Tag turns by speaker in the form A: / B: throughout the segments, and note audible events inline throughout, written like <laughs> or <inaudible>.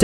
A: จ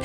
A: แถ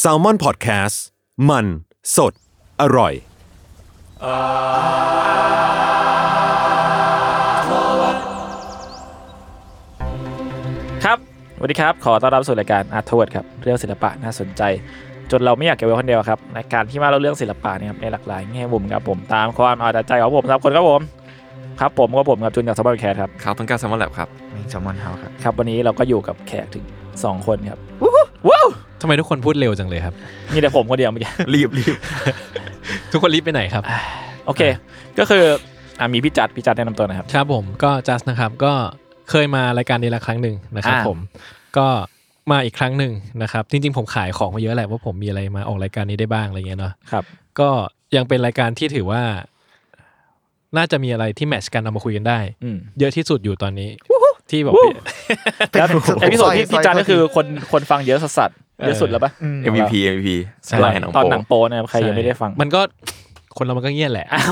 B: แซลมอนพอดแคสต์มันสดอร่อย
C: ครับสวัสดีครับ ขอต้อนรับสู่รายการ Art Toward ครับ เรื่องศิลปะน่าสนใจ จนเราไม่อยากเก็บไว้คนเดียวครับในการที่มาเล่าเรื่องศิลปะเนี่ยครับในหลากหลายแง่มุมครับผมตามความเอาแต่ใจของผมครับคนครับผม ครับผมก็ผมครับจุนจากสมบัติแคร์ครับ
D: ครับต้นกล้าแซลมอนแลบครับ
E: มีแซลมอนเฮาส์ครับ
C: ครับวันนี้เราก็อยู่กับแขกถึง 2 คนครับว้าว
E: ทำไมทุกคนพูดเร็วจังเลยครับ
C: มีแต่ผมคนเดียวเมื่อกี้
D: รีบรีบ
E: ทุกคนรีบไปไหนครับ
C: โอเค ก็คืออ่ะมีพี่จัดพี่จัดแนะนำตัวหนะครับ
E: ครับผมก็จัสนะครับก็เคยมารายการนี้ละครั้งหนึ่งนะครับ
C: อ่า
E: ผมก็มาอีกครั้งหนึ่งนะครับจริงๆผมขายของมาเยอะแหละว่าผมมีอะไรมาออกรายการนี้ได้บ้างอะไรเงี้ยเนาะ
C: ครับ
E: ก็ยังเป็นรายการที่ถือว่า น่าจะมีอะไรที่แมทช์กันเอามาคุยกันได้
C: อืม
E: เยอะที่สุดอยู่ตอนนี้ที่แบบ
C: วู้
E: เป็น
C: แล้วเอพิโซดที่พี่จัดก็คือคนคนฟังเยอะสัสสัสเยอะสุดแล้วปะ
D: ๆ MVP MVP สไลด์หนัง
C: ตอน
D: โป๊
C: หนังโปนะครับ <laughs> ใครยังไม่ได้ฟัง
E: มันก็คนเรามันก็เงียบแหละ
C: อ้าว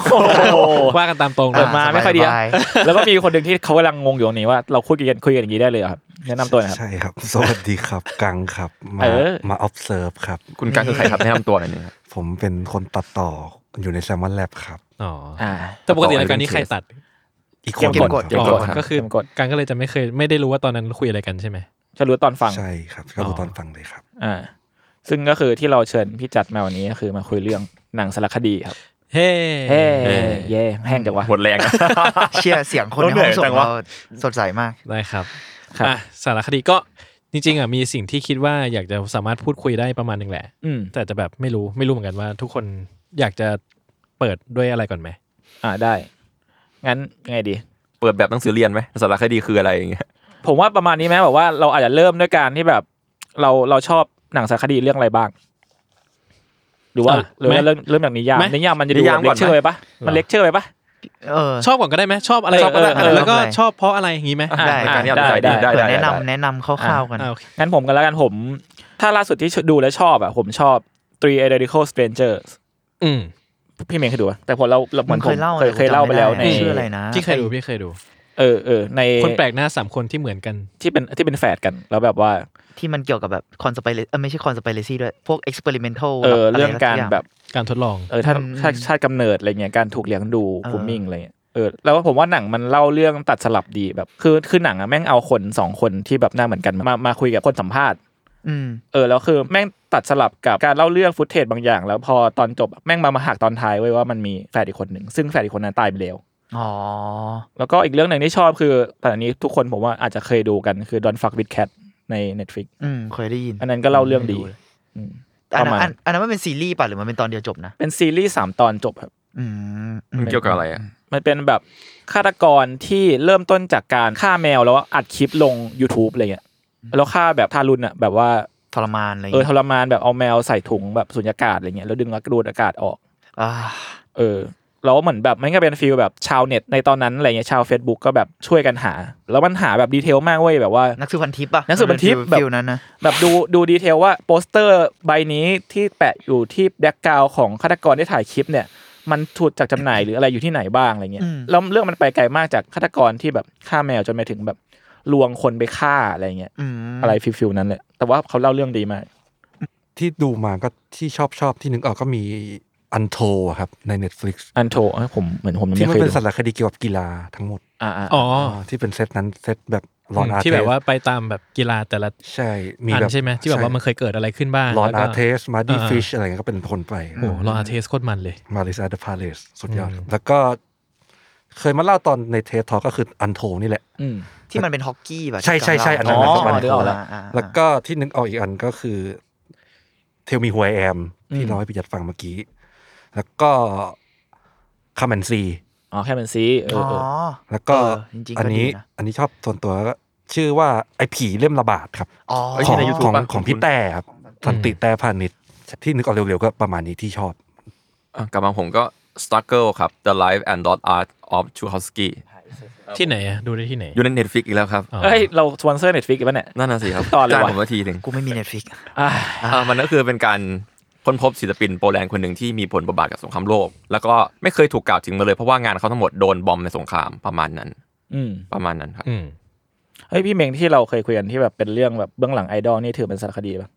C: โอ้โห
E: ว่ากันตามตรง
C: เปิดมา
E: อ่ะ
C: ไม่ค่อยดีอะ <laughs> แล้วก็มีคนหนึ่งที่เขากำลังงงอยู่ตรงนี้ว่าเราคุยกันคุยกันอย่างนี้ได้เลยเหรอครับแนะนำตัวหนะครับ
F: ใช่ครับ สวัสดีครับ กังครับ มา
C: เออ
F: มา observe ครับ
D: คุณกล้าคือใครครับแนะนำตัวหน่อยหนึงครับ
F: ผมเป็นคนตัดต่ออยู่ในแซมมอนแลบครับ
E: อ๋อ
C: อ่า
E: แต่ปกติรายการนี้ใครตัด
F: อีกค
C: เก็
F: น
C: บ
F: หนึ่ง
C: กด
F: ค
C: เก็
F: รับ
C: บกด
E: อ๋อ
C: ครับ
E: ก็คือ
C: เก็บกด
E: การก็เลยจะไม่เคยไม่ได้รู้ว่าตอนนั้นคุยอะไรกันใช่ไหม
C: จะรู้ตอนฟัง
F: ใช่ครับ ก็ดูตอนฟังเลยครับ
C: อ่า ซึ่งก็คือที่เราเชิญพี่จัดมาวันนี้ก็คือมาคุยเรื่องหนังสารคดีครับ
E: เฮ้
C: เฮ้เย่แห้งจังวะ
D: หมดแรงนะ
G: เชียร์เสียงคน
D: เรา
G: ใน
D: เหนื่
G: ห้องส่
D: อยจั
G: ง
D: งวะ
G: เราสดใสมาก
E: ได้ครับ
C: ครับ
E: อ่ะสารคดีก็จริงๆอ่ะมีสิ่งที่คิดว่าอยากจะสามารถพูดคุยได้ประมาณหนึ่งแหละ
C: อืม
E: แต่จะแบบไม่รู้ไม่รู้เหมือนกันว่า ทุกคนอยากจะเปิดด้วยอะไรก่อนไหม
C: อ่าได้ งั้นยังไงดี
D: เปิดแบบหนังสือเรียนไหมสารคดีคืออะไรอย่างเงี้ย
C: ผมว่าประมาณนี้ไหมแบบว่าเราอาจจะเริ่มด้วยการที่แบบ เราเราชอบหนังสารคดีเรื่องอะไรบ้าง หรือว่า
E: ะ
C: หรือว่า
E: ไหม
C: เริ่มเริ่มจากนิยาม
E: ไหม
C: นิยามมันจะดูแบบเลคเชอร์ไปปะมันเลคเชอร์ไปปะ
G: เออ
E: ชอบก่อนก็ได้ไหมชอบอะไร
C: ชอบก็ได้
E: เออแล้วก็
G: เออ
E: ชอบเพราะอะไรอย่างนี้ไหม
C: อ่ะ
G: ได้
D: รายการนี้
C: ได้
D: ได้
C: ได้
D: ได้ได้
G: เผื่อ
D: ได้
G: แนะนำ
D: ได้
G: แนะนำคร่าวๆกัน
E: อ่ะโอเค
C: งั้นผมกันแล้วกันผม ถ้าล่าสุดที่ดูและชอบอ่ะผมชอบ Three Identical Strangers
E: อืม
C: พี่เมย์เคยดูปะแต่ผมเราเราเหมือน
G: มัน
C: ผ
G: เค
C: ม
G: ยเล่า
C: เคย
G: นะ
C: เคยเล่าไปแล้ว
G: ผมจำ
C: ใน
G: ไม่ได้ชื่ออะไรนะ
E: ที่เคยดูพี่เคยดู
C: เออเออใน
E: คนแปลกหน้าสามคนที่เหมือนกัน
C: ที่เป็นที่เป็นแฝดกัน แล้วแบบว่า
G: ที่มันเกี่ยวกับแบบคอนสไปเรเออไม่ใช่คอนสไปเรซี่ด้วย พวกเอ็กซ์เพร์เมนทัล
C: เออเรื่องการแบบ
E: การทดลอง
C: เออถ้าถ้าชาติกำเนิดอะไรเงี้ยการถูกเลี้ยงดูคูมิ่งอะไรเงี้ยเออแล้วผมว่าหนังมันเล่าเรื่องตัดสลับดีแบบคือคือหนังอ่ะแม่งเอาคนสองคนที่แบบหน้าเหมือนกันมามาคุยกับคนสัมภาษณ์
G: อืม
C: เออแล้วคือแม่งตัดสลับกับการเล่าเรื่องฟุตเทจบางอย่าง แล้วพอตอนจบแม่งมามาหักตอนท้ายไว้ยว่ามันมีแฟนอีกคนหนึ่งซึ่งแฟนอีกคนนั้นตายไปแล้ว
G: อ๋อ
C: แล้วก็อีกเรื่องหนึ่งที่ชอบคือตอนนี้ทุกคนผมว่าอาจจะเคยดูกันคือ Don't Fuck with Cat ใน Netflix
G: อืม เคยได้ยิน
C: อันนั้นก็เล่าเรื่องดี อืม
G: อัน
C: ประ
G: นั้
C: มาณ
G: นอันอันนั้นมันเป็นซีรีส์ป่ะ หรือมันเป็นตอนเดียวจบนะ
C: เป็นซีรีส์สามตอนจบครับ
G: อืมอื
D: มั
G: ม
D: นเกี่ยวกับอะไรอ่ะ
C: มันเป็นแบบฆาตกรที่เริ่มต้นจากการฆ่าแมวแล้วอัดคลิปลง YouTube อะไรเงี้ยแล้วฆ่าแบบทารุณอ่ะแบบว่า
G: ทรมานอะไรอย่าง
C: เออ
G: เงี้ย
C: ทรมานแบบเอาแมวใส่ถุงแบบสุญญากาศอะไรเงี้ยแล้วดึงแล้วกระดูดอากาศออก
G: อ่า
C: เออแล้วเหมือนแบบมันก็เป็นฟีลแบบชาวเน็ตในตอนนั้นอะไรเงี้ยชาว Facebook ก็แบบช่วยกันหา แล้วมันหาแบบดีเทลมากเว้ยแบบว่า
G: นักสืบพันทิปป่ะ
C: นักสืบพันทิป
G: มั
C: แบบ
G: ฟิลนั้นนะ
C: แบบดูดูดีเทลว่าโปสเตอร์ใบนี้ที่แปะอยู่ที่แบ็กกราวของฆาตกรที่ถ่ายคลิปเนี่ย มันถูกจากจำหน่ายหรืออะไรอยู่ที่ไหนบ้างอะไรเงี้ย
G: อืม
C: แล้วเรื่องมันไปไกลมากจากฆาตกรที่แบบฆ่าแมวจนไปถึงแบบลวงคนไปฆ่าอะไรเงี้ย
G: อืม
C: อะไรฟิลฟิลนั้นแหละแต่ว่าเขาเล่าเรื่องดีมาก
F: ที่ดูมาก็ที่ชอบชอบที่นึกออกก็มีอันโทครับใน Netflix
C: อันโทเอ้ยผมเหมือนผมยัง
F: ที่
C: ไม่
F: มั
C: เค
F: น
C: ย
F: เป็น
C: ดู
F: สารคดีเกี่ยวกับกีฬาทั้งหมด
C: อ่าอ่า
E: อ๋อ
F: ที่เป็นเซตนั้นเซตแบบลอนอาร์เท
E: ที่แบบว่าไปตามแบบกีฬาแต่ละ
F: ใช่มี
E: อัน
F: แบบ
E: ใช่ไหมที่แบบว่ามันเคยเกิดอะไรขึ้นบ้าง
F: ลอน
E: แล้วก็
F: อาร์เทสมาดี้
E: อ่า
F: ฟิชอะไรเงี้ยก็เป็นคนไป
E: โอ้โหรออาเทสโคตรมันเลย
F: มาริซาเดอะพาเลสสุดยอด
E: อืม
F: แล้วก็เคยมาเล่าตอนในเทสทอก็คืออันโทนี่แหละ
C: อืม
G: ที่มันเป็นฮอกกี้แบบ
F: ใช่ใช่ใช่อันนั้น
C: อ๋อ
F: ก็มัน
C: เดี๋ยวออกแล้ว
G: าๆๆ
F: แล้วก็ที่นึกออกอีกอันก็คือเทลมี w ว I แอมที่
C: อืม
F: น้อยไปจัดฟังเมื่อกี้ แล้วก็คามันซี
C: อ๋อแค่เป็นซีเอ
G: อ๋
C: อ
G: อ
C: เออ
F: แล้วก็
G: เออจริงๆก็
F: อันนี้
G: ดีนะ
F: อันนี้ชอบส่วนตัวก็ชื่อว่าไอ้ผีเล่มระบาดครับ
G: อ๋อ
D: เย
F: ข
D: ที่
F: อง
D: ใน YouTube
F: ของ
D: ปะ
F: ของพี่แต่ครับสันติแต่พาณิชย์ที่นึกออกเร็วๆก็ประมาณนี้ที่ชอบ
D: อ่ะกลับมาผมก็ struggle ครับ the life and dot art of Chukovsky
E: ที่ไหนอะดูได้ที่ไหน
D: อยู่ใน Netflix อีกแล้วครับ
E: อ๋อ
C: เอ้ยเราสปอนเซอร์เน็ตฟิกอีกปะเนี่ย
D: นั่นน่ะสิครับ
C: ต่อเลย
D: จ้าง
C: ว่ะ
D: ผมมาทีหนึ่ง
G: กูไม่มีเน็ตฟิก
C: อ่า
D: อ่ะมันก็คือเป็นการค้นพบศิลปินโปแลนด์คนหนึ่งที่มีผลบทบาทกับสงครามโลก แล้วก็ไม่เคยถูกกล่าวถึงมาเลย เพราะว่างานเขาทั้งหมดโดนบอมในสงครามประมาณนั้น
C: อืม
D: ประมาณนั้นครับ
E: อืม
C: เฮ้ยพี่เมงที่เราเคยคุยกันที่แบบเป็นเรื่องแบบเบื้องหลังไอดอลนี่ถือเป็นสารคดีปะ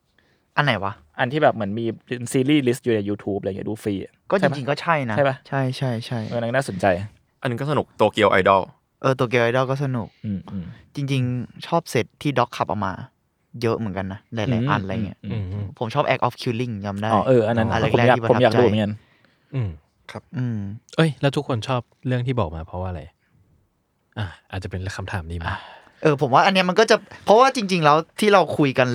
G: อันไหนวะ
C: อันที่แบบเหมือนมีเป็นซีรีส์ลิสต์อยู่ใน YouTube อะไรอย่างเงี้ยดูฟรีอะ
G: ก็จริงๆก็ใช่นะ
C: ใช่ปะ
G: ใช่ใช่ใช่
C: เออนั่นน่าสนใจ
D: อันนึงก็สนุกโตเกียวไอดอล
G: เออตัวเกียวไอดอลก็สนุก
C: อืมอืม
G: จริง ๆ ชอบเซตที่ด็อกขับออกมา เยอะเหมือนกันนะ หลายๆอันอะไรเงี้ย
E: อืม
G: ผมชอบ Act of Killing จำได้
C: อ๋อเอออันนั้น
G: อะไร
C: ผม
G: แรก
C: อยาก
G: ที่ประ
C: ผม
G: ทับ
C: อยาก
G: ใจ
C: ดูเหมือนกัน
E: อืม
G: อืม
E: เอ้ย แล้วทุกคนชอบเรื่องที่บอกมาเพราะว่าอะไรอ่ะอาจจะเป็นคำถามนี้ไหม
G: เออผมว่าอันเนี้ยมันก็จะเพราะว่าจริง ๆ แล้วที่เราคุยกัน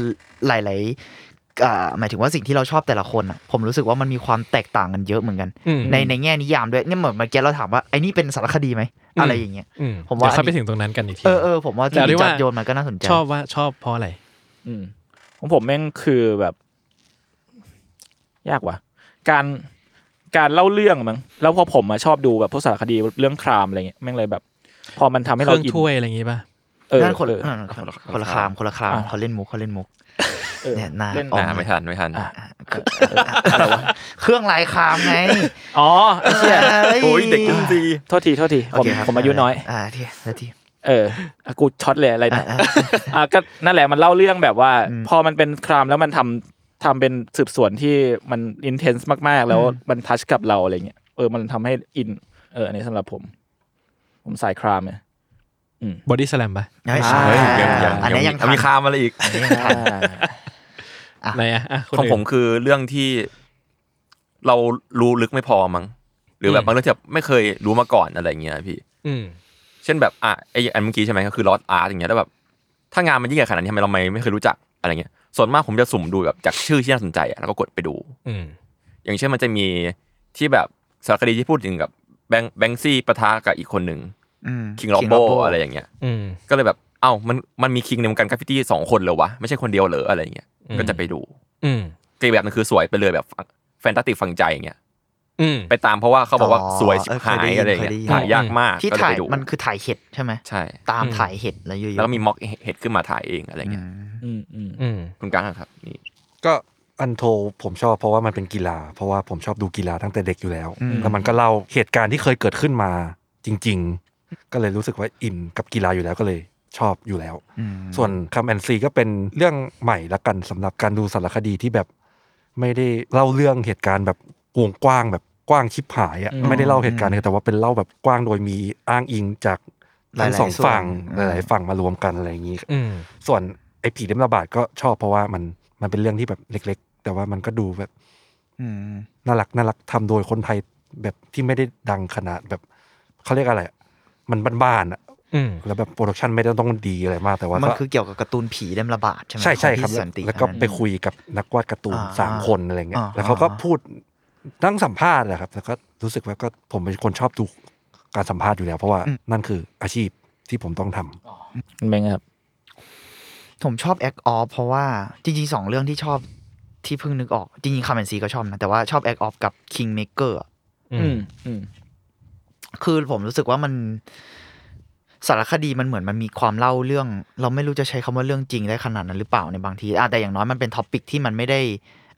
G: หลายๆอ่าหมายถึงว่าสิ่งที่เราชอบแต่ละคนอ่ะผมรู้สึกว่ามันมีความแตกต่างกันเยอะเหมือนกัน
E: อืม
G: ในในแง่นิยามด้วยเนี่ยเหมือนเมื่อกี้เราถามว่าไอ้นี่เป็นสารคดีไหมอะไรอย่างเงี้ย
E: อืม
G: ผมว่า
E: เดี๋ยค่อย
G: อันนี้
E: ไปถึงตรงนั้นกันอีกที
G: เออเออผมว่า
E: แต่
G: ที่
E: เรียก
G: จั
E: ว่า
G: ดโยนมันก็น่าสนใจ
E: ชอบว่าชอบเพราะอะไร
C: อืมของผมแม่งคือแบบ ยากว่ะ การการเล่าเรื่องมั้งแล้วพอผมอะชอบดูแบบพวกสารคดีเรื่องครามอะไรเงี้ยแม่งเลยแบบ พอมันทำให้
E: เค
C: เรา
E: รื่อง
C: อิน
E: ถ้วยอะไรอย่างงี้ป่ะ
C: เออ
G: นั่นคน
C: เออ
G: นั่นคนคนละครามคนละคราม
C: อ่ะ
G: เขาเล่นมุกเขาเล่นมุก
C: ออ
G: เนี่ยหน้า
C: ล่น
G: อ๋อ
D: อ่าไม่ทันไม่ทัน
G: เครื่องลายครามไง
C: อ๋อไอ้เชี่ย
G: โอ้ยเด็กจริง
C: โทษทีโทษทีผมผมอายุน้อย
G: อ่าทีแล้วที
C: เอออ่ะกูช็อตเลยอะไรนะ
G: อ่ะ
C: อ่ะก็นั่นแหละมันเล่าเรื่องแบบว่า
G: อืม
C: พอมันเป็นครามแล้วมันทำทำเป็นสืบสวนที่มันอินเทนส์มากๆ แล้ว
G: อืม
C: มันทัชกับเราอะไรเงี้ยเออมันทำให้อิน เอออันนี้สำหรับผม ผมสายครามไง
E: บอดี้สแลมป่ะ
G: ยังไม่ใช่
D: เฮ้ยยังยัง
G: อันนี้ยัง
D: มีคามอะไรอีก
G: อันนี้ยังทัน อ่ะ
E: ไหนอ่ะอ่ะคน
D: ของ
E: อื่น
D: ผมคือเรื่องที่เรารู้ลึกไม่พอมั้งหรือแบ
E: อื
D: บ
E: ม
D: บางเรื่องที่แบบไม่เคยรู้มาก่อนอะไรอย่างเงี้ยพี่
E: อืม
D: เช่นแบบอ่ะไออย่างอันเมื่อกี้ใช่ไหมก็คือลอสอาร์ตอย่างเงี้ยแล้วแบบถ้างานมันยิ่งใหญ่ขนาดนี้ทำไมเราไม่ไม่เคยรู้จักอะไรเงี้ยส่วนมากผมจะสุ่มดูแบบจากชื่อที่น่าสนใจอะแล้วก็กดไปดู
E: อืม
D: อย่างเช่นมันจะมีที่แบบสารคดีที่พูดถึงกับแบงแบงซี่ปะทะกับอีกคนหนึ่ง
G: อืม
D: คิงลอบโบอะไรอย่างเงี้ย
E: อืม
D: ก็เลยแบบเอ้ามันมันมีคิงในวงการกราฟฟิตี้สองคนเหรอวะไม่ใช่คนเดียวเหรออะไรอย่างเงี้ย
E: อืม
D: ก็จะไปดู
E: อืม
D: แต่อีกแบบหนึงคือสวยไปเลยแบบแฟนตาติกฟังใจอย่างเงี้ย
E: อืม
D: ไปตามเพราะว่าเขาบอกว่า
G: อ๋อ
D: สวยชิ
G: เอบ อเค
D: หาย
G: ได้
D: ย
G: ยิน
D: อะไรอย่างเงี้
G: เคยได้
D: ย
G: ยิน
D: หายากมาก
G: ที่
D: ก็เล
G: ถ่าย ย
D: ไปดู
G: มันคือถ่ายเห็ดใช่ไหม
D: ใช่
G: ตามถ่ายเห็ดแล้วเยอะๆ
D: แล้วก็มีม็อกเห็ดขึ้นมาถ่ายเองอะไร
G: อื
D: เงี้ย
G: ม
C: อืมอืม
E: อืม
D: คุณกังครับนี่
F: ก็อันโทผมชอบเพราะว่ามันเป็นกีฬา เพราะว่าผมชอบดูกีฬาตั้งแต่เด็กอยู่แล้ว
G: อืม
F: แล้วมันก็เล่าเหตุการณ์ที่เคยเกิดขึ้นมาจริง ๆ ก็เลยรู้สึกว่าอินกับกีฬาอยู่แล้วก็เลยชอบอยู่แล้ว
G: อืม
F: ส่วนคำแอนซีก็เป็นเรื่องใหม่ละกันสำหรับการดูสารคดีที่แบบ ไม่ได้เล่าเรื่องเหตุการณ์แบบวงกว้างแบบกว้างชิบหายอ่ะไม่ได้เล่าเหตุการณ์เลยแต่ว่าเป็นเล่าแบบกว้างโดยมีอ้างอิงจากทั้งสองฝั่งหลายๆฝั่งมารวมกันอะไรอย่างนี้
E: อืม
F: ส่วนไอ้ผีเล่มระบาดก็ชอบเพราะว่ามันมันเป็นเรื่องที่แบบเล็ก ๆ แต่ว่ามันก็ดูแบบ
G: อืม
F: น่ารักน่ารักทำโดยคนไทยแบบที่ไม่ได้ดังขนาดแบบเขาเรียกอะไรอะมันบ้านๆอะ
E: อืม
F: แล้วแบบโปรดักชันไม่ได้ต้องดีอะไรมากแต่ว่า
G: มัน
F: ก็
G: คือเกี่ยวกับการ์ตูนผีเล่มระบาดใช่ไหม
F: ใช่ใช่
G: ของ
F: ครับ
G: พี่สันติ
F: แล้วก็
G: อันนั้น
F: ไปคุยกับนักวาดการ์ตูน
G: อ่า
F: สามคนอะไรเงี้ย
G: อ่า
F: แล้วเขาก็พูดนั่งสัมภาษณ์แหละครับแล้วก็รู้สึกว่าก็ผมเป็นคนชอบดูการสัมภาษณ์อยู่แล้ว เพราะว่านั่นคืออาชีพที่ผมต้องทำ
C: คุณเมงครับ
G: ผมชอบ Act Off เพราะว่าจริงๆสองเรื่องที่ชอบที่เพิ่งนึกออก จริงๆคาร์เมนซีก็ชอบนะ แต่ว่าชอบ Act Off กับ Kingmaker อะ
E: อื
C: อื
E: ม
C: มอืม
G: คือผมรู้สึกว่ามันสารคดีมันเหมือนมันมีความเล่าเรื่อง เราไม่รู้จะใช้คำว่าเรื่องจริงได้ขนาดนั้นหรือเปล่าในบางทีอ่ะแต่อย่างน้อยมันเป็นท็อปิกที่มันไม่ได้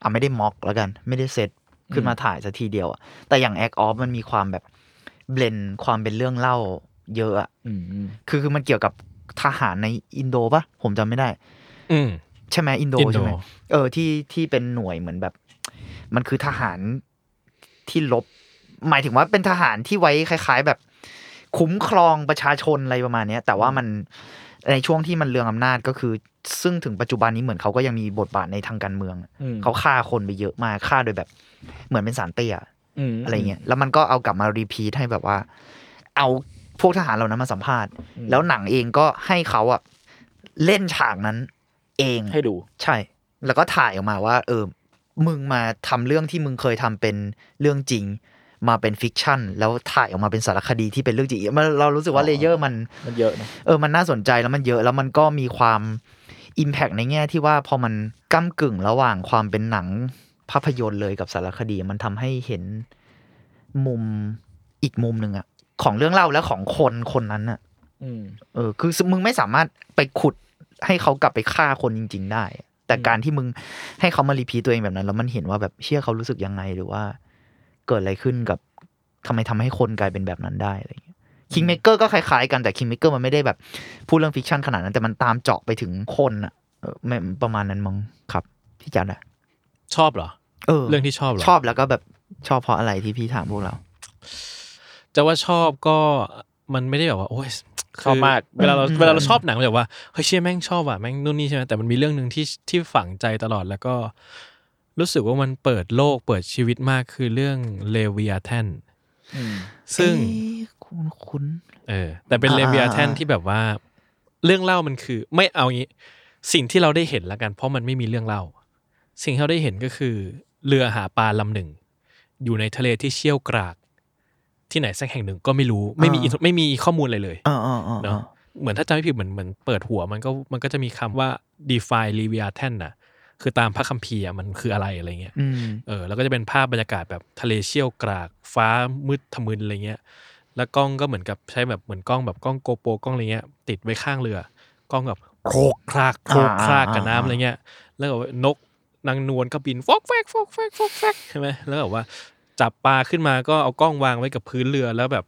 G: อ่ะไม่ได้ม็อกแล้วกัน ไม่ได้เซต ขึ้นมาถ่ายสักทีเดียวอะแต่อย่าง Act Off มันมีความแบบเบลนความเป็นเรื่องเล่าเยอะอะ
C: อืมอืม
G: คือคือมันเกี่ยวกับทหารในอินโดปะผมจำไม่ได้
E: อืม
G: ใช่ไหมอินโด
E: อินโด
G: ใช่ไหมเออที่ที่เป็นหน่วยเหมือนแบบ มันคือทหารที่ลบ หมายถึงว่าเป็นทหารที่ไว้คล้าย ๆ แบบ คุ้มครองประชาชนอะไรประมาณเนี้ย แต่ว่ามันในช่วงที่มันเรืองอำนาจก็คือ ซึ่งถึงปัจจุบันนี้เหมือนเขาก็ยังมีบทบาทในทางการเมือง
C: อืม
G: เขาฆ่าคนไปเยอะมากฆ่าโดยแบบ เหมือนเป็นสารเตี้ย
C: ม
G: อะไรเงี้ย แล้วมันก็เอากลับมารีพีทให้แบบว่า เอาพวกทหารเหล่านั้นมาสัมภาษณ์ แล้วหนังเองก็ให้เขาอะเล่นฉากนั้นเอง
C: ให้ดู
G: ใช่ แล้วก็ถ่ายออกมาว่า เออ มึงมาทำเรื่องที่มึงเคยทำเป็นเรื่องจริง มาเป็นฟิกชันแล้วถ่ายออกมาเป็นสารคดีที่เป็นเรื่องจริงมันเรารู้สึกว่า
C: อ๋อ
G: เลเยอร์มัน
C: มันเยอะนะ
G: เออ มันน่าสนใจแล้วมันเยอะแล้วมันก็มีความอิมแพ t ในแง่ที่ว่าพอมันก้ากึ่งระหว่างความเป็นหนังภาพยนตร์เลยกับสารคดี มันทำให้เห็นมุมอีกมุมหนึ่งอะของเรื่องเล่าและของคนคนนั้นอะ
C: อืม
G: เออ คือมึงไม่สามารถไปขุดให้เขากลับไปฆ่าคนจริง ๆ ได้ แต่การที่มึงให้เขามารีพีทตัวเองแบบนั้น แล้วมันเห็นว่าแบบเชื่อเขารู้สึกยังไงหรือว่า เกิดอะไรขึ้นกับทำไมทำให้คนกลายเป็นแบบนั้นได้อะไรอย่างเงี้ยคิงเมเกอร์ก็คล้ายๆกันแต่คิงเมเกอร์มันไม่ได้แบบ พูดเรื่องฟิกชันขนาดนั้น แต่มันตามเจาะไปถึงคนอะเออไม่ประมาณนั้นมั้งครับ พี่จันอะ
E: ชอบเหรอ
G: เออ
E: เรื่องที่ชอบเหรอ
G: ชอบแล้วก็แบบชอบเพราะอะไรที่พี่ถามพวกเรา
E: จะว่าชอบก็มันไม่ได้แบบว่าโอ้ยคื
C: ชอบมาก
E: เวลาเรา
G: อืม
E: เวลาเราชอบหนังมันแบบว่าเฮ้ยเชี่ยแม่งชอบว่ะแม่งนู่นนี่ใช่ไหมแต่มันมีเรื่องหนึ่งที่ที่ฝังใจตลอดแล้วก็ รู้สึกว่ามันเปิดโลกเปิดชีวิตมากคือเรื่องเลเวียแทน
C: อืม
E: ซึ่ง
G: เอ๊ะคุณคุณ
E: เออแต่เป็น
G: อ่า
E: เลเวียแทน
G: อ่า
E: ที่แบบว่า เรื่องเล่ามันคือ ไม่เอางี้ สิ่งที่เราได้เห็นละกัน เพราะมันไม่มีเรื่องเล่า สิ่งที่เราได้เห็นก็คือ เรือหาปลาลำหนึ่ง อยู่ในทะเลที่เชี่ยวกราก ที่ไหนสักแห่งหนึ่งก็ไม่รู้ไม่มีอินไม่มีข้อมูลอะไรเลย
G: อ่าอ่าอ่า
E: เนาะเหมือนถ้าจำไม่ผิดเหมือนเหมือนเปิดหัวมันก็มันก็จะมีคำว่า define leviathan น่ะ คือตามพระคัมภีร์อะมันคืออะไรอะไรเงี้ย
G: อืม
E: เออแล้วก็จะเป็นภาพบรรยากาศแบบทะเลเชี่ยวกราก ฟ้ามืดทะมึนอะไรเงี้ย แล้วกล้องก็เหมือนกับใช้แบบเหมือนกล้องแบบกล้องโกโปรกล้องอะไรเงี้ย ติดไว้ข้างเรือกล้องแบบโครกครากโครกครากกับน้ำอะไรเงี้ย แล้วก็นกนางนวลก็บินฟอกแฟกฟอกแฟกฟอกแฟกใช่ไหมแล้วแบบว่า จับปลาขึ้นมาก็เอากล้องวางไว้กับพื้นเรือแล้วแบบ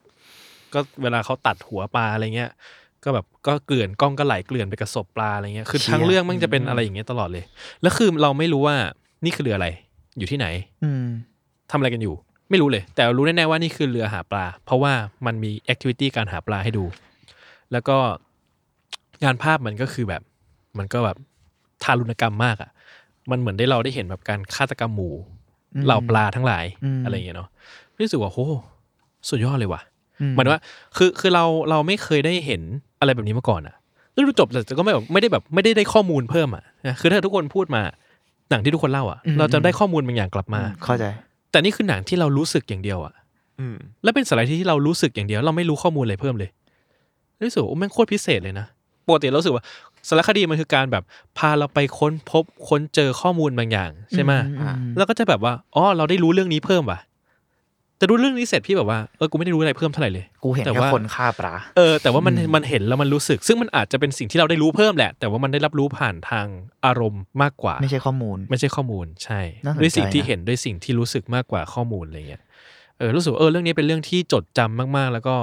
E: ก็เวลาเขาตัดหัวปลาอะไรเงี้ย ก็แบบก็เกลื่อนกล้องก็ไหลเกลื่อนไปกระสบปลาอะไรเงี้ยคือ
G: เชี่ย
E: ทั้งเรื่องมันจะเป็นอะไรอย่างเงี้ยตลอดเลย แล้วคือเราไม่รู้ว่านี่คือเรืออะไร อยู่ที่ไหน
G: อืม
E: ทำอะไรกันอยู่ ไม่รู้เลย แต่รู้แน่ๆว่านี่คือเรือหาปลา เพราะว่ามันมีแอคทิวิตี้การหาปลาให้ดู แล้วก็งานภาพมันก็คือแบบ มันก็แบบทารุณกรรมมากอะ่ะ มันเหมือนได้เราได้เห็นแบบการฆาตกรรมหมู
G: อืม
E: เหล่าปลาทั้งหลาย
G: อืม
E: อะไรอย่างเงี้ยเนาะรู้สึกว่าโหสุดยอดเลยว่ะ
G: อื
E: หมายถึงว่าคือคือเราเราไม่เคยได้เห็นอะไรแบบนี้มาก่อนอะแล้วดูจบแต่ก็ไม่แบบไม่ได้แบบไม่ได้ได้ข้อมูลเพิ่มอะนะคือถ้าทุกคนพูดมาหนังที่ทุกคนเล่าอะเราจะได้ข้อมูลบางอย่างกลับมา
G: เข้าใจ
E: แต่นี่คือหนังที่เรารู้สึกอย่างเดียวอะ
D: อืม
E: และเป็นสารคดีที่เรารู้สึกอย่างเดียว เราไม่รู้ข้อมูลอะไรเพิ่มเลยรู้สึกว่าโอ้แม่งโคตรพิเศษเลยนะปกติเรารู้สึกว่าสารคดีมันคือการแบบพาเราไปค้นพบค้นเจอข้อมูลบางอย่างใช่ไหม แล้วก็จะแบบว่าอ๋อเราได้รู้เรื่องนี้เพิ่มว่ะแต่รู้เรื่องนี้เสร็จพี่แบบว่าเออกูไม่ได้รู้อะไรเพิ่มเท่าไหร่เลย
G: กูเห็น
E: แต่
G: แค่
E: ว่า
G: คนฆ่าปลา
E: เออแต่ว่ามันมันเห็นแล้วมันรู้สึก ซึ่งมันอาจจะเป็นสิ่งที่เราได้รู้เพิ่มแหละ แต่ว่ามันได้รับรู้ผ่านทางอารมณ์มากกว่า
G: ไม่ใช่ข้อมูล
E: ไม่ใช่ข้อมูลใช่
G: น่าสนใจนะ
E: ด้วยสิ่งที่เห็นด้วยสิ่งที่รู้สึกมากกว่าข้อมูลอะไรเงี้ยเออรู้สึกว่าเออเรื่องนี้เป็นเรื่องที่จดจำมากๆ แล้วก็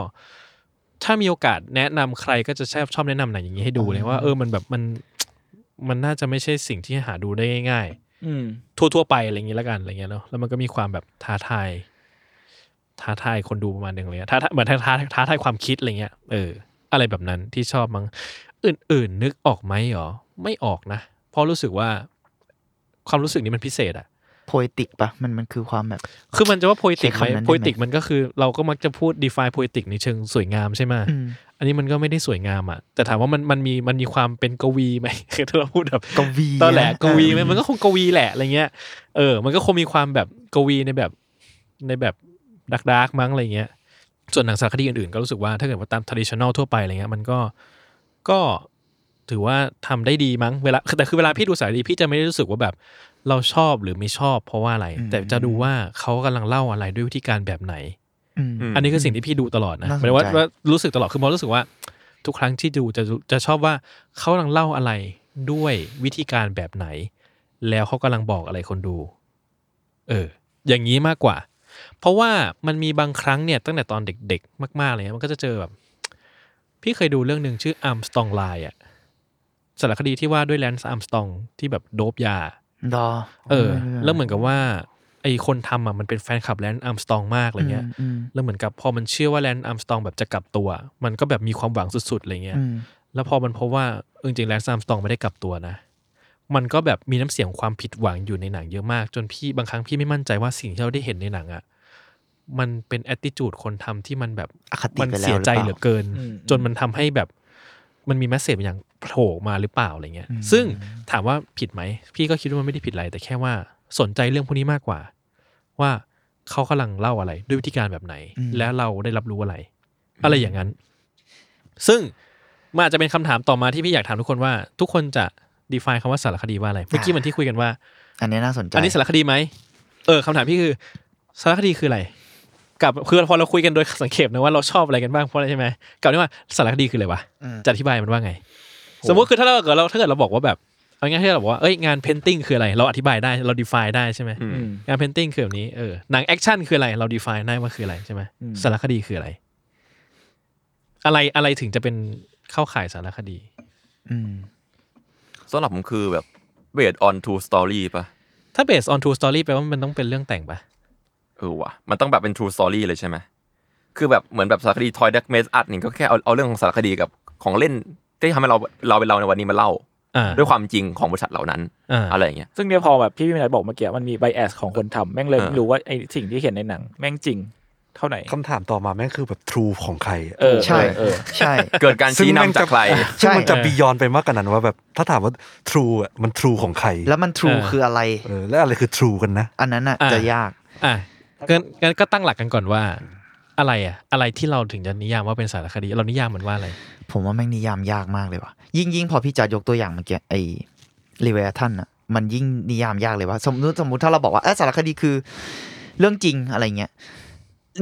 E: ถ้ามีโอกาสแนะนำใครก็จะชอบชอบแนะนำหนังอย่างนี้ให้ดูเลยว่าเออมันแบบมันมันน่าจะไม่ใช่สิ่งที่หาดูได้ง่าย ๆ
C: อืม
E: ทั่วๆไปอะไรอย่างนี้แล้วกันอะไรเงี้ยเนาะแล้วมันก็มีความแบบท้าทาย ท้าทายคนดูประมาณหนึ่งเลยอะท้าทายเหมือนท้าท้าท้าทายความคิดอะไรเงี้ยเออ อะไรแบบนั้นที่ชอบมั้งอื่น ๆ นึกออกไหมหรอ ไม่ออกนะเพราะรู้สึกว่า ความรู้สึกนี้มันพิเศษอะ
G: โพยติกปะมันมันคือความแบบ
E: คือมันจะว่าโพยติกไหม
G: ใช้คำนั้นได้ไหม
E: โพยติกมันก็คือ เราก็มักจะพูด define โพยติกในเชิงสวยงามใช่ไหม
G: อืม
E: อันนี้มันก็ไม่ได้สวยงามอะแต่ถามว่ามันมันมีมันมีความเป็นกวีไหม <laughs> คือถ้าเราพูดแบบ
G: กวี
E: ตอนแหละ
G: ะ
E: กวีมัน
G: เออ
E: มันก็คงกวีแหละอะไรเงี้ยเออ มันก็คงมีความแบบกวีในแบบในแบบดักดักมั้งอะไรเงี้ย ส่วนหนังสารคดีอื่นๆ ก็รู้สึกว่าถ้าเกิดว่าตาม traditional ทั่วไปอะไรเงี้ยมันก็ก็ถือว่าทำได้ดีมั้งเวลาแต่คือเวลาพี่ดูสารคดีพี่จะไม่ได้รู้สึกว่าแบบเราชอบหรือไม่ชอบเพราะว่าอะไร แต่จะดูว่าเขากำลังเล่าอะไรด้วยวิธีการแบบไหน
G: อืม
E: อันนี้คือสิ่งที่พี่ดูตลอดนะ
G: น่าส
E: ห
G: นใจ
E: มายถึงว่าว่ารู้สึกตลอดคือมองรู้สึกว่า ทุกครั้งที่ดูจะจะชอบว่าเขากำลังเล่าอะไรด้วยวิธีการแบบไหน แล้วเขากำลังบอกอะไรคนดู เออ อย่างนี้มากกว่า เพราะว่ามันมีบางครั้งเนี่ยตั้งแต่ตอนเด็กๆ มากๆเลยนะมันก็จะเจอแบบ พี่เคยดูเรื่องหนึ่งชื่ออัมสตองไลน์อะสารคดีที่ว่าด้วยแลนซ์อัมสตองที่แบบโดบยา
G: ดอ
E: เออ แล้วเหมือนกับว่าไอคนทำอ่ะมันเป็นแฟนคลับแลนด์อัมสตองมากอะไรเงี้ย
G: อืม
E: แล้วเหมือนกับพอมันเชื่อว่าแลนด์อัมสตองแบบจะกลับตัว มันก็แบบมีความหวังสุดๆอะไรเงี้ย
G: อืม
E: แล้วพอมันพบว่าเออจริงๆแลนซ์อัมสตองไม่ได้กลับตัวนะ มันก็แบบมีน้ำเสียงความผิดหวังอยู่ในหนังเยอะมาก จนพี่บางครั้งพี่ไม่มั่นใจว่าสิ่งที่เราได้เห็นในหนังอ่ะมันเป็นแอ t i ิจูดคนทำที่มันแบบ
G: อคติ
E: มัน
G: ไปแล้ว
E: เสียใจเหลื
G: รือ
E: อ
G: เปล่า
E: เกิน
C: อืม
E: จนมันทำให้แบบมันมีแมสเซจอย่างโผล่ออกมาหรือเปล่าอะไรเงี้ย ซึ่งถามว่าผิดไหม พี่ก็คิดว่ามันไม่ได้ผิดอะไร แต่แค่ว่าสนใจเรื่องพวกนี้มากกว่า ว่าเขากำลังเล่าอะไร ด้วยวิธีการแบบไหน
G: อืม
E: และเราได้รับรู้อะไร อะไรอย่างนั้น ซึ่งมันอาจจะเป็นคำถามต่อมาที่พี่อยากถามทุกคนว่า ทุกคนจะ define คำว่าสารคดีว่าอะไร เมื่อกี้เหมันที่คุยกันว่า
G: อันนี้น่าสนใจ
E: อันนี้สารคดีไหม เออคำถามพี่คือ สารคดีคืออะไร กับคือพอเราคุยกันโดยสังเขปนะว่าเราชอบอะไรกันบ้างเพราะอะไรใช่ไหมกับนี่ว่าสารคดีคืออะไรวะ
G: อืม
E: จะอธิบายมันว่าไง สมมติคือถ้าเราเกิดเราถ้าเกิดเราบอกว่าแบบเอาง่ายๆที่เราบอกว่าเอ้ยงานเพนติ้งคืออะไร เราอธิบายได้เรา define ได้ใช่ไหม
D: อืม
E: งานเพนติ้งคือแบบนี้เออหนังแอคชั่นคืออะไรเรา define ได้ว่าคืออะไรใช่ไหมสารคดีคืออะไร อะไรอะไรถึงจะเป็นเข้าข่ายสารคดี
G: อืม
D: สำหรับผมคือแบบเบสออนทูสตอรี่ปะ
E: ถ้า based on true story แปลว่ามันต้องเป็นเรื่องแต่งปะ
D: เออว่ะมันต้องแบบเป็นทูสตอรี่เลยใช่ไหมคือแบบเหมือนแบบสารคดีทอยดักเมสอัดนี่ก็แค่เอาเอาเรื่องของสารคดีกับของเล่นที่ทำให้เราเราเป็นเราในวันนี้มาเล่า
E: อ่า
D: ด้วยความจริงของบริษัทเหล่านั้น
E: อ่า
D: อะไรอย่างเงี้ย
C: ซึ่งเนี่ยพอแบบพี่พี่นายบอกเมื่อกี้มันมีไบแอสของคนทำแม่งเลย
D: เออ
C: ไม่รู้ว่าไอสิ่งที่เห็นในหนัง แม่งจริงเท่าไหร่
F: คำถามต่อมาแม่งคือแบบทรูของใครอะ
C: เออ
G: ใช่
C: เออ
G: ใช่
D: เกิดการชี้นำจากใคร
F: ซึ่งมันจะ
E: ใช่
F: บียอนไปมากกว่านั้นว่าแบบถ้าถามว่าทรูอ่ะมันทรูของใคร
G: แล้วมันทรู
E: เออ
G: คืออะไร
F: เออแล้วอะไรคือทรูกันนะ
G: อันนั้นอ่ะ
E: อ่ะ
G: จะยาก
E: อ่ะงั้นงั้นก็ตั้งหลักกันก่อนว่า อะไรอะอะไรที่เราถึงจะนิยามว่าเป็นสารคดี เรานิยามมันว่าอะไร
G: ผมว่าแม่งนิยามยากมากเลยว่ะยิ่งยิ่งพอพี่จัดยกตัวอย่างเมื่อกี้ไอ้รีเวท่านอ่ะมันยิ่งนิยามยากเลยว่าสมมติสมมติถ้าเราบอกว่าเอ้ยสารคดีคือ เรื่องจริงอะไรเงี้ย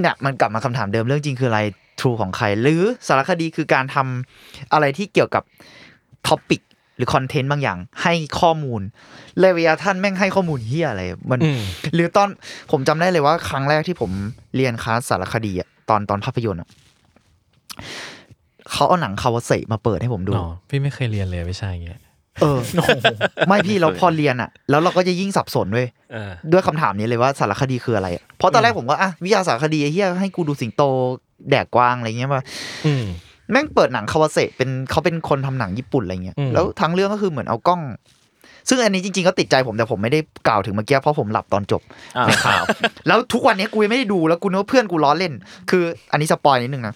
G: เนี่ยมันกลับมาคำถามเดิมเรื่องจริงคืออะไรทรูของใคร หรือสารคดีคือการทำอะไรที่เกี่ยวกับท็อปิกหรือคอนเทนต์บางอย่าง ให้ข้อมูลเลเวียท่านแม่งให้ข้อมูลเฮียอะไรมัน
E: อืม
G: หรือตอนผมจำได้เลยว่าครั้งแรกที่ผมเรียนคลาสสารคดีอะตอนตอนภาพยนตร์อะเขาเอาหนังคาวาเซมาเปิดให้ผมดู
E: อ๋อ พี่ไม่เคยเรียนเลยวิชาอย่างเงี้ย
G: เออ ไม่พี่เราพอเรียนอะแล้วเราก็จะยิ่งสับสนเว้ย
E: อ่า
G: ด้วยคำถามนี้เลยว่าสารคดีคืออะไรอะเพราะตอนแรกผมก็อ่ะวิทยาสารคดีไอ้เฮียให้กูดูสิงโตแดกกวางอะไรเงี้ยมา
E: อืม
G: แม่งเปิดหนังคาวาเซเป็นเขาเป็นคนทำหนังญี่ปุ่นอะไรเงี้ย
E: อืม
G: แล้วทั้งเรื่องก็คือเหมือนเอากล้อง ซึ่งอันนี้จริงๆก็ติดใจผมแต่ผมไม่ได้กล่าวถึงเมื่อกี้เพราะผมหลับตอนจบ
C: อ่า
G: ในข่าว <laughs> แล้วทุกวันนี้กูยังไม่ได้ดูแล้วกูนึกว่าเพื่อนกูล้อเล่น คือ อันนี้สปอยนิดนึงนะ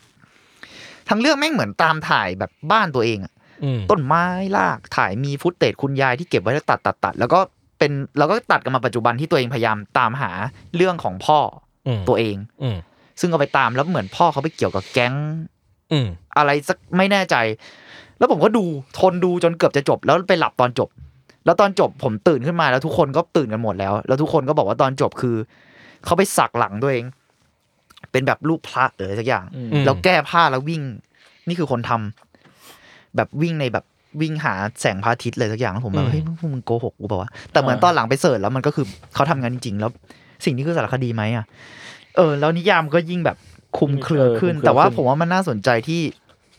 G: ทั้งเรื่องแม่งเหมือนตามถ่ายแบบบ้านตัวเองอะ
E: อืม
G: ต้นไม้รากถ่ายมีฟุตเตจคุณยายที่เก็บไว้แล้วตัดตัดตัดๆๆแล้วก็เป็นแล้วก็ตัดกันมาปัจจุบันที่ตัวเองพยายามตามหาเรื่องของพ่อ
E: อืม
G: ตัวเอง
E: อืม
G: ซึ่งเอาไปตามแล้วเหมือนพ่อเขาไปเกี่ยวกับแก๊ง
E: อืม
G: อะไรสักไม่แน่ใจ แล้วผมก็ดูทนดูจนเกือบจะจบ แล้วไปหลับตอนจบ แล้วตอนจบผมตื่นขึ้นมาแล้วทุกคนก็ตื่นกันหมดแล้ว แล้วทุกคนก็บอกว่าตอนจบคือเขาไปสักหลังตัวเอง เป็นแบบรูปพระหรืออะไรสักอย่าง
E: อืม
G: แล้วแก้ผ้าแล้ววิ่ง นี่คือคนทำแบบวิ่งในแบบวิ่งหาแสงพระอาทิตย์อะไรสักอย่างแล้วผมแบ
E: อื
G: บ
E: ม
G: เฮ้ยพวกมึงโกหกกูเปล่าวะแต่เหมือน
C: อ่า
G: ตอนหลังไปเสิร์ชแล้วมันก็คือเขาทำงานจริงๆ แล้วสิ่งนี้คือสารคดีไหมอ่ะ เออ แล้วนิยามก็ยิ่งแบบคลุมเครือขึ้น
C: เออคลุมเครือ
G: แต่ว่า
C: ขึ้น
G: ผมว่ามันน่าสนใจที่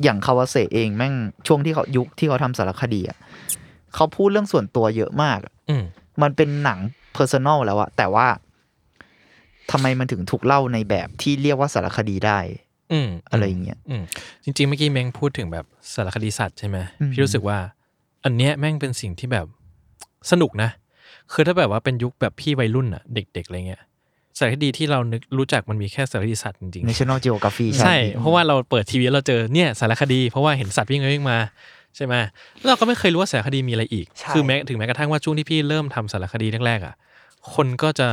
G: อย่างคาวาเซเองแม่งช่วงที่เขายุคที่เขาทำสารคดีอ่ะเขาพูดเรื่องส่วนตัวเยอะมาก
E: อืม
G: มันเป็นหนังเพอร์ซันอลแล้วอะแต่ว่าทำไมมันถึงถูกเล่าในแบบที่เรียกว่าสารคดีได้
E: อืม
G: อะไรอย่างเงี้ย
E: อืม จริงๆ เมื่อกี้แม่งพูดถึงแบบสารคดีสัตว์ใช่ไหม
G: อืม
E: พี่รู้สึกว่า อันเนี้ยแม่งเป็นสิ่งที่แบบสนุกนะ คือถ้าแบบว่าเป็นยุคแบบพี่วัยรุ่นอะเด็กๆอะไรเงี้ย สารคดีที่เรานึกรู้จักมันมีแค่สารคดีสัตว์จริงๆ
G: National Geography
E: ใช่ เพราะว่าเราเปิดทีวีแล้วเราเจอเนี่ยสารคดี เพราะว่าเห็นสัตว์วิ่งไปวิ่งมาใช่ไหมแล้วเราก็ไม่เคยรู้ว่าสารคดีมีอะไรอีก
G: ใช่
E: คือแม้ถึงแม้กระทั่งว่าช่วงที่พี่เริ่มทำสารคดีแรกๆอ่ะ คนก็จะ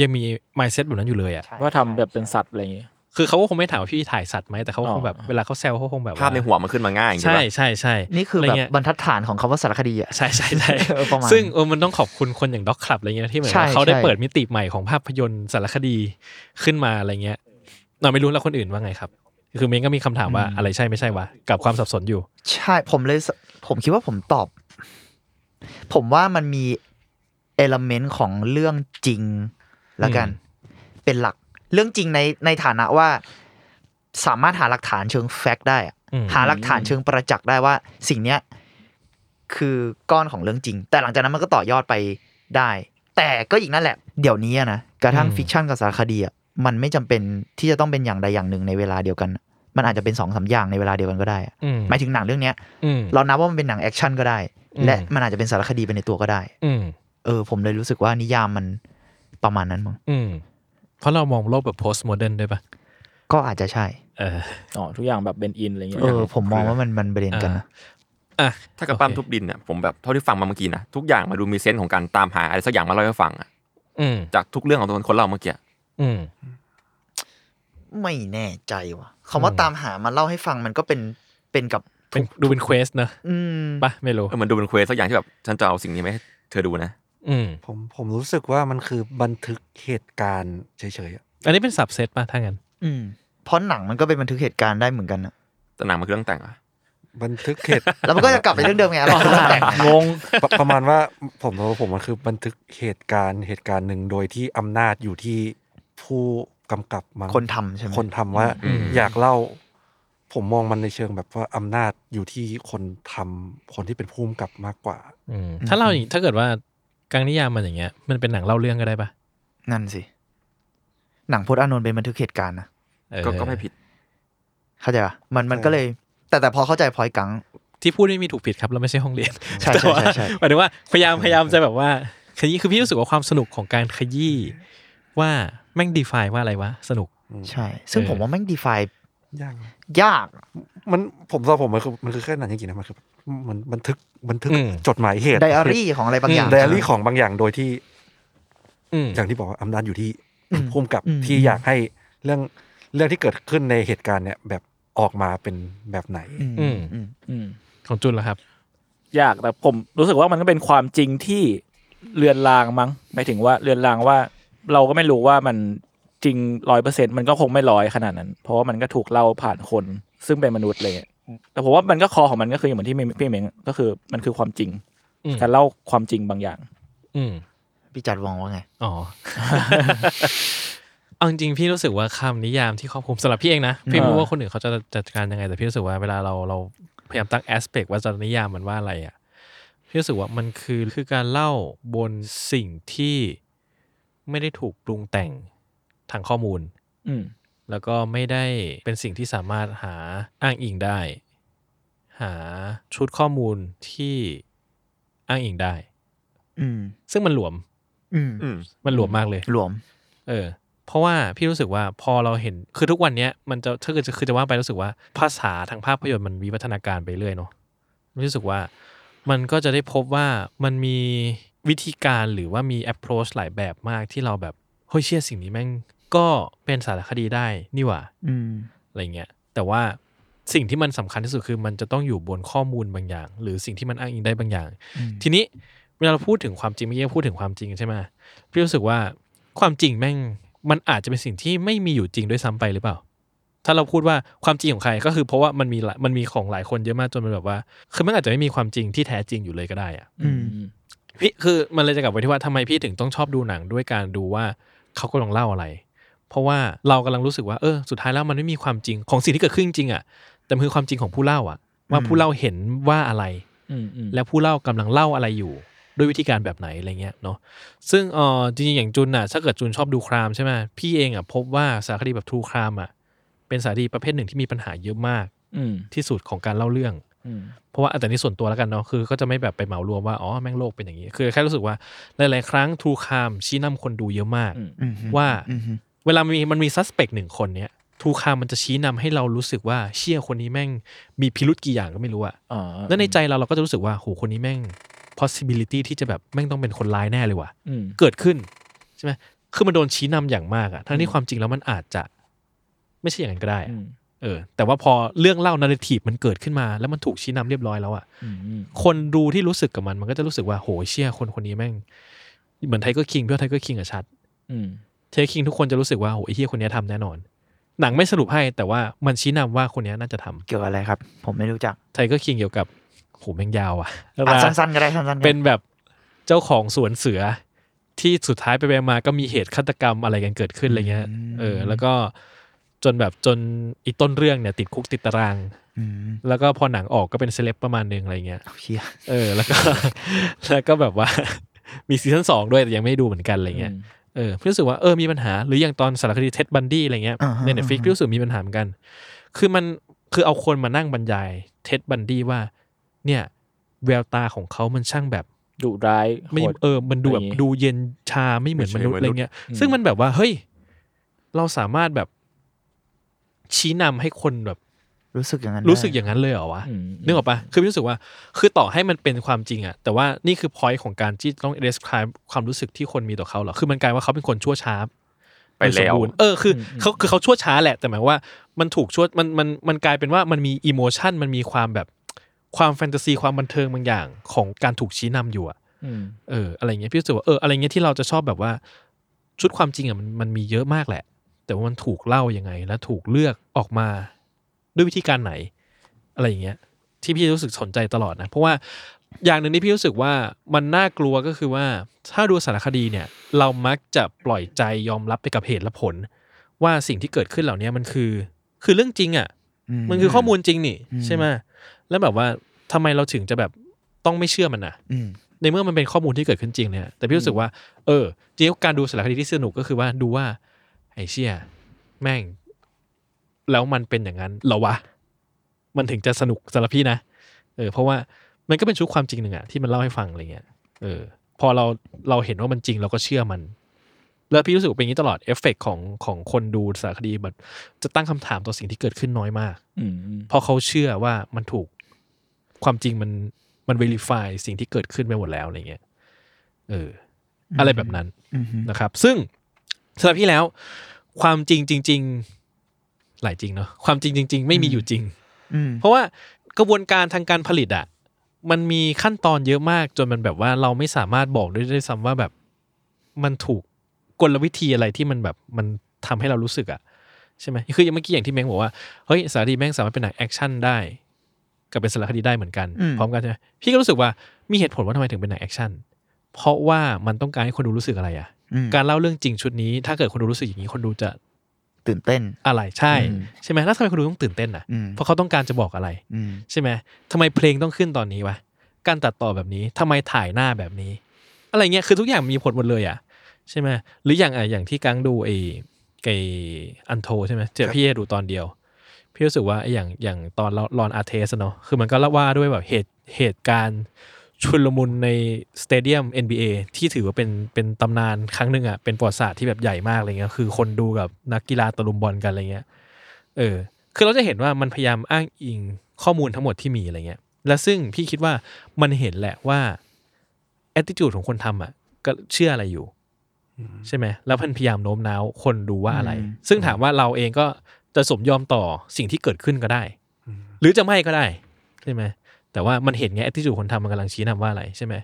E: ยังมี mindset แบบนั้นอยู่เลยอ่ะ
C: ว่าทำแบบเป็นสัตว์อะไรอย่างงี้
E: คือเขาก็คงไม่ถามว่าพี่ถ่ายสัตว์ไหมแต่เขาก็คงแบบ
C: อ๋อ
E: เวลาเขาแซวเขาคงแบบ
D: ภาพในหัวมันขึ้นมาง่ายอย่างเงี้
E: ใช่
D: ยปะ
E: ใช่ใช่
G: นี่คือแบบ
E: ะไรเงี้ย
G: บรรทัดฐานของคำว่าสารคดีอะ
E: ใช่ใช่ใช่
G: เออประมาณ
E: ซึ่งเออมันต้องขอบคุณคนอย่างด็อกคลับอะไรเงี้ยนะที่เหมือน
G: ใช่
E: ว่าเขาได้
G: ใช่
E: เปิดมิติใหม่ของภาพยนตร์สารคดีขึ้นมาอะไรเงี้ยเราไม่รู้แล้วคนอื่นว่าไงครับ คือเมงก็มีคำถามว่าอะไรใช่ไม่ใช่วะกับความสับสนอยู่
G: ใช่ผมเลยสผมคิดว่าผมตอบ ผมว่ามันมีเอลเมนต์ของเรื่องจริงละกัน เป็นหลัก เรื่องจริงในในฐานะว่า สามารถหาหลักฐานเชิงแฟกต์ได้อะ
E: อืม
G: หาหลักฐานเชิงประจักษ์ได้ว่า สิ่งเนี้ยคือก้อนของเรื่องจริง แต่หลังจากนั้นมันก็ต่อยอดไปได้ แต่ก็อีกนั่นแหละ เดี๋ยวนี้อะนะกระทั่ง
E: อืม
G: ฟิกชันกับสารคดีอ่ะมันไม่จำเป็นที่จะต้องเป็นอย่างใดอย่างหนึ่งในเวลาเดียวกัน มันอาจจะเป็นสองสามอย่างในเวลาเดียวกันก็ได้อะ
E: อืม
G: หมายถึงหนังเรื่องเนี้ย
E: อืม
G: เรานับว่ามันเป็นหนังแอคชั่นก็ได้
E: อืม
G: และมันอาจจะเป็นสารคดีไปในตัวก็ได้
E: อืม
G: เออ ผมเลยรู้สึกว่านิยามมันประมาณนั้นมั้ง
E: อืมเพราะเรามองโลกแบบ post modern ด้วยปะ
G: ก็อาจจะใช่
E: เออ
C: อ๋อทุกอย่างแบบเป็นอินอะไรอย่างเงี้ย
G: เออ ผมมองว่ามันมันประเด็นกันนะ
E: อ่ะ
D: ถ้ากระปั้
E: โอ
D: ม
E: เค
D: ทุบดินเนี่ยผมแบบเท่าที่ฟังมาเมื่อกี้นะทุกอย่างมาดูมีเซนส์ของการตามหาอะไรสักอย่างมาเล่าให้ฟังอะ
E: อืม
D: จากทุกเรื่องของตัวคนเล่าเมื่อกี้
E: อืม
G: ไม่แน่ใจว่ะคำว่า
E: อืม
G: ตามหามาเล่าให้ฟังมันก็เป็นเป็นกับ
E: เป็นดูเป็น quest เนอะ
G: อืม
E: ปะไม่รู้
D: เออมันดูเป็นเควสสักอย่างที่แบบฉันจะเอาสิ่งนี้มาให้เธอดูนะ
E: อืม
F: ผมผมรู้สึกว่ามันคือบันทึกเหตุการณ์เฉยๆอะ
E: อันนี้เป็น subset ปะถ้างั้น
G: อืมเพราะหนังมันก็เป็นบันทึกเหตุการณ์ได้เหมือนกันนะ
D: แต่หนังมันคือเรื่องแต่งอะ
F: บันทึกเหตุ
G: แล้วมันก็จะกลับไปเรื่องเดิมไงอะไร
F: <laughs>
G: <laughs> ก็แล้วแต่
C: งง
F: ประประมาณว่าผมสำหรับผมมันคือบันทึกเหตุการณ์เหตุการณ์หนึ่งโดยที่อำนาจอยู่ที่ผู้กำกับมัน
G: คนทำใช่ไหม
F: คนทำว่า
E: อืม
F: อยากเล่า ผมมองมันในเชิงแบบว่าอำนาจอยู่ที่คนทำคนที่เป็นผู้กำกับมากกว่า
E: อืมถ้าเราอย่างถ้าเกิดว่าการนิยามมันอย่างเงี้ย มันเป็นหนังเล่าเรื่องก็ได้ปะ
G: นั่นสิ หนังพจน์อานนท์เป็นบันทึกเหตุการณ์นะ
E: เออ
D: ก็ก็ไม่ผิด
G: เข้าใจป่ะมันมันก็เลย แต่แต่พอเข้าใจพลอยกัง
E: ที่พูดไม่มีถูกผิดครับเราไม่ใช่ห้องเรียน <laughs>
G: ใช่ใช่
E: แต่ว่า
G: ใช่ใช่
E: หมายถึงว่าพยายามพยายามจะแบบว่าขยี้คือพี่รู้สึกว่าความสนุกของการขยี้ว่าแม่ง define ว่าอะไรวะสนุก
G: ใช่ ซึ่งผมว่าแม่งดีไฟ
F: ยาก
G: ยาก
F: มันผมสำหรับผมมันคือมันคือแค่นั้นจริงๆนะมันคือมันบันทึกบันทึก
E: อืม
F: จดหมายเหตุ
G: ไดอารี่ของอะไรบางอย่าง
F: ไดอารี่ของบางอย่างโดยที่
E: อืม
F: อย่างที่บอกว่าอำนาจอยู่ที่
G: อืม
F: พุ่มกับ
G: อืม
F: ที่อยากให้เรื่องเรื่องที่เกิดขึ้นในเหตุการณ์เนี่ยแบบออกมาเป็นแบบไหน
G: อืม
E: อืม
G: อืม
C: อืม
E: ของจุนเหรอครับ
C: ยากแต่ผมรู้สึกว่ามันก็เป็นความจริงที่เลือนลางมั้งหมายถึงว่าเลือนลางว่า เราก็ไม่รู้ว่ามันจริงร้อยเปอร์เซ็นมันก็คงไม่ร้อยขนาดนั้น เพราะว่ามันก็ถูกเล่าผ่านคนซึ่งเป็นมนุษย์เลย แต่ผมว่ามันก็คอของมันก็คืออย่างเหมือนที่พี่เหมงก็คือมันคือความจริง
E: อืม
C: การเล่าความจริงบางอย่าง
E: อืม
G: พี่จัดวองว่าไง
E: อ๋อ <laughs> เอาจริงๆพี่รู้สึกว่าคำนิยามที่ครอบคลุมสำหรับพี่เองนะ พี่ไม่รู้
C: อ่า
E: ว่าคนอื่นเขาจะจัดการยังไง แต่พี่รู้สึกว่าเวลาเราเราพยายามตั้งแอสเปกว่าจะนิยามมันว่าอะไรอ่ะ พี่รู้สึกว่ามันคือคือการเล่าบนสิ่งที่ไม่ได้ถูกปรุงแต่งทางข้อมูล
C: อืม
E: แล้วก็ไม่ได้เป็นสิ่งที่สามารถหาอ้างอิงได้ หาชุดข้อมูลที่อ้างอิงได้
G: อืม
E: ซึ่งมันหลวม
G: อืม
D: อืม
E: มันหลวมมากเลย
G: หลวม
E: เออ เพราะว่าพี่รู้สึกว่าพอเราเห็นคือทุกวันเนี้ยมันจะถ้าเกิดจะคือจะว่าไปรู้สึกว่าภาษาทางภาพยนตร์มันวิวัฒนาการไปเรื่อยเนาะรู้สึกว่ามันก็จะได้พบว่ามันมีวิธีการหรือว่ามี approach หลายแบบมากที่เราแบบเฮ้ยเชื่อสิ่งนี้แม่งก็เป็นสารคดีได้นี่หว่า
G: อืม
E: อะไรเงี้ยแต่ว่าสิ่งที่มันสำคัญที่สุดคือมันจะต้องอยู่บนข้อมูลบางอย่าง หรือสิ่งที่มันอ้างอิงได้บางอย่าง
G: อืม
E: ทีนี้เวลาเราพูดถึงความจริงเมื่อกี้พูดถึงความจริงใช่ไหมพี่รู้สึกว่าความจริงแม่งมันอาจจะเป็นสิ่งที่ไม่มีอยู่จริงด้วยซ้ำไปหรือเปล่า ถ้าเราพูดว่าความจริงของใครก็คือเพราะว่ามันมีหลายมันมีของหลายคนเยอะมากจนมันแบบว่าคือมันอาจจะไม่มีความจริงที่แท้จริงอยู่เลยก็ได้อะ
G: อืม
E: พี่คือมันเลยจะกลับไปที่ว่าทำไมพี่ถึงต้องชอบดูหนังด้วยการดูว่าเขากำลังเล่าอะไร เพราะว่าเรากำลังรู้สึกว่าเออสุดท้ายแล้วมันไม่มีความจริงของสิ่งที่เกิดขึ้นจริงๆอ่ะแต่มันคือความจริงของผู้เล่าอ่ะ ว่า
G: อืม
E: ผู้เล่าเห็นว่าอะไร
C: อืมอืม
E: และผู้เล่ากำลังเล่าอะไรอยู่ ด้วยวิธีการแบบไหนอะไรเงี้ยเนาะซึ่งเออจริงๆอย่างจุนอ่ะถ้าเกิดจุนชอบดูครามใช่ไหมพี่เองอ่ะพบว่าสารคดีแบบทูครามอ่ะเป็นสารคดีประเภทหนึ่งที่มีปัญหาเยอะมาก
C: อืม
E: ที่สุดของการเล่าเรื่อง
C: อืม
E: เพราะว่าแต่นี่ส่วนตัวแล้วกันเนาะคือก็จะไม่แบบไปเหมารวมว่าอ๋อแม่งโลกเป็นอย่างนี้ คือแค่รู้สึกว่าหลาย ๆ ครั้งทูคามชี้นำคนดูเยอะมาก
C: อืม
G: อืม
E: ว่า
G: อืม
E: เวลามีมันมีซัสเปกหนึ่งคนเนี้ยทูคามมันจะชี้นำให้เรารู้สึกว่าเชี่ยคนนี้แม่งมีพิรุธกี่อย่างก็ไม่รู้อะ
C: อ๋อ
E: แล้วในใจเราเราก็จะรู้สึกว่าโหคนนี้แม่ง possibility ที่จะแบบแม่งต้องเป็นคนร้ายแน่เลยว่ะ
C: อืม
E: เกิดขึ้นใช่ไหมคือมันโดนชี้นำอย่างมากอะทั้งที่ความจริงแล้วมันอาจจะ ไม่ใช่อย่างนั้นก็ได้
C: อื
E: อะ
C: ม
E: เออ แต่ว่าพอเรื่องเล่านาร์ทีฟมันเกิดขึ้นมา แล้วมันถูกชี้นำเรียบร้อยแล้วอะ
C: อืมอืม
E: คนดูที่รู้สึกกับมันมันก็จะรู้สึกว่าโหเชี่ยคนคนนี้แม่ง เหมือนไทเกอร์คิงพี่ว่าไทเกอร์คิงอะชัด
C: อืม
E: ไทเกอร์คิงทุกคนจะรู้สึกว่าโหไอ้เฮียคนนี้ทำแน่นอน หนังไม่สรุปให้แต่ว่ามันชี้นำว่าคนนี้น่าจะทำ
G: เกี่ยวกับอะไรครับ ผมไม่รู้จัก
E: ไทเกอร์คิงเกี่ยวกับโหแม่งยาวอะ
G: อ่ะสั้นๆก็ได้สั้นๆก็ได้
E: เป็นแบบเจ้าของสวนเสือ ที่สุดท้ายไปไปมาก็มีเหตุฆาตกรรมอะไรกันเกิดขึ้นอะไรเงี้ย
G: อืม
E: เออ แล้วก็จนแบบจนอีต้นเรื่องเนี่ย ติดคุกติดตาราง
G: อืม
E: แล้วก็พอหนังออกก็เป็นเซเลบประมาณหนึงอะไรเงี้ย
G: เอาเชีย
E: เออ แล้วก็ <laughs> แล้วก็แบบว่า <laughs> มีซีซั่นสองด้วยแต่ยังไม่ได้ดูเหมือนกันอะไรเงี้ย เออรู้สึกว่าเออมีปัญหาหรืออย่างตอนสารคดีเท็ดบันดี้อะไรเงี้ยในเน็ตฟิกรู้สึกมีปัญหาเหมือนกัน คือมันคือเอาคนมานั่งบรรยายเท็ดบันดี้ว่า เนี่ย แววตาของเขามันช่างแบบ
C: ดุร้ายโห
E: ไม่
C: ด
E: เออมันดูแบบ
C: อะไรอย่างงี้
E: ดูเย็นชาไม่เหมือนมนุษย์อะไรเงี้ย ซึ่งมันแบบว่าเฮ้ย เราสามารถแบบชี้นำให้คนแบบ
G: รู้สึกอย่างนั้น
E: รู้สึก
G: ได้
E: อย่างนั้นเลยเหรอวะ
C: อืม
E: นึกออกปะคือพี่รู้สึกว่า คือต่อให้มันเป็นความจริงอะแต่ว่านี่คือพอยต์ของการที่ต้อง describe ความรู้สึกที่คนมีต่อเขาเหรอ คือมันกลายว่าเขาเป็นคนชั่วช้า
D: ไปแล้
E: โดย
D: ว
E: สมบูรณ์เออ คืออเขาคือเขาชั่วช้าแหละ แต่หมายว่ามันถูกชั่ว มัน มัน มันกลายเป็นว่ามันมีอิโมชันมันมีความแบบ ความแฟนตาซี ความบันเทิงบางอย่างของการถูกชี้นำอยู่อะ
C: อืม
E: เอออะไรเงี้ยพี่รู้สึกว่าเอออะไรเงี้ยที่เราจะชอบแบบว่า ชุดความจริงอ่ะมันมันมีเยอะมากแหละ แต่ว่ามันถูกเล่ายังไง และถูกเลือกออกมาด้วยวิธีการไหน อะไรอย่างเงี้ย ที่พี่รู้สึกสนใจตลอดนะ เพราะว่าอย่างหนึ่งที่พี่รู้สึกว่ามันน่ากลัวก็คือว่า ถ้าดูสารคดีเนี่ย เรามักจะปล่อยใจยอมรับไปกับเหตุและผล ว่าสิ่งที่เกิดขึ้นเหล่านี้มันคือ คือเรื่องจริงอ่ะ มันคือข้อมูลจริงนี่
G: อืม
E: ใช่ไหมแล้วแบบว่าทำไมเราถึงจะแบบต้องไม่เชื่อมันอ่ะ
G: อืม
E: ในเมื่อมันเป็นข้อมูลที่เกิดขึ้นจริงเนี่ย แต่พี่รู้สึกว่า เออจริงๆการดูสารคดีที่สนุกก็คือว่าดูว่า ไอ้เชี่ยแม่ง แล้วมันเป็นอย่างนั้นเหรอวะ มันถึงจะสนุกสำหรับพี่นะ เออ เพราะว่ามันก็เป็นชุดความจริงหนึ่งอะที่มันเล่าให้ฟังอะไรเงี้ย เออ พอเราเราเห็นว่ามันจริงเราก็เชื่อมัน แล้วพี่รู้สึกว่าเป็นอย่างนี้ตลอดเอฟเฟกต์ของของคนดูสารคดีแบบจะตั้งคำถามต่อสิ่งที่เกิดขึ้นน้อยมาก
C: อืม
E: เพราะเขาเชื่อว่ามันถูกความจริงมันมัน verify สิ่งที่เกิดขึ้นไปหมดแล้วอะไรเงี้ยเออ อะไรแบบนั้นนะครับ ซึ่งสำหรับพี่แล้ว ความจริงจริง ๆ หลายจริงเนาะความจริงจริง ๆ ไม่มีอยู่จริง
G: อืม
E: เพราะว่ากระบวนการทางการผลิตอะมันมีขั้นตอนเยอะมาก จนมันแบบว่าเราไม่สามารถบอกได้ด้วยซ้ำว่าแบบมันถูกกลวิธีอะไรที่มันแบบมันทำให้เรารู้สึกอะใช่ไหมคืออย่างเมื่อกี้อย่างที่แมงบอกว่าเฮ้ยสารคดีแม่งสามารถเป็นหนังแอคชั่นได้ กับเป็นสารคดีได้เหมือนกัน
G: อืม
E: พร้อมกันใช่ไหมพี่ก็รู้สึกว่ามีเหตุผลว่าทำไมถึงเป็นหนังแอคชั่นเพราะว่ามันต้องการให้คนดูรู้สึกอะไรอะ
G: อืม
E: การเล่าเรื่องจริงชุดนี้ ถ้าเกิดคนดูรู้สึกอย่างนี้คนดูจะ
G: ตื่นเต้น
E: อะไรใช่
G: อืม
E: ใช่ไหมแล้วทำไมคนดูต้องตื่นเต้นอะ
G: อืม
E: เพราะเขาต้องการจะบอกอะไร
G: อืม
E: ใช่ไหมทำไมเพลงต้องขึ้นตอนนี้วะ การตัดต่อแบบนี้ ทำไมถ่ายหน้าแบบนี้ อะไรเงี้ย คือทุกอย่างมีผลหมดเลยอ่ะ ใช่ไหมหรืออย่างอ่ะอย่างที่กังดูไอ้ไก่อันโทใช่ไหมเจอพี่ดูตอนเดียว พี่รู้สึกว่าไอ้อย่างอย่างตอนลอนอาเทสเนาะ คือมันก็ละว่าด้วยแบบเหตุเหตุการณ์ชุลมุนในสเตเดียม NBA ที่ถือว่าเป็นเป็นตำนานครั้งหนึ่งอ่ะ เป็นประวัติศาสตร์ที่แบบใหญ่มากอะไรเงี้ย คือคนดูกับนักกีฬาตะลุมบอลกันอะไรเงี้ย เออ คือเราจะเห็นว่ามันพยายามอ้างอิงข้อมูลทั้งหมดที่มีอะไรเงี้ย และซึ่งพี่คิดว่ามันเห็นแหละว่า a t t i t u d e ของคนทำอ่ะ ก็เชื่ออะไรอยู่ ใช่ไหม แล้วมันพยายามโน้มน้าวคนดูว่าอะไร
G: อืม
E: ซึ่งถามว่าเราเองก็จะสมยอมต่อสิ่งที่เกิดขึ้นก็ได้ หรือจะไม่ก็ได้ ใช่ไหม แต่ว่ามันเห็นไง a t t i t u d e คนทำมันกำลังชี้นำว่าอะไรใช่ไหม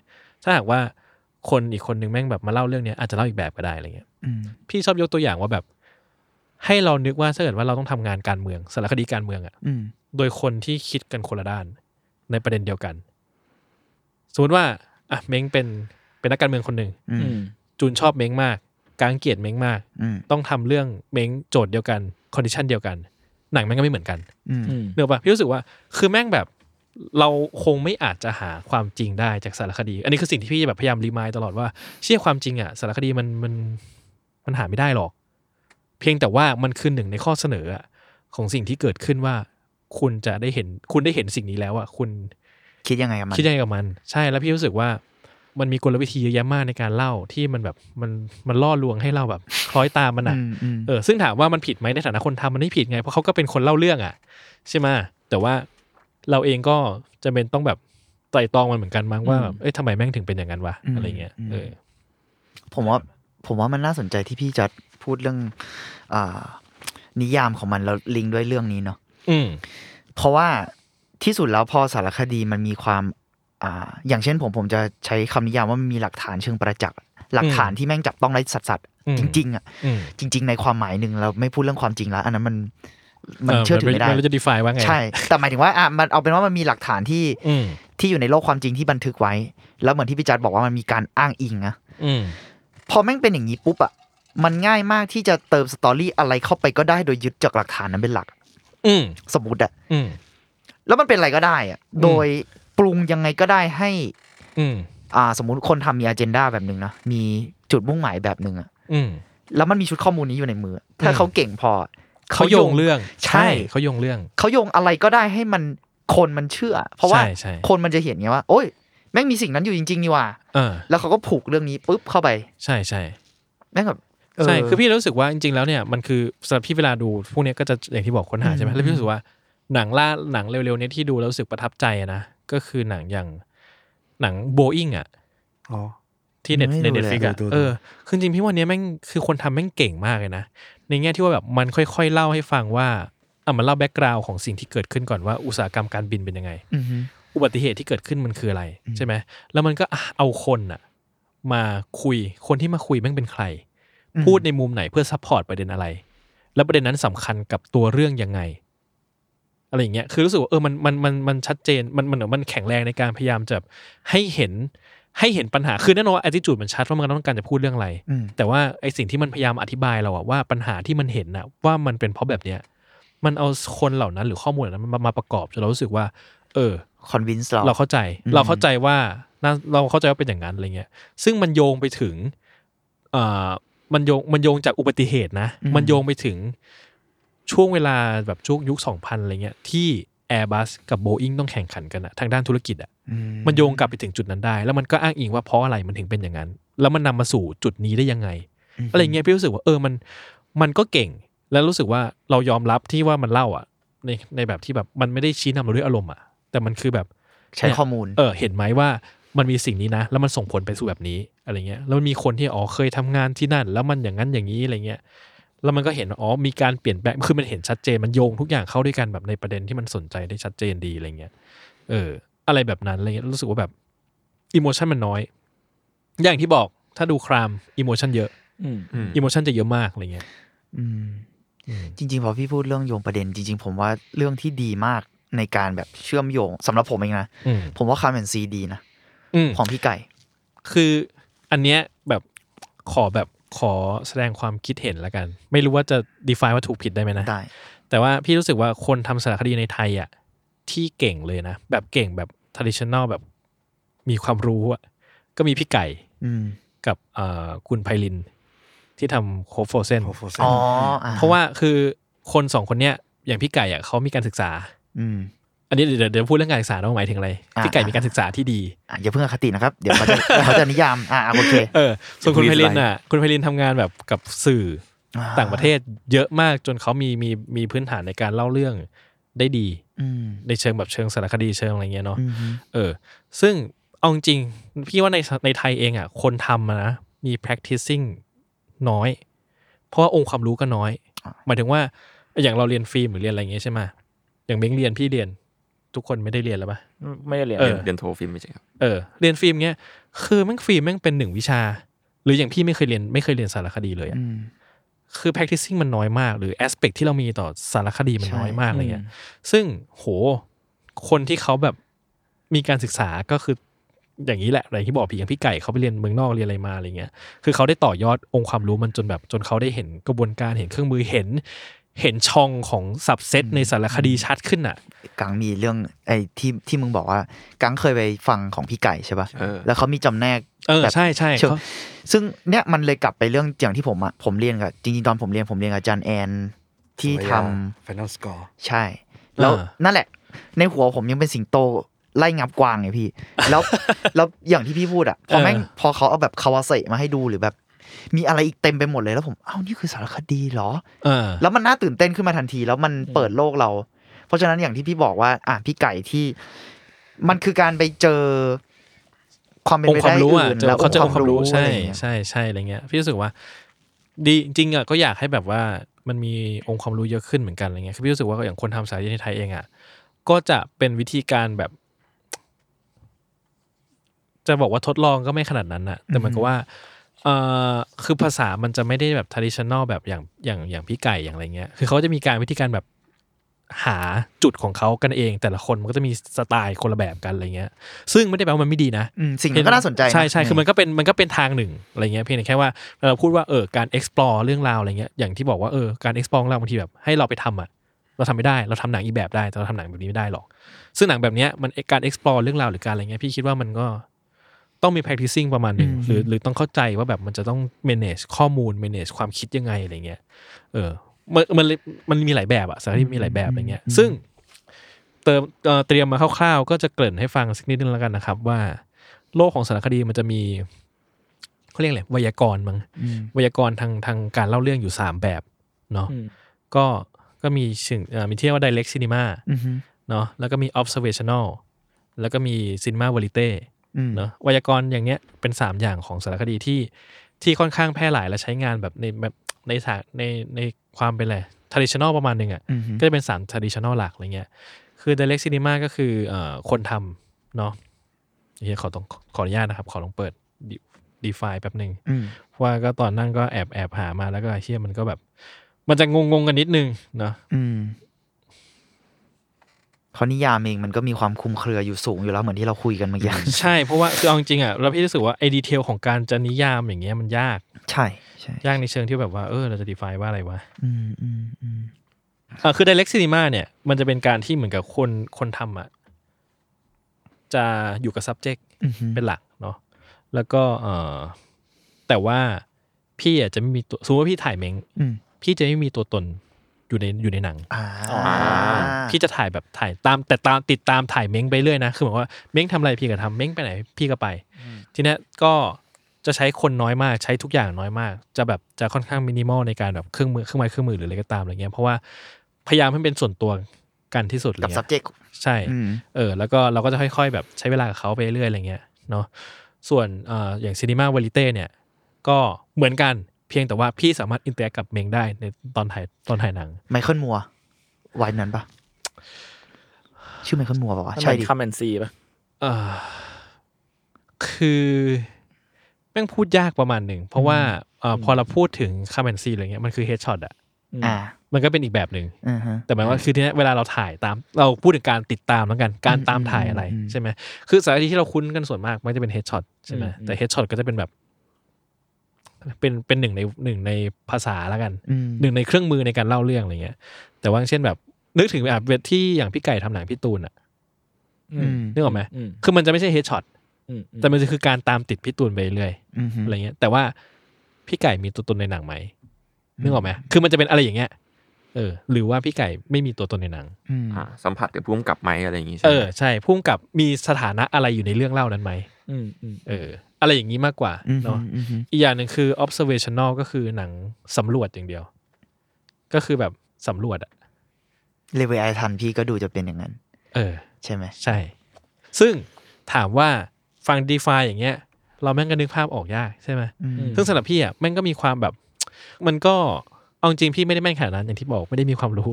E: ถ้าหากว่าคนอีกคนนึงแม่งแบบมาเล่าเรื่องเนี้ยอาจจะเล่าอีกแบบก็ได้อะไรเงี้ย
G: อืม
E: พี่ชอบยกตัวอย่างว่าแบบ ให้เรานึกว่าถ้าเกิดว่าเราต้องทำงานการเมืองสารคดีการเมืองอะ
G: อืม
E: โดยคนที่คิดกันคนละด้านในประเด็นเดียวกัน สมมติว่าอ่ะเม้งเป็นเป็นนักการเมืองคนหนึ่ง
G: อืม
E: จูนชอบเม้งมากกางเกลียดเม้งมาก
G: อืม
E: ต้องทำเรื่องเม้งโจทย์เดียวกันคอนดิชันเดียวกัน หนังแม่งก็ไม่เหมือนกัน
G: อืม
C: อืม
E: เนกอะปะพี่รู้สึกว่าคือแม่งแบบเราคงไม่อาจจะหาความจริงได้จากสารคดี อันนี้คือสิ่งที่พี่แบบพยายามรีมายตลอดว่าเชื่อความจริงอะสารคดีมันมันมันหาไม่ได้หรอก เพียงแต่ว่ามันคือหนึ่งในข้อเสนออะของสิ่งที่เกิดขึ้นว่า คุณจะได้เห็นคุณได้เห็นสิ่งนี้แล้วอะคุณ
G: คิดยังไงกับมัน
E: คิดยังไงกับมัน ใช่แล้วพี่รู้สึกว่ามันมีกลวิธีเยอะแยะมากในการเล่าที่มันแบบมันมันล่อลวงให้เราแบบ <laughs> คล้อยตามมันอะ
G: อืมอืม
E: เออซึ่งถามว่ามันผิดไหมในฐานะคนทำมันไม่ผิดไง เพราะเขาก็เป็นคนเล่าเรื่องอ่ะ ใช่ไหมแต่ว่าเราเองก็จะเป็นต้องแบบไตร่ตรองมันเหมือนกันมั้งว่าแบบเอ้ยทำไมแม่งถึงเป็นอย่างนั้นวะอะไรเงี้ยเออ
G: ผมว่า ผมว่ามันน่าสนใจที่พี่จัดพูดเรื่อง อ่า นิยามของมันแล้วลิงก์ด้วยเรื่องนี้เนาะ
E: อืม
G: เพราะว่าที่สุดแล้วพอสารคดีมันมีความ อ่า อย่างเช่นผมผมจะใช้คำนิยามว่ามันมีหลักฐานเชิงประจักษ์ หลักฐานที่แม่งจับต้องได้สัด
E: อืม
G: ๆจริง ๆ อ่ะ
E: อืม
G: จริง ๆ ในความหมายหนึ่งเราไม่พูดเรื่องความจริงแล้ว อันนั้นมันมันเชื่อถือไม่ได้
E: เราจะ define ว่าไง
G: ใช่ แต่หมายถึงว่าอ่ะมันเอาเป็นว่ามันมีหลักฐานที่
E: อืม
G: ที่อยู่ในโลกความจริงที่บันทึกไว้ แล้วเหมือนที่พี่จัดบอกว่ามันมีการอ้างอิงนะ
E: อืม
G: พอแม่งเป็นอย่างนี้ปุ๊บอะมันง่ายมากที่จะเติมสตอรี่อะไรเข้าไปก็ได้โดยยึดจากหลักฐานนั้นเป็นหลัก
E: อืม
G: สมมติอะ
E: อืม
G: แล้วมันเป็นอะไรก็ได้อะโดยปรุงยังไงก็ได้ให้
E: อืม
G: อ่า สมมติคนทำมี agenda แบบหนึ่งนะมีจุดมุ่งหมายแบบหนึ่งอะ
E: อืม
G: แล้วมันมีชุดข้อมูลนี้อยู่ในมือ ถ้า
E: อืม
G: เขาเก่งพอ
E: เขาโยงเรื่อง
G: ใช่
E: เขาโยงเรื่อง
G: เขาโยงอะไรก็ได้ให้มันคนมันเชื่อ เพราะว่า
E: ใช่ใช่
G: คนมันจะเห็นไงว่า โอ้ยแม่งมีสิ่งนั้นอยู่จริง ๆ นี่ว่า
E: เออ
G: แล้วเขาก็ผูกเรื่องนี้ปุ๊บเข้าไป
E: ใช่ใช่
G: แม่งแบบเ
E: ใช่คือพี่รู้สึกว่าจริงๆแล้วเนี่ยมันคือสำหรับพี่เวลาดูพวกเนี้ยก็จะอย่างที่บอกค้นหาใช่ไหม
G: อืม
E: แล้วพี่รู้สึกว่าหนังล่าหนังเร็วๆเนี้ที่ดูแล้วรู้สึกประทับใจอะนะก็คือหนังอย่างหนังโบอิงอ่ะ
F: อ๋อ
E: ที่เน็ต
G: ไม่
E: ใน
G: ดู
E: เน็ต
G: เลย
E: ฟิก
G: อะ
E: อะ
F: ดูดู
E: เออคือจริงๆพี่วันเนี้ยแม่งคือคนทำแม่งเก่งมากเลยนะ ในแง่ที่ว่าแบบมันค่อยๆเล่าให้ฟังว่าอ่ะมันเล่าแบ็กกราวของสิ่งที่เกิดขึ้นก่อนว่าอุตสาหกรรมการบินเป็นยังไง
G: อือฮึ
E: อุบัติเหตุที่เกิดขึ้นมันคืออะไร ใช่ไหมแล้วมันก็อ่ะเอาคนอะมาคุยคนที่มาคุยแม่งเป็นใคร
G: อืม
E: พูดในมุมไหนเพื่อซัพพอร์ตประเด็นอะไร แล้วประเด็นนั้นสำคัญกับตัวเรื่องยังไง อะไรอย่างเงี้ยคือรู้สึกว่าเออมันมันมันมันชัดเจนมันมันมันแข็งแรงในการพยายามจะแบบให้เห็นให้เห็นปัญหาคือแน่นอนว่า attitude มันชัดว่ามันต้องการจะพูดเรื่องอะไร
G: อืม
E: แต่ว่าไอสิ่งที่มันพยายามอธิบายเราอะว่าปัญหาที่มันเห็นนะว่ามันเป็นเพราะแบบเนี้ยมันเอาคนเหล่านั้นหรือข้อมูลเหล่านั้นมามาประกอบจนเรารู้สึกว่า เออ
G: convince เรา
E: เราเข้าใจ
G: อืม
E: เราเข้าใจว่าน่าเราเข้าใจว่าเป็นอย่างนั้นอะไรเงี้ย ซึ่งมันโยงไปถึงเอ่อมันโยงมันโยงจากอุบัติเหตุนะ มันโยงไปถึงช่วงเวลาแบบช่วงยุคสองพันอะไรเงี้ยที่ Airbus กับ Boeing ต้องแข่งขันกันอะทางด้านธุรกิจอะ
G: อื
E: มันโยงกลับไปถึงจุดนั้นได้ แล้วมันก็อ้างอิงว่าเพราะอะไรมันถึงเป็นอย่างนั้น แล้วมันนำมาสู่จุดนี้ได้ยังไง
G: ม
E: อะไรเงี้ยพี่รู้สึกว่าเออมันมันก็เก่ง แล้วรู้สึกว่าเรายอมรับที่ว่ามันเล่าอะในในแบบที่แบบมันไม่ได้ชี้นำเราด้วยอารมณ์อะแต่มันคือแบบ
G: ใช้ข้อมูล
E: เออเห็นไหมว่ามันมีสิ่งนี้นะ แล้วมันส่งผลไปสู่แบบนี้อะไรเงี้ยแล้วมันมีคนที่อ๋อเคยทำงานที่นั่น แล้วมันอย่างนั้นอย่างนี้อะไรเงี้ยแล้วมันก็เห็นว่าอ๋อมีการเปลี่ยนแปลงคือมันเห็นชัดเจนมันโยงทุกอย่างเข้าด้วยกันแบบในประเด็นที่มันสนใจได้ชัดเจนดีอะไรเงี้ยเออ อะไรแบบนั้นอะไรเงี้ยรู้สึกว่าแบบอิโมชันมันน้อย อย่างที่บอกถ้าดูครามอิโมชันเยอะ
C: อืม
D: อืม
E: อิโมชันจะเยอะมากอะไรเงี้ย
G: อืม
E: อืม
G: จริง ๆ พอพี่พูดเรื่องโยงประเด็น จริง ๆ ผมว่าเรื่องที่ดีมากในการแบบเชื่อมโยงสำหรับผมเองนะ
E: อืม
G: ผมว่าคาร์เมนซีดีนะ
E: อืม
G: ของพี่ไก่
E: คืออันเนี้ยแบบขอแบบขอแสดงความคิดเห็นละกัน ไม่รู้ว่าจะ define ว่าถูกผิดได้ไหมนะ
G: ได้
E: แต่ว่าพี่รู้สึกว่าคนทำสารคดีในไทยอ่ะที่เก่งเลยนะ แบบเก่งแบบ traditional แบบมีความรู้อ่ะก็มีพี่ไก่
G: อืม
E: กับเอ่อคุณไพลิน ที่ทำโคฟโฟเซน
F: โอ้โห
G: อ๋ออ่
E: เพราะว่าคือคนสองคนเนี้ยอย่างพี่ไก่อ่ะเขามีการศึกษา
G: อืม
E: อันนี้เดี๋ยวเดี๋ยวพูดเรื่องการศึกษาเนอะหมายถึงอะไร
G: อ่า
E: พี่ไก่มีการศึกษาที่ดี
G: อ่ะอย่าเพิ่งอคตินะครับ เดี๋ยวเขาจะ <laughs> เขาจะนิยาม อ่าโอเค
E: เออส่วนคุณไพลินอ่ะคุณไพลินทำงานแบบกับสื่อ ต่างประเทศเยอะมากจนเขามีมีมีพื้นฐานในการเล่าเรื่องได้ดี
G: อืม
E: ในเชิงแบบเชิงสารคดีเชิงอะไรเงี้ยเนาะ
G: อืม
E: เออ ซึ่งเอาจริงๆพี่ว่าในในไทยเองอ่ะคนทำอะนะมี practicing น้อย เพราะว่าองค์ความรู้ก็น้อย หมายถึงว่าอย่างเราเรียนฟิล์มหรือเรียนอะไรเงี้ยใช่ไหมะอย่างเม้งเรียนพี่เรียน ทุกคนไม่ได้เรียนแล้วปะ
C: ไม่ได้เรียน
E: เอ
D: เรีย
E: อ
D: นเรียนโทฟิล์มไม่ใช่ครับ
E: เออเรียนฟิล์มเงี้ยคือแม่งฟิล์มแม่งเป็นหนึ่งวิชา หรืออย่างพี่ไม่เคยเรียนไม่เคยเรียนสารคดีเลยอะ
G: อืม
E: คือ practicing มันน้อยมาก หรือ aspect ที่เรามีต่อสารคดีมัน
G: ใช่
E: น้อยมากอะไรเงี้ย ซึ่งโห คนที่เขาแบบมีการศึกษาก็คืออย่างนี้แหละอะไรที่บอกผีอย่างพี่ไก่เขาไปเรียนเมืองนอกเรียนอะไรมาอะไรเงี้ย คือเขาได้ต่อยอดองค์ความรู้มันจนแบบ จนเขาได้เห็นกระบวนการเห็นเครื่องมือเห็น เห็นช่องของสับเซตในสารคดีชัดขึ้นอ่ะ
G: กังมีเรื่องไอ้ที่ที่มึงบอกว่า กังเคยไปฟังของพี่ไก่ใช่ป่ะ
D: เออ
G: แล้วเขามีจำแนก
E: เออ
G: แบบ
E: ใช่ใช่
G: เชิง
E: เขา
G: ซึ่งเนี่ยมันเลยกลับไปเรื่องอย่างที่ผมอะผมเรียนกับจริงๆ ตอนผมเรียนผมเรียนกับอาจารย์แอนที่ทำ
F: ฟนอลสกอร์
G: ใช่ แล้ว
E: อ่า
G: นั่นแหละ ในหัวผมยังเป็นสิงโตไล่งับกวางไงพี่
E: <laughs>
G: แล้วแล้วอย่างที่พี่พูดอะพอแม่งพอเขาเอาแบบคาวาเซมาให้ดูหรือแบบ มีอะไรอีกเต็มไปหมดเลยแล้วผมเอ้านี่คือสารคดีเหรอ
E: เออ
G: แล้วมันน่าตื่นเต้นขึ้นมาทันที แล้วมันเปิดโลกเรา เพราะฉะนั้นอย่างที่พี่บอกว่า อ่ะพี่ไก่ที่มันคือการไปเจอ ความเป็น
E: อง
G: ไป
E: ค์ควา
G: ได้
E: มรู้อ่ะ
G: อื่น
E: เจอ
G: แล้ว
E: เขาเจอองค์ความรู้
G: อะ
E: ใช่
G: ไรอย่างเงี้ย
E: ใช่ใช่อะไรเงี้ยพี่รู้สึกว่า ดีจริงอ่ะก็อยากให้แบบว่ามันมีองค์ความรู้เยอะขึ้นเหมือนกันอะไรเงี้ยคือพี่รู้สึกว่าอย่างคนทำสายยนในไทยเองอ่ะก็จะเป็นวิธีการแบบ จะบอกว่าทดลองก็ไม่ขนาดนั้นน่ะ แต่เหมันก็ว่าเออคือภาษามันจะไม่ได้แบบ traditional แบบอย่างอย่างอย่างพี่ไก่อย่างอะไรเงี้ย คือเขาจะมีการวิธีการแบบ หาจุดของเขากันเอง แต่ละคนมันก็จะมีสไตล์คนละแบบกันอะไรเงี้ย ซึ่งไม่ได้แปลว่ามันไม่ดีนะ
G: อืมสิ่งนั้นก็น่าสนใจนะ
E: ใช่ใช่คือมันก็เป็นมันก็เป็นทางหนึ่งอะไรเงี้ยเพียงแต่แค่ว่าเราพูดว่าเออการ explore เรื่องราวอะไรเงี้ยอย่างที่บอกว่าเออการ explore เราบางทีแบบให้เราไปทำอ่ะเราทำไม่ได้เราทำหนังอีกแบบได้แต่เราทำหนังแบบนี้ไม่ได้หรอก ซึ่งหนังแบบเนี้ยมันการ explore เรื่องราวหรือการอะไรเงี้ยพี่คิดว่ามันก็ต้องมี practicing ประมาณหนึ่งหรือหรือต้องเข้าใจว่าแบบมันจะต้อง manage ข้อมูล manage ความคิดยังไงอะไรเงี้ยเออมันมันเลยมันมีหลายแบบอะสารคดีมีหลายแบบอะไรเงี้ยซึ่ง เติมเอ่อเตรียมมาคร่าวๆ ก็จะเกริ่นให้ฟังสักนิดนึงแล้วกันนะครับ ว่า โลกของสารคดีมันจะมีเขาเรียกอะไรไวยากรณ์มั้งไวยากรณ์ทางทางการเล่าเรื่องอยู่ 3 แบบเนาะ
C: อืม
E: ก็ก็มีสิ่งเอ่อมีที่เรียกว่า direct cinema
G: อือฮึ
E: เนาะแล้วก็มี observational แล้วก็มี cinema verite
G: อืม
E: เนาะไวยากรณ์อย่างเนี้ยเป็น 3 อย่างของสารคดีที่ที่ค่อนข้างแพร่หลายและใช้งานแบบในแบบในสาในในความเป็นอะไร traditional ประมาณหนึ่งอะ
G: อือฮึ
E: ก็จะเป็นสาม traditional หลักอะไรเงี้ย คือ direct cinema ก็คือเอ่อคนทำเนาะเฮียขอต้องขออนุญาตนะครับ ขอลองเปิด de- define แป๊บหนึ่ง
G: อืม
E: เพราะว่าก็ตอนนั่นก็แอบแอบหามาแล้วก็เฮียมันก็แบบ มันจะงงงๆกันนิดนึงเนาะ
G: อืมเขานิยามเองมันก็มีความคลุมเครืออยู่สูงอยู่แล้วเหมือนที่เราคุยกันเมื่อกี้
E: ใช่ เพราะว่าคือเอาจริงๆอ่ะเราพี่รู้สึกว่าไอ้ดีเทลของการจะนิยามอย่างเงี้ยมันยาก
G: ใช่ใช่
E: ยากในเชิงที่แบบว่าเออเราจะ define ว่าอะไรวะ
G: อืมอืมอืม
E: อ่าคือ direct cinema เนี่ยมันจะเป็นการที่เหมือนกับคนคนทำอ่ะจะอยู่กับ subject
G: อือฮึ
E: เป็นหลักเนาะแล้วก็เออแต่ว่าพี่อาจจะไม่มีตัวสมมติว่าพี่ถ่ายเมง
G: อืม
E: พี่จะไม่มีตัวตนอยู่ในอยู่ในหนัง
G: อ่า
E: พี่จะถ่ายแบบถ่ายตามแต่ตามติดตามถ่ายเม้งไปเรื่อยนะ คือเหมือนว่าเม้งทำอะไรพี่ก็ทำเม้งไปไหนพี่ก็ไป ทีเนี้ยก็จะใช้คนน้อยมากใช้ทุกอย่างน้อยมาก จะแบบจะค่อนข้างมินิมอลในการแบบเครื่องมือเครื่องไม้เครื่องมือหรืออะไรก็ตามอะไรเงี้ยเพราะว่าพยายามให้เป็นส่วนตัวกันที่สุดอะไร
G: กับ
E: เลย
G: subject
E: ใช่
G: อืม
E: เออแล้วก็เราก็จะค่อยๆ แบบใช้เวลากับเขาไปเรื่อยๆอะไรเงี้ยเนาะส่วนเอ่ออย่างซีนีมาเวลิเต้เนี่ย ก็เหมือนกันเพียงแต่ว่าพี่สามารถอินเตอร์แอคกับเมงได้ในตอนถ่ายตอนถ่ายหนัง
G: ไมเคิลมัวร์วัยนั้นปะชื่อไมเคิลมัวร์ปะวะ
C: ใช่
G: ใช่ดิ
C: คำแอนซีป่ะ
E: เออคือแม่งพูดยากประมาณหนึ่ง เพราะว่าเอ่อพอเราพูดถึงคาเมนซีอะไรเงี้ยมันคือเฮดช็อตอะ
G: อ่า
E: มันก็เป็นอีกแบบหนึ่ง
G: อ่าฮะ
E: แต่หมายว่าคือทีเนี้ยเวลาเราถ่ายตาม เราพูดถึงการติดตามแล้วกันการตามถ่ายอะไร
G: อืม
E: ใช่ไหมคือสารคดีที่เราคุ้นกันส่วนมากมันจะเป็นเฮดช็อตใช่ไหมแต่เฮดช็อตก็จะเป็นแบบ เป็นเป็นหนึ่งในหนึ่งในภาษาแล้วกัน
G: อืม
E: หนึ่งในเครื่องมือในการเล่าเรื่องอะไรเงี้ย แต่ว่าเช่นแบบ นึกถึงแบบเวทที่อย่างพี่ไก่ทำหนังพี่ตูนอะ
C: อืม
E: นึกออกไหม
C: อืม
E: คือมันจะไม่ใช่เฮดช็อต
C: อืม
E: แต่มันจะคือการตามติดพี่ตูนไปเรื่อย
G: อืมฮึ
E: อะไรเงี้ยแต่ว่าพี่ไก่มีตัวตนในหนังไหมนึกออกไหมคือมันจะเป็นอะไรอย่างเงี้ยเออ หรือว่าพี่ไก่ไม่มีตัวตนในหนัง
G: อืม
D: อ่าสัมผัสกับพุ่มกับไหมอะไรอย่างงี้ใช่
E: เอ
D: ไหม
E: อใช่พุ่งกับมีสถานะอะไรอยู่ในเรื่องเล่านั้นไหม
C: อืมอืม
E: เออ อะไรอย่างนี้มากกว่า
G: อืมฮึ
E: เนาะ
G: อืมฮึ
E: อีกอย่างหนึ่งคือ observational ก็คือหนังสำรวจอย่างเดียว ก็คือแบบสำรวจอะ
G: เลเวลไอทันพี่ก็ดูจะเป็นอย่างนั้น
E: เออ
G: ใช่ไหม
E: ใช่ ซึ่งถามว่าฟัง d e f i อย่างเงี้ย เราแม่งก็นึกภาพออกยากใช่ไหม
G: อืม
E: ซึ่งสำหรับพี่อ่ะแม่งก็มีความแบบ มันก็เอาจริงพี่ไม่ได้แม่นขนาดนั้นอย่างที่บอกไม่ได้มีความรู้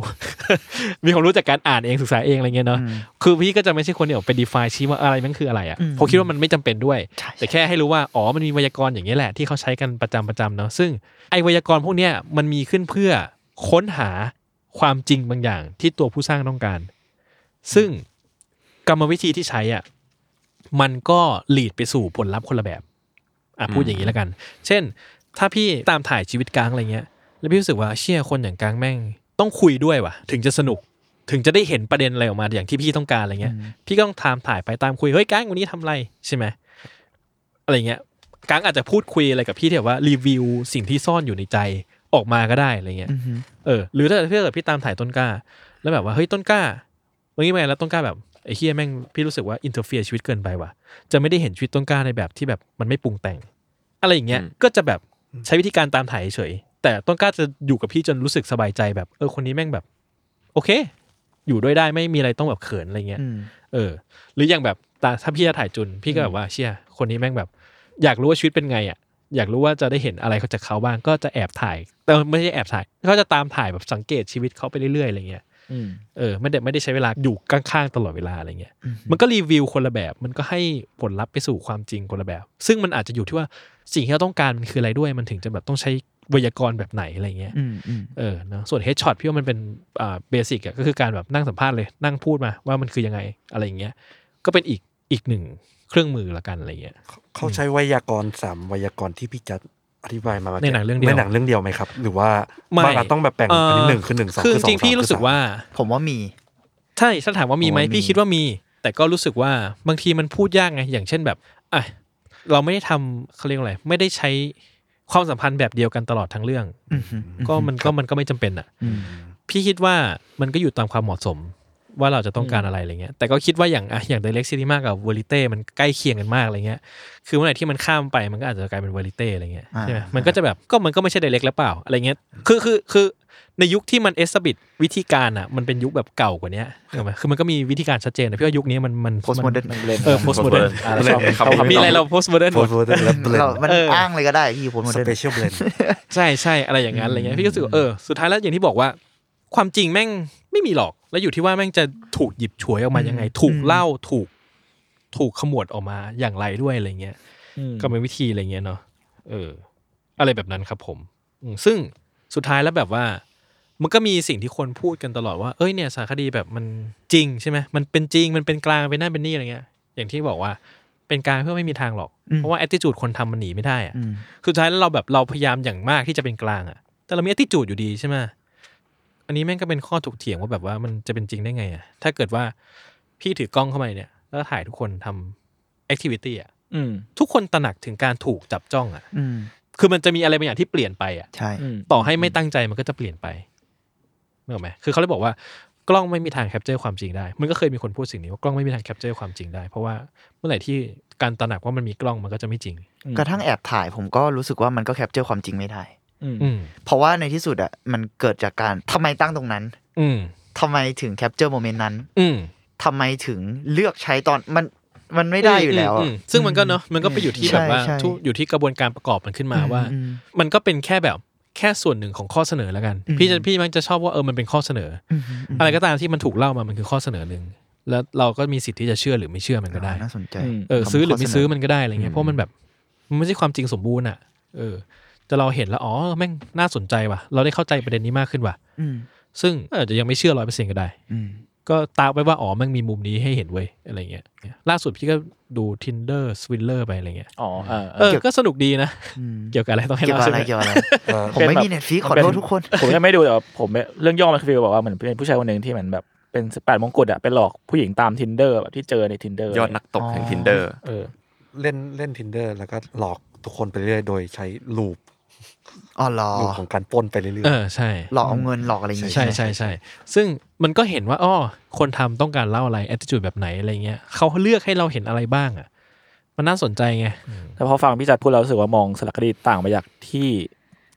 E: <laughs> มีความรู้จากการอ่านเองศึกษาเองอะไรเงี้ยเนาะคือพี่ก็จะไม่ใช่คนที่ออกไป define ชี้ว่าอะไรแม่งคืออะไรอ่ะเพราะคิดว่ามันไม่จำเป็นด้วย
G: ใช่
E: แต่แค่ให้รู้ว่าอ๋อมันมีไวยากรณ์อย่างนี้ยแหละที่เขาใช้กันประจำประจำเนาะซึ่งไอไวยากรณ์พวกเนี้ยมันมีขึ้นเพื่อค้นหาความจริงบางอย่างที่ตัวผู้สร้างต้องการ ซึ่งกรรมวิธีที่ใช้อ่ะมันก็หลีดไปสู่ผลลัพธ์คนละแบบอ่ะพูดอย่างนี้แล้วกัน เช่น ถ้าพี่ตามถ่ายชีวิตก้างอะไรเงี้ย แล้วพี่รู้สึกว่าเชี่ยคนอย่างก้างแม่ง ต้องคุยด้วยว่ะ ถึงจะสนุกถึงจะได้เห็นประเด็นอะไรออกมาอย่างที่พี่ต้องการอะไรเงี้ย พี่ก็ต้องตามถ่ายไปตามคุยเฮ้ยก้างวันนี้ทำอะไรใช่ไหมอะไรเงี้ยก้างอาจจะพูดคุยอะไรกับพี่ที่แบบว่ารีวิวสิ่งที่ซ่อนอยู่ในใจออกมาก็ได้อะไรเงี้ย
G: อืมฮึ
E: เออหรือถ้าเพื่อพี่ตามถ่ายต้นกล้า แล้วแบบว่าเฮ้ยต้นกล้าวันนี้ไปแล้วต้นกล้าแบบไอ้เฮียแม่งพี่รู้สึกว่าอินเทอร์เฟียชีวิตเกินไปว่ะจะไม่ได้เห็นชีวิตต้นกล้าในแบบที่แบบมันไม่ปรุงแต่ง อะไรอย่างเงี้ยก็จะแบบใช้วิธีการตามถ่ายเฉยๆแต่ต้นกล้าจะอยู่กับพี่จนรู้สึกสบายใจแบบเออคนนี้แม่งแบบ โอเค อยู่ด้วยได้ไม่มีอะไรต้องแบบเขินอะไรเงี้ย
G: อืม
E: เออหรืออย่างแบบตาถ้าพี่จะถ่ายจุน พี่ก็แบบว่าเชี่ยคนนี้แม่งแบบ อยากรู้ว่าชีวิตเป็นไงอ่ะอยากรู้ว่าจะได้เห็นอะไรเขาจากเขาบ้างก็จะแอบถ่ายแต่ไม่ใช่แอบถ่ายก็จะตามถ่ายแบบสังเกตชีวิตเขาไปเรื่อยๆอะไรเงี้ย
C: อืม
E: เออไม่ได้ไม่ได้ใช้เวลาอยู่ข้างๆตลอดเวลาอะไรเงี้ยมันก็รีวิวคนละแบบ มันก็ให้ผลลัพธ์ไปสู่ความจริงคนละแบบ ซึ่งมันอาจจะอยู่ที่ว่าสิ่งที่เราต้องการมันคืออะไรด้วยมันถึงจะแบบต้องใช้ ไวยากรณ์แบบไหนอะไรเงี้ย
G: อืมอืม
E: เออเนอะส่วนเฮดช็อตพี่ว่ามันเป็นอ่าเบสิกอะก็คือการแบบนั่งสัมภาษณ์เลยนั่งพูดมาว่ามันคือยังไงอะไรอย่างเงี้ยก็เป็นอีกอีกหนึ่งเครื่องมือละกันอะไรเงี้ย
F: เขาใช้ไวยากรณ์สามไวยากรณ์ที่พี่จัดอธิบายมา
E: ในหนังเรื่องเดียว
F: ในหนังเรื่องเดียวไหมครับ หรือว่า
E: ไม่
F: บางอันต้องแบบแบ่งอันนี้หนึ่งคือหนึ่งสอง
E: คือ
F: คือสอง
E: จริงๆพี่รู้สึกว่า
G: ผมว่ามี
E: ใช่ถ้าถามว่ามีไหม
G: ผมว่ามี
E: พี่คิดว่ามี แต่ก็รู้สึกว่าบางทีมันพูดยากไง อย่างเช่นแบบอ่ะเราไม่ได้ทำเขาเรียกว่าอะไรไม่ได้ใช้ความสัมพันธ์แบบเดียวกันตลอดทั้งเรื่อง
G: อืมอืม
E: ก็มันก็มันก็ไม่จำเป็นอ่ะ
G: อืม
E: พี่คิดว่ามันก็อยู่ตามความเหมาะสมว่าเราจะต้องการอะไรอะไรเงี้ยแต่ก็คิดว่าอย่างอะอย่างเดเล็กซิ n ิมากับเวลิเต้มันใกล้เคียงกันมากอะไรเงี้ยคือวันไหนที่มันข้ามไปมันก็อาจจะกลายเป็นเวลิเต้อะไรเงี้ย
G: อ่า
E: ใช่ไหมมันก็จะแบบก็มันก็ไม่ใช่เดเล็กแล้วเปล่าอะไรเงี้ยคือคือคือในยุคที่มันเอสบิดวิธีการอ่ะมันเป็นยุคแบบเก่ากว่าเนี้ยเข้าไหมคือมันก็มีวิธีการชัดเจนนะพี่ว่ายุคนี้มันมัน
G: postmodern
E: นเออโพสต์โมเดิร์น
D: เล่นคำนี้ไม่ต้อง
E: มีอะไรเราโพสต์โมเดิร์น
F: โฟล์เดอร์และเบลน
G: เรามัน
E: เอออ้
G: อ้างเลยก็ได้พี่ผมว่า
F: ส
G: ได้
F: เปเชียลเบลน
E: ใช่ใช่อะไรอย่างนั้นอะไรเงี้ยพี่ก็รู้สึกว่าเออสุดท้ายแล้วอย่างที่บอกว่า ความจริงแม่งไม่มีหรอก แล้วอยู่ที่ว่าแม่งจะถูกหยิบฉวยออกมายังไง ถูกเล่าถูก ถูกขมวดออกมาอย่างไรด้วยอะไรเงี้ยก็เป็นวิธีอะไรเงี้ยเนาะเออ อะไรแบบนั้นครับผมอืมซึ่งสุดท้ายแล้วแบบว่า มันก็มีสิ่งที่คนพูดกันตลอดว่าเอ้ยเนี่ยสารคดีแบบมันจริงใช่ไหมมันเป็นจริงมันเป็นกลางเป็นนั่นเป็นนี่อะไรเงี้ย อย่างที่บอกว่าเป็นกลางเพื่อไม่มีทางหรอก
G: อืม
E: เพราะว่าแอ t i จูดคนทำมันหนีไม่ได้อะ
G: อืม
E: สุดท้ายแล้วเราแบบเราพยายามอย่างมากที่จะเป็นกลางอะแต่เรามี attitude อยู่ดีใช่ไหมอันนี้แม่งก็เป็นข้อถกเถียงว่าแบบว่ามันจะเป็นจริงได้ไงอะถ้าเกิดว่าพี่ถือกล้องเข้ามาเนี่ย แล้วถ่ายทุกคนทำ activity อะ
C: อืม
E: ทุกคนตระหนักถึงการถูกจับจ้องอะ
G: อืม
E: คือมันจะมีอะไรบางอย่างที่เปลี่ยนไปอะ
G: ใช่
C: อืม
E: ต่อให้ไม่ตั้งใจมันก็จะเปลี่ยนไปนึกออกไหมคือเขาเลยบอกว่ากล้องไม่มีทางแคปเจอร์ความจริงได้ มันก็เคยมีคนพูดสิ่งนี้ว่ากล้องไม่มีทางแคปเจอร์ความจริงได้ เพราะว่าเมื่อไหร่ที่การตระหนักว่ามันมีกล้องมันก็จะไม่จริง
G: กระทั่งแอบถ่ายผมก็รู้สึกว่ามันก็แคปเจอร์ความจริงไม่ได้
C: อืม
E: อืม
G: เพราะว่าในที่สุดอะมันเกิดจากการทำไมตั้งตรงนั้น
E: อืม
G: ทำไมถึงแคปเจอร์โมเมนต์นั้น
E: อืม
G: ทำไมถึงเลือกใช้ตอนมันมันไม่ได้อยู่แล้วอะ
E: มมซึ่งมันก็เนอะมันก็ไปอยู่ที่แบบว่า
G: ใช่ใช่
E: ทุกอยู่ที่กระบวนการประกอบมันขึ้นมาว่า
G: อืม
E: มันก็เป็นแค่แบบแค่ส่วนหนึ่งของข้อเสนอแล้วกัน
G: อืม
E: พี่จะพี่มักจะชอบว่าเออมันเป็นข้อเสนออ
G: อืมอืมอืม
E: อะไรก็ตามที่มันถูกเล่ามามันคือข้อเสนอหนึ่งแล้วเราก็มีสิทธิ์ที่จะเชื่อหรือไม่เชื่อมันก็ได้
G: น่าสนใจ
C: ม
E: เออซื้อหรือไม่ซื้อ
G: ข้อเสนอ
E: มันก็ได้อะไรเงี้ยเพราะมันแบบมันไม่ใช่ความจริงสมบูรณ์อ่ะ เออ แต่เราเห็นแล้วอ๋อแม่งน่าสนใจว่ะ เราได้เข้าใจประเด็นนี้มากขึ้นว่ะ
G: อืม
E: ซึ่งอาจจะยังไม่เชื่อร้อยเปอร์เซ็นต์ก็ได้
G: อืม
E: ก็ตามไปว่า อ๋อมันมีมุมนี้ให้เห็นเว้ย อะไรเงี้ย ล่าสุดพี่ก็ดู tinder swindler ไปอะไรเงี้ย
C: อ๋อเออเอ
E: เอ
C: อ
E: อ ก็สนุกดีนะ
G: อืม
E: เกี่ยวกับอะไรต้องให้
G: เกี่ยว
E: เล่า
G: กับ
E: ใช่ไห
G: อะไร
E: ม
G: เกี่ยวกับอะไร
F: <laughs> เออ
G: ผมไม่มี Netflix ขอโทษทุกคน
C: ผมยังไม่ดูแต่ว่าผมเนี่ยเรื่องย่อมันคือฟีลบอกว่าเหมือนเป็นผู้ชายคนหนึ่งที่เหมือนแบบเป็นสิบแปดมงกุฎอะไปหลอกผู้หญิงตามทินเดอร์แบบที่เจอในทินเดอร์
D: ยอดนักตบแห่งทินเดอร์
C: เออ
F: เล่นเล่นทินเดอร์แล้วก็หลอกทุกคนไปเรื่อยโดยใช้ลูป
G: อ๋อเหรอ
F: ลูปของการปล้นไปเรื่อย
E: เออ ใช่
G: หลอกเอาเงินหลอกอะไรอย่างงี้
E: ใช่ใช่ใช่ ซึ่งมันก็เห็นว่าอ๋อคนทำต้องการเล่าอะไร attitude แบบไหนอะไรเงี้ย เขาเลือกให้เราเห็นอะไรบ้างอ่ะ มันน่าสนใจไง
C: แต่พอฟังพี่จัดพูดแล้วรู้สึกว่ามองสารคดีต่างไปจากที่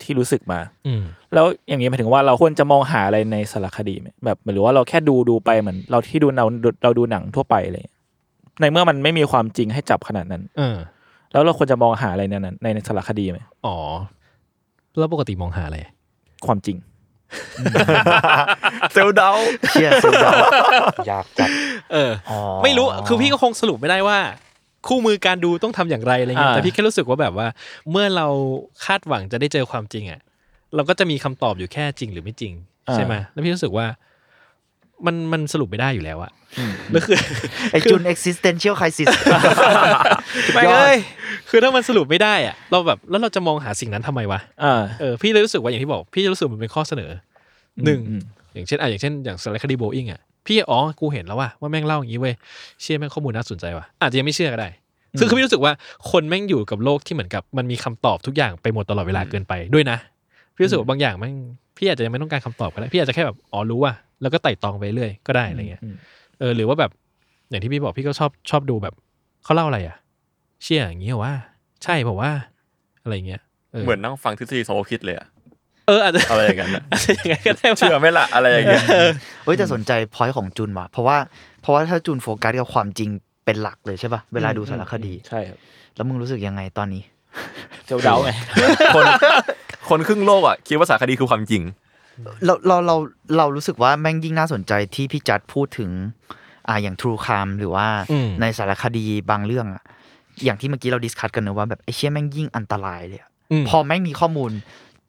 C: ที่รู้สึกมา
E: อืม
C: แล้วอย่างนี้หมายถึงว่าเราควรจะมองหาอะไรในสารคดีไหมแบบหรือว่าเราแค่ดูดูไปเหมือนเราที่ดูเราเราดูหนังทั่วไปอะไรอย่างเงี้ยในเมื่อมันไม่มีความจริงให้จับขนาดนั้น
E: เออ
C: แล้วเราควรจะมองหาอะไรในนั้นในสารคดีไหม
E: อ๋อ แล้วปกติมองหาอะไร
C: ความจริง
D: เซลเดา
G: เชี่ยสุดยอด
F: ๆ ยากจัด
E: เออ ไม่รู้ คือพี่ก็คงสรุปไม่ได้ว่า คู่มือการดูต้องทำอย่างไรอะไรเงี้ย
C: อ่า
E: แต่พี่แค่รู้สึกว่าแบบว่า เมื่อเราคาดหวังจะได้เจอความจริงอ่ะ เราก็จะมีคำตอบอยู่แค่จริงหรือไม่จริง ใช่ไหมแล้วพี่รู้สึกว่า มันมันสรุปไม่ได้อยู่แล้วอะแล้วคือ <laughs>
G: ไอจุน existential crisis
E: ไม่งเลยคือถ้ามันสรุปไม่ได้อะเราแบบแล้วเราจะมองหาสิ่งนั้นทำไมวะ
C: อ่า
E: เออพี่เลยรู้สึกว่าอย่างที่บอก พี่รู้สึกมันเป็นข้อเสนออหนึ่งอย่างเช่นอ่ะอย่างเช่นอย่างสารคดีโบอิงอ่ะพี่อ๋อกูเห็นแล้วว่าว่าแม่งเล่าอย่างนี้เว้ยเชื่อแม่งข้อมูลน่าสนใจว่ะอาจจะยังไม่เชื่อก็ได้ ซึ่งคือพี่รู้สึกว่าคนแม่งอยู่กับโลกที่เหมือนกับมันมีคำตอบทุกอย่างไปหมดตลอดเวลาเกินไปด้วยนะ พี่รู้สึกว่าบางอย่างแม่งพี่อาจจะยังไม่ต้องการคำตอบก็ได้พี่อาจจะแค่แบบอ๋อรู้ว่าแล้วก็ไต่ตองไปเรื่อยก็ได้อะไรเงี้ย
C: อืม
E: เออหรือว่าแบบอย่างที่พี่บอกพี่ก็ชอบชอบดูแบบเขาเล่าอะไรอ่ะ เชื่ออย่างนี้เหรอว่า ใช่บอกว่าอะไรเงี้ย
D: เหมือนนั่งฟังทฤษฎีสมคบคิดเลยอะ
E: เอออาจจะ
D: อะไรอย่างนั้นอะ
E: อาจจะอย่างนั้นก็ได้ว่า
D: เชื่อไหมล่ะอะไรอย่างเงี้ย
G: เฮ้ยแต่สนใจพอยของจุนว่ะเพราะว่าเพราะว่าถ้าจุนโฟกัสกับความจริงเป็นหลักเลยใช่ป่ะ เวลาดูสารคดี
C: ใช่ครับ
G: แล้วมึงรู้สึกยังไงตอนนี้
C: เจ้าเดาไง
D: คนคนครึ่งโลกอ่ะ คิดว่าสารคดีคือความจริง
G: เราเราเราเรารู้สึกว่าแม่งยิ่งน่าสนใจที่พี่จัดพูดถึง อ่าอย่างทรูคามหรือว่า
E: อืม
G: ในสารคดีบางเรื่องอะอย่างที่เมื่อกี้เราดิสคัตกันนะว่าแบบไอ้เชี่ยแม่งยิ่งอันตรายเลยอะ
E: อืม
G: พอแม่งมีข้อมูล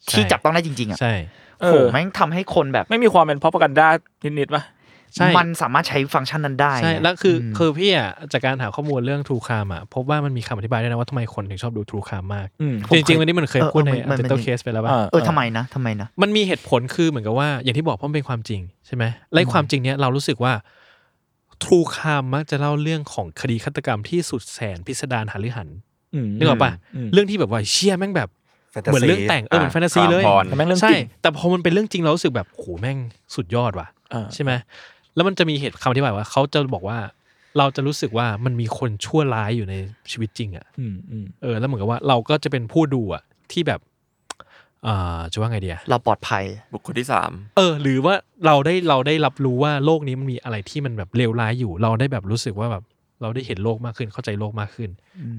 G: ที่จับต้องได้จริงๆอ่ะ
E: ใช่
G: โอ้โหแม่งทำให้คนแบบ
C: ไม่มีความเป็นพ r o p a g a n d a นิดๆป่ะ
E: ใช่
G: มันสามารถใช้ฟังก์ชันนั้นได้
E: ใช่แล้วคืออ
G: ม
E: คือพี่อ่ะจากการหาข้อมูลเรื่องทรูคามอ่ะพบว่ามันมีคำอธิบายด้วยนะว่าทำไมคนถึงชอบดูทรูคามมาก
C: อืม
G: ผม
E: จ
G: เคย
E: ริงๆวันนี้มันเคย
G: เออ
E: พูดใน
G: เออมันมัน
E: a ั t เต e ร์เคสไปแล้วว่า
G: เออทำไมนะทำไมนะ
E: มันมีเหตุผลคือเหมือนกับว่าอย่างที่บอกเพราะมันเป็นความจริงใช่ไหมและความจริงเนี้ยเรารู้สึกว่าทรูคามมักจะเล่าเรื่องของคดีฆาตกรรมที่สุดแสนพิสดารหาลือหัน
C: ม
E: นึกออกปะ
C: ม
E: เรื่องที่แบบว่าเชี่ยแม่งแบบ
F: Fantasy
E: เหมือนเรื่องแต่งเออเหมือนแฟนตาซีเลย
D: อ่าความพร
C: แต่แม่งเรื่องจริ
E: ใช่
C: ง
E: แต่พอมันเป็นเรื่องจริงเรารู้สึกแบบโหแม่งสุดยอดว่ะ
C: อ่า
E: ใช่ไหมแล้วมันจะมีเหตุคำอธิบายว่าเขาจะบอกว่า เราจะรู้สึกว่ามันมีคนชั่วร้ายอยู่ในชีวิตจริงอะ
C: อืมอืม
E: เออแล้วเหมือนกับว่าเราก็จะเป็นผู้ดูอะที่แบบเอ่อจะว่าไงดีอะ
G: เราปลอดภัย
D: บุคคลที่สาม
E: เออ หรือว่าเราได้เราได้รับรู้ว่าโลกนี้มันมีอะไรที่มันแบบเลวร้ายอยู่ เราได้แบบรู้สึกว่าแบบเราได้เห็นโลกมากขึ้นเข้าใจโลกมากขึ้น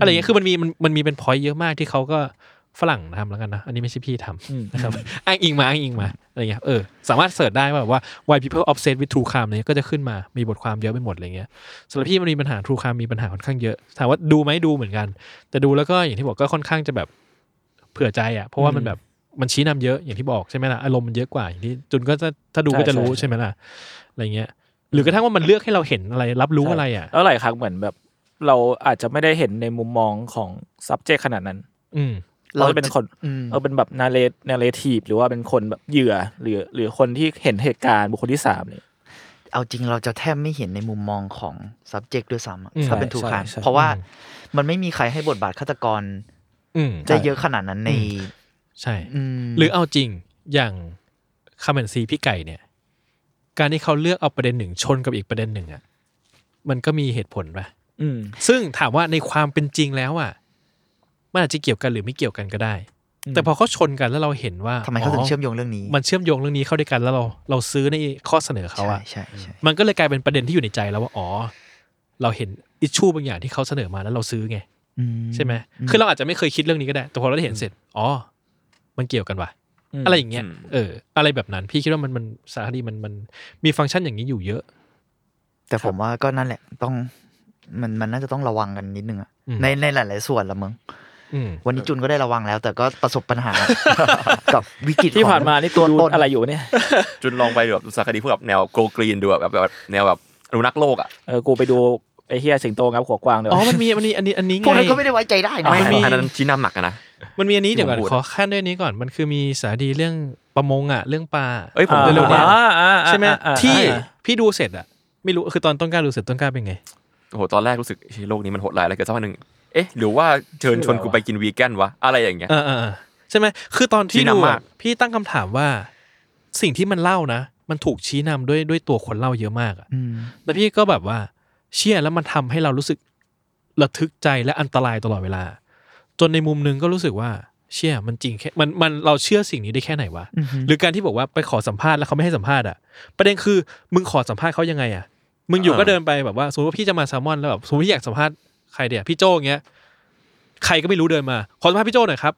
E: อะไรอย่างเงี้ยคือมันมีมันมันมีเป็นพอยต์เยอะมากที่เขาก็ฝรั่งทำแล้วกันนะ อันนี้ไม่ใช่พี่ท
C: อืม
E: ำนะครับ <laughs> อ้างอิงมาอ้างอิงมาอะไรเงี้ยเออสามารถเสิร์ชได้ว่าแบบว่า why people obsessed with true crime เนี่ยก็จะขึ้นมามีบทความเยอะไปหมดอะไรเงี้ยสำหรับพี่มันมีปัญหา true crime มีปัญหาค่อนข้างเยอะถามว่าดูไหมดูเหมือนกัน แต่ดูแล้วก็อย่างที่บอกก็ค่อนข้างจะแบบเผื่อใจอ่ะเพราะว่ามันแบบมันชี้นำเยอะอย่างที่บอกใช่ไหมล่ะอารมณ์มันเยอะกว่าอย่างที่จุนก็จะถ้าดูก็จะรู้
C: ใช่ใช่
E: ใช่ไหมล่ะอะไรเงี้ยหรือกระทั่งว่ามันเลือกให้เราเห็นอะไรรับรู้อะไรอ่ะ
C: แล้วหลายครั้งเหมือนแบบ เราอาจจะไม่ได้เห็นในมุมมองของ subject ขนาดนั้น
E: อืม
C: เราจะเป็นคน
G: อืม
C: เออเป็นแบบนาเลนาเลทีฟหรือว่าเป็นคนแบบเหยื่อ หรือ หรือคนที่เห็นเหตุการณ์บุคคลที่สามเนี่ย
G: เอาจริงเราจะแทบไม่เห็นในมุมมองของ subject ด้วยซ้ำอะ
E: อืม
G: ถ้าเป็น
C: ใช่
G: ทูคาน
C: ใช่
G: เพราะว่า
E: อืม
G: มันไม่มีใครให้บทบาทฆาตกร
E: อืม
G: ได้เยอะขนาดนั้นใน
E: ใช่
G: ม
E: หรือเอาจริงอย่างคาเมนซีพี่ไก่เนี่ย การที่เขาเลือกเอาประเด็นหนึ่งชนกับอีกประเด็นหนึ่งอ่ะมันก็มีเหตุผลปะ
C: อืม
E: ซึ่งถามว่าในความเป็นจริงแล้วอ่ะมันอาจจะเกี่ยวกันหรือไม่เกี่ยวกันก็ได้ แต่พอเขาชนกันแล้วเราเห็นว่า
G: ทำไมเขาถึงเชื่อม
E: อ
G: โยงเรื่องนี้
E: มันเชื่อมโยงเรื่องนี้เข้าด้วยกันแล้วเราเราซื้อในข้อเสนอเขา
G: ใช่
E: อ่ะ
G: ใช่ใช่
E: มันก็เลยกลายเป็นประเด็นที่อยู่ในใจแล้วว่าอ๋อเราเห็นอิชชูบางอย่างที่เขาเสนอมาแล้วเราซื้อไง
G: อื
E: ใช่ไหม คือเราอาจจะไม่เคยคิดเรื่องนี้ก็ได้ แต่พอเราได้เห็นเสร็จ อ๋อ มันเกี่ยวกันว่ะ
C: อืม
E: อะไรอย่างเงี้ย เออ อะไรแบบนั้น พี่คิดว่ามันมันสารคดีมันมันมีฟังก์ชันอย่างนี้อยู่เยอะ
G: แต่ผมว่าก็นั่นแหละต้องมันมันน่าจะต้องระวังกันนิดนึงอะ
E: อืม
G: ในในหลาย ๆ ส่วนละมึง
E: อืม
G: วันนี้จุนก็ได้ระวังแล้ว แต่ก็ประสบปัญหา กับวิกฤต
C: ที่
G: ของ
C: ผ่านมานี่ตัว
G: ตน
C: อะไรอยู่เนี่ย
D: จุนลองไปแบบสารคดีพวกแบบแนวโกลกรีนดูอะแบบแบบแนวแบบอนุรักษ์โลกอ่ะ
C: เออ กูไปดูไอ้เฮียสิงโตงับหัวกวางเดี๋ยว
E: อ๋อ มันมีมันมีอันนี้อันนี้ไง
G: พวกนั้นก็ไม่ได้ไว้ใจได้นะ
E: ไม่มี
D: อันนั้นชี้นำหนักอะนะ
E: มันมีอันนี้เดี๋ยวก่อน
D: ผมพูด
E: ขอขั้นด้วยอันนี้ก่อน มันคือมีสารคดีเรื่องประมงอ่ะ เรื่องปลา
D: เอ้ยผม
E: เร็วๆเนี่ย
C: อ่าอ่าอ่า
E: ใช่ไหม
C: อ่าอ่า
E: ที่
C: อ่า
E: พี่ดูเสร็จอ่ะ ไม่รู้ คือตอนต้นกล้าดูเสร็จต้นกล้าเป็นไง โ
D: โอ้โหตอนแรกรู้สึกเฮ้ยโลกนี้มันโหดร้ายอะไรเกิดสักวันหนึ่งเอ๊ะหรือว่าเชิญชวนกูไปกินวีแกนวะอะไรอย่างเงี้ย
E: เออเออเออใช่ไหมคือตอนที่
D: ชี้
E: ดู
D: นำมาก
E: อะพี่ตั้งคำถามว่า สิ่งที่มันเล่านะ มันถูกชี้นำด้วยด้วยตัวคนเล่าเยอะมากอะ
G: อืม
E: แล้วพี่ก็แบบว่าเชี่ยแล้วมันทำให้เรารู้สึกระทึกใจและอันตรายตลอดเวลา จนในมุมหนึงก็รู้สึกว่าเชี่ยมันจริงแค่มันมันเราเชื่อสิ่งนี้ได้แค่ไหนวะ
G: อือฮึ
E: หรือการที่บอกว่าไปขอสัมภาษณ์แล้วเขาไม่ให้สัมภาษณ์อ่ะประเด็นคือมึงขอสัมภาษณ์เขายังไงอ่ะมึงอยู่ก็เดินไปแบบว่าสมมติว่าพี่จะมาแซลมอนแล้วแบบสมมติพี่อยากสัมภาษณ์ใครเดียพี่โจ้อย่างเงี้ยใครก็ไม่รู้เดินมาขอสัมภาษณ์พี่โจ้หน่อยครับ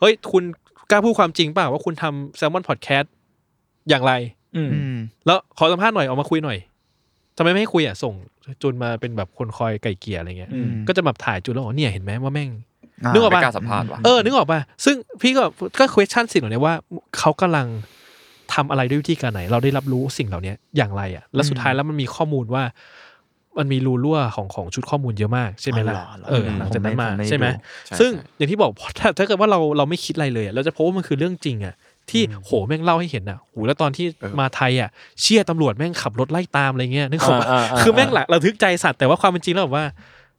E: เฮ้ยคุณกล้าพูดความจริงเปล่าว่าคุณทำแซลมอนพอดแคสต์อย่างไร
C: อืม
G: อืม
E: แล้วขอสัมภาษณ์หน่อยออกมาคุยหน่อยทำไมไม่ให้คุยอ่ะส่งจูนมาเป็นแบบคนคอยไก่เกลี่ยอะไรเงี้ย
C: อืม
E: ก็จะแบบถ่ายจูนแล้วบอกเนี่ยเห็นไหมว่าแม่ง
G: อ่า
E: นึกออก
D: ไม่
E: ปะ
D: กล้าสัมภาษณ์วะ
E: เออนึกออกปะซึ่งพี่ก็ก็ question สิ่งเหล่านี้ว่าเขากำลังทำอะไรด้วยวิธีการไหน เราได้รับรู้สิ่งเหล่านี้อย่างไรอ่ะ แล้วสุดท้ายแล้วมันมีข้อมูลว่า มันมีรูรั่วของของชุดข้อมูลเยอะมากใช่ไหมล่ะ
G: อ๋อเหรอ
E: เออหลังจากนั้นมา
G: ผมไม่ผมไม่
E: ใช่ไหม
G: ดู
D: ใช่
E: ซึ่ง
D: ใช่
E: อย่างที่บอก <laughs> ถ้าถ้าเกิดว่าเราเราไม่คิดอะไรเลยอะเราจะพบว่ามันคือเรื่องจริงอ่ะที่โหแม่งเล่าให้เห็นอ่ะโหแล้วตอนที่มาไทยอ่ะเชี่ยตำรวจแม่งขับรถไล่ตามอะไรเงี้ยนึกออกปะ
C: อ่าาา
E: คือแม่งหลักระทึกใจสัตว์แต่ว่าความเป็นจริงแล้วแบบว่า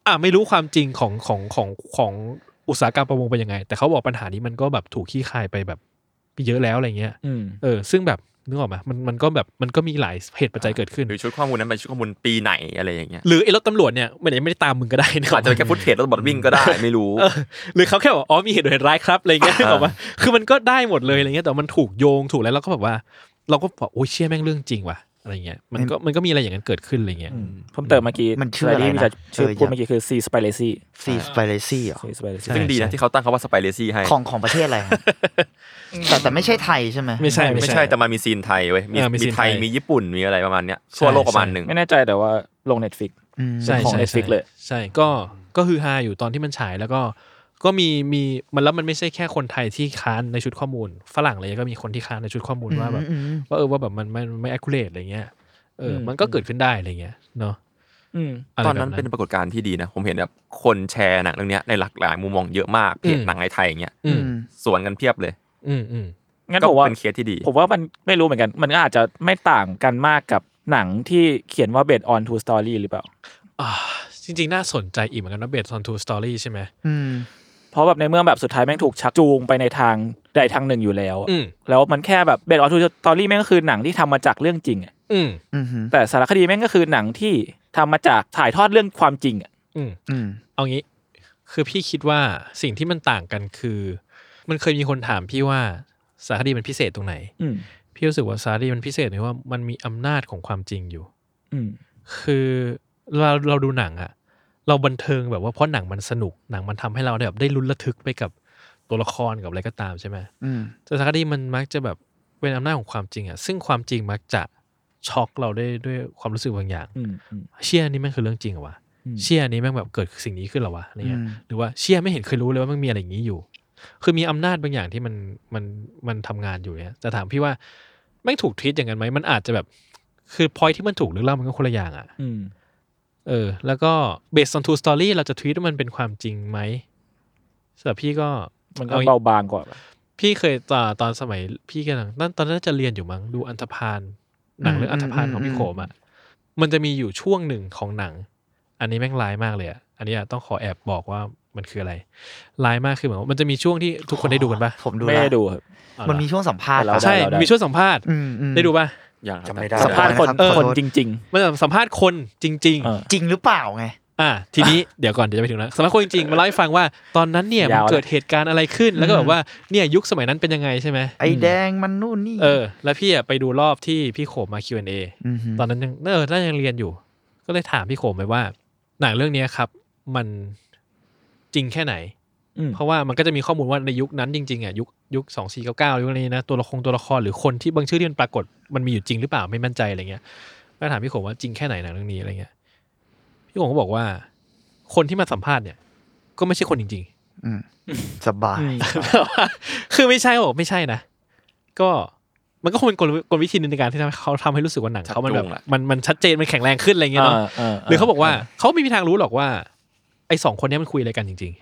E: อ่ะไม่รู้ความจริงของของของของอุตสาหกรรมประมงเป็นยังไง แต่เขาบอกปัญหานี้มันก็แบบถูกขี้คายไปแบบเยอะแล้วอะไรเงี้ย
C: อืม
E: เออซึ่งแบบนึกออกไหมมันมันก็แบบมันก็มีหลายเหตุปัจจัยเกิดขึ้น
D: หรือชุดข้อมูลนั้นเป็นชุดข้อมูลปีไหนอะไรอย่างเงี้ย
E: หรือไอ้รถตำรวจเนี่ยมันยังไม่ได้ตามมึงก็ได้นึกออ
D: อาก จ
E: ป
D: จะเป็นแค่ฟุตเทจรถบอดวิ่งก็ได้ไม่รู้
E: เออหรือเขาแค่บอกอ๋อมีเหตุด่วนเหตุร้ายครับอะไรเงี้ย
D: อ่า
E: บอกว่าคือมันก็ได้หมดเลยอะไรเงี้ยแต่มันถูกโยงถูกแล้วเราก็แบบว่า เราก็บอกโอ้ยเชี่ยแม่งเรื่องจริงว่ะอะไรเงี้ยมันก็มันก็มีอะไรอย่างนั้นเกิดขึ้นอะไรเงี้ย
C: เพิ่มเติมเมื่อกี้
G: มันชื่ออะไรนะ
C: ที่จชื่อ
G: เออ
C: พูดเมื่อกี้คือ sea spiracy
G: ซีสไปเลซี่เหรอ
C: sea spiracy
D: ซึ่งดีนะที่เขาตั้งคำว่าสไปเลซี่ให้
G: ของของประเทศ
C: <laughs>
G: อะไรฮะแต่แต่ไม่ใช่ไทยใช่ไหม
E: ไม่ใช่
D: ไม่
E: ไม่
D: ใช่
E: ใช่
D: แต่มันมีซีนไทยเว้ยมี
E: เออมีซี
D: มี
E: น
D: ไทย
E: ไทย
D: มีญี่ปุ่นมีอะไรประมาณเนี้ยทั่วโลก
E: ใช่
D: ประมาณหนึ่ง
C: ไม่แน่ใจแต่ว่าลง Netflix
G: อืม
E: ใช่
C: ของ
E: ใช่
C: Netflix
E: ใช่
C: เลย
E: ใช่ก็ก็คือฮาอยู่ตอนที่มันฉายแล้วก็ ก็มีมีมันแล้วมันไม่ใช่แค่คนไทยที่ค้านในชุดข้อมูล ฝรั่งอะไรเงี้ยก็มีคนที่ค้านในชุดข้อมูลว่าแบบ
G: อืม
E: ว่าเออว่าแบบมันมันมันไม่ accurate อะไรเงี้ยเอออ
C: ม
E: มันก็เกิดขึ้นได้อะไรเงี้ยเนาะ
C: อืม
E: อะไร
D: ตอน
E: แบบ
D: นั้นเป็นปรากฏการณ์ที่ดีนะ ผมเห็นแบบคนแชร์หนังเรื่องเนี้ยในหลากหลายมุมมองเยอะมากเพจหนังไทยอย่างเงี้ย
E: อืม
D: สวนกันเพียบเลย
E: อืมอืม
C: งั้น
D: ก็
C: ผมว่า
D: เป็นเคสที่ดี
C: ผมว่ามันไม่รู้เหมือนกัน มันก็อาจจะไม่ต่างกันมากกับหนังที่เขียนว่า based on true story หรือเปล่า
E: อ่าจริงๆ น่าสนใจอีกเหมือนกันนะเบสซอนทูสตอรี่ใช่ไหม
G: อืม
C: เพราะแบบในเมื่อแบบสุดท้ายแม่งถูกชักจูงไปในทางใดทางหนึ่งอยู่แล้วอะ
E: อืม
C: แล้วมันแค่แบบ based on true story แม่งก็คือหนังที่ทำมาจากเรื่องจริงอะ
E: อืม
G: อืมอืม
C: แต่สารคดีแม่งก็คือหนังที่ทำมาจากถ่ายทอดเรื่องความจริงอะ
E: อืม
G: อืม
E: เอางี้ คือพี่คิดว่าสิ่งที่มันต่างกันคือ มันเคยมีคนถามพี่ว่าสารคดีมันพิเศษตรงไหน
C: อืม
E: พี่รู้สึกว่าสารคดีมันพิเศษตรงที่ว่ามันมีอำนาจของความจริงอยู่
C: อืม
E: คือเราเราดูหนังอะเราบันเทิงแบบว่าเพราะหนังมันสนุกหนังมันทำให้เราได้แบบได้ลุ้นระทึกไปกับตัวละครกับอะไรก็ตามใช่ไหม
G: อืม
E: แต่สารคดีมันมักจะแบบเป็นอำนาจของความจริงอะซึ่งความจริงมักจะช็อกเราได้ด้วยความรู้สึกบางอย่าง
C: อืมอืม
E: เชี่ยนี่แม่งคือเรื่องจริงเหรอวะ
C: อืม
E: เชี่ยนี่แม่งแบบเกิดสิ่งนี้ขึ้นเหรอวะอะไร
G: อื
E: เงี้ย
G: ม
E: หรือว่าเชี่ยไม่เห็นเคยรู้เลยว่ามันมีอะไรอย่างนี้อยู่ คือมีอำนาจบางอย่างที่มันมันมันทำงานอยู่เนี่ยแต่ถามพี่ว่าแม่งถูกทวีตอย่างนั้นไหมมันอาจจะแบบคือพอยที่มันถูกหรือเล่ามันก็คนละอย่างอะ
C: อืม
E: เออแล้วก็ based on true story เราจะทวีตว่ามันเป็นความจริงไหมสำหรับพี่ก็
C: มันก็
E: เอา
C: เบาบางกว่าปะ
E: พี่เคยตอนตอนสมัยพี่กำลังนั่นตอนนั้นนาจะเรียนอยู่มั้งดูอันธพาลหนังเรื่องอันธพาลของพี่โขมอ่ะมันจะมีอยู่ช่วงหนึ่งของหนัง อันนี้แม่งร้ายมากเลยอ่ะอันนี้อะต้องขอแอบบอกว่ามันคืออะไรร้ายมากคือเหมือนว่ามันจะมีช่วงที่ทุกคนได้ดูกันปะ
G: ผมดู
C: ไม่
G: ละ
C: ได้ดูครับ
E: เอา
G: มัน
E: เหรอ
G: มีช่วงสัมภาษณ์
C: แต่เรา
G: ปะ
E: ใช่
C: ได้ได้
E: มีช่วงสัมภาษณ์
G: อืมอืม
E: ได้ดูปะ
D: อย่างครับ
F: จำไม่ได้
C: สัมภาษณ์คน
G: เออ
C: คนจริง
E: มันสัมภาษณ์คนจริง
C: เออ
E: ๆ
G: จริงหรือเปล่าไง
E: อ่าทีนี้ เดี๋ยวก่อนเดี๋ยวจะไปถึงนะสมัยคนจริงๆมาเล่าให้ฟังว่าตอนนั้นเนี่ยมัน
C: ยาวละ
E: เกิดเหตุการณ์อะไรขึ้นแล้วก็แบบว่าเนี่ยยุคสมัยนั้นเป็นยังไงใช่ไหม
G: ไอ้แดงมันนู่นนี่
E: เออ แล้วพี่อะไปดูรอบที่พี่โขมมา Q&A
G: มฮึ
E: ตอนนั้นยังเออน่าจะยังเรียนอยู่ ก็เลยถามพี่โขมไปว่า หนังเรื่องเนี้ยครับ มันจริงแค่ไหน
C: ๆอืม
E: เพราะว่ามันก็จะมีข้อมูลว่าในยุคนั้นจริงๆอ่ะยุคยุคสองสี่เก้าเก้ายุคนี้นะตัวละครตัวละครหรือคนที่บางชื่อที่มันปรากฏมันมีอยู่จริงหรือเปล่าไม่มั่นใจอะไรเงี้ยก็ถามพี่โขมว่าจริงแค่ไหนหนังเรื่องนี้อะไรเงี้ยพี่โขมก็บอกว่า คนที่มาสัมภาษณ์เนี่ย ก็ไม่ใช่คนจริง ๆ
G: อืมสบาย
E: แบบว่าคือไม่ใช่บอกไม่ใช่นะ ก็มันก็คงเป็นกลวิกลวิธีหนึงในการที่ทำให้เขาทำให้รู้สึกว่าหนังเขามันแบบ
D: ชัดเจนละ
E: มันมันชัดเจนมันแข็งแรงขึ้นอะไรเงี้ยเนาะหรือเขาบอกว่าเขาไม่มีทางรู้หรอกว่า ไอ้สองคนเนี้ยมันคุยอะไรกันจริง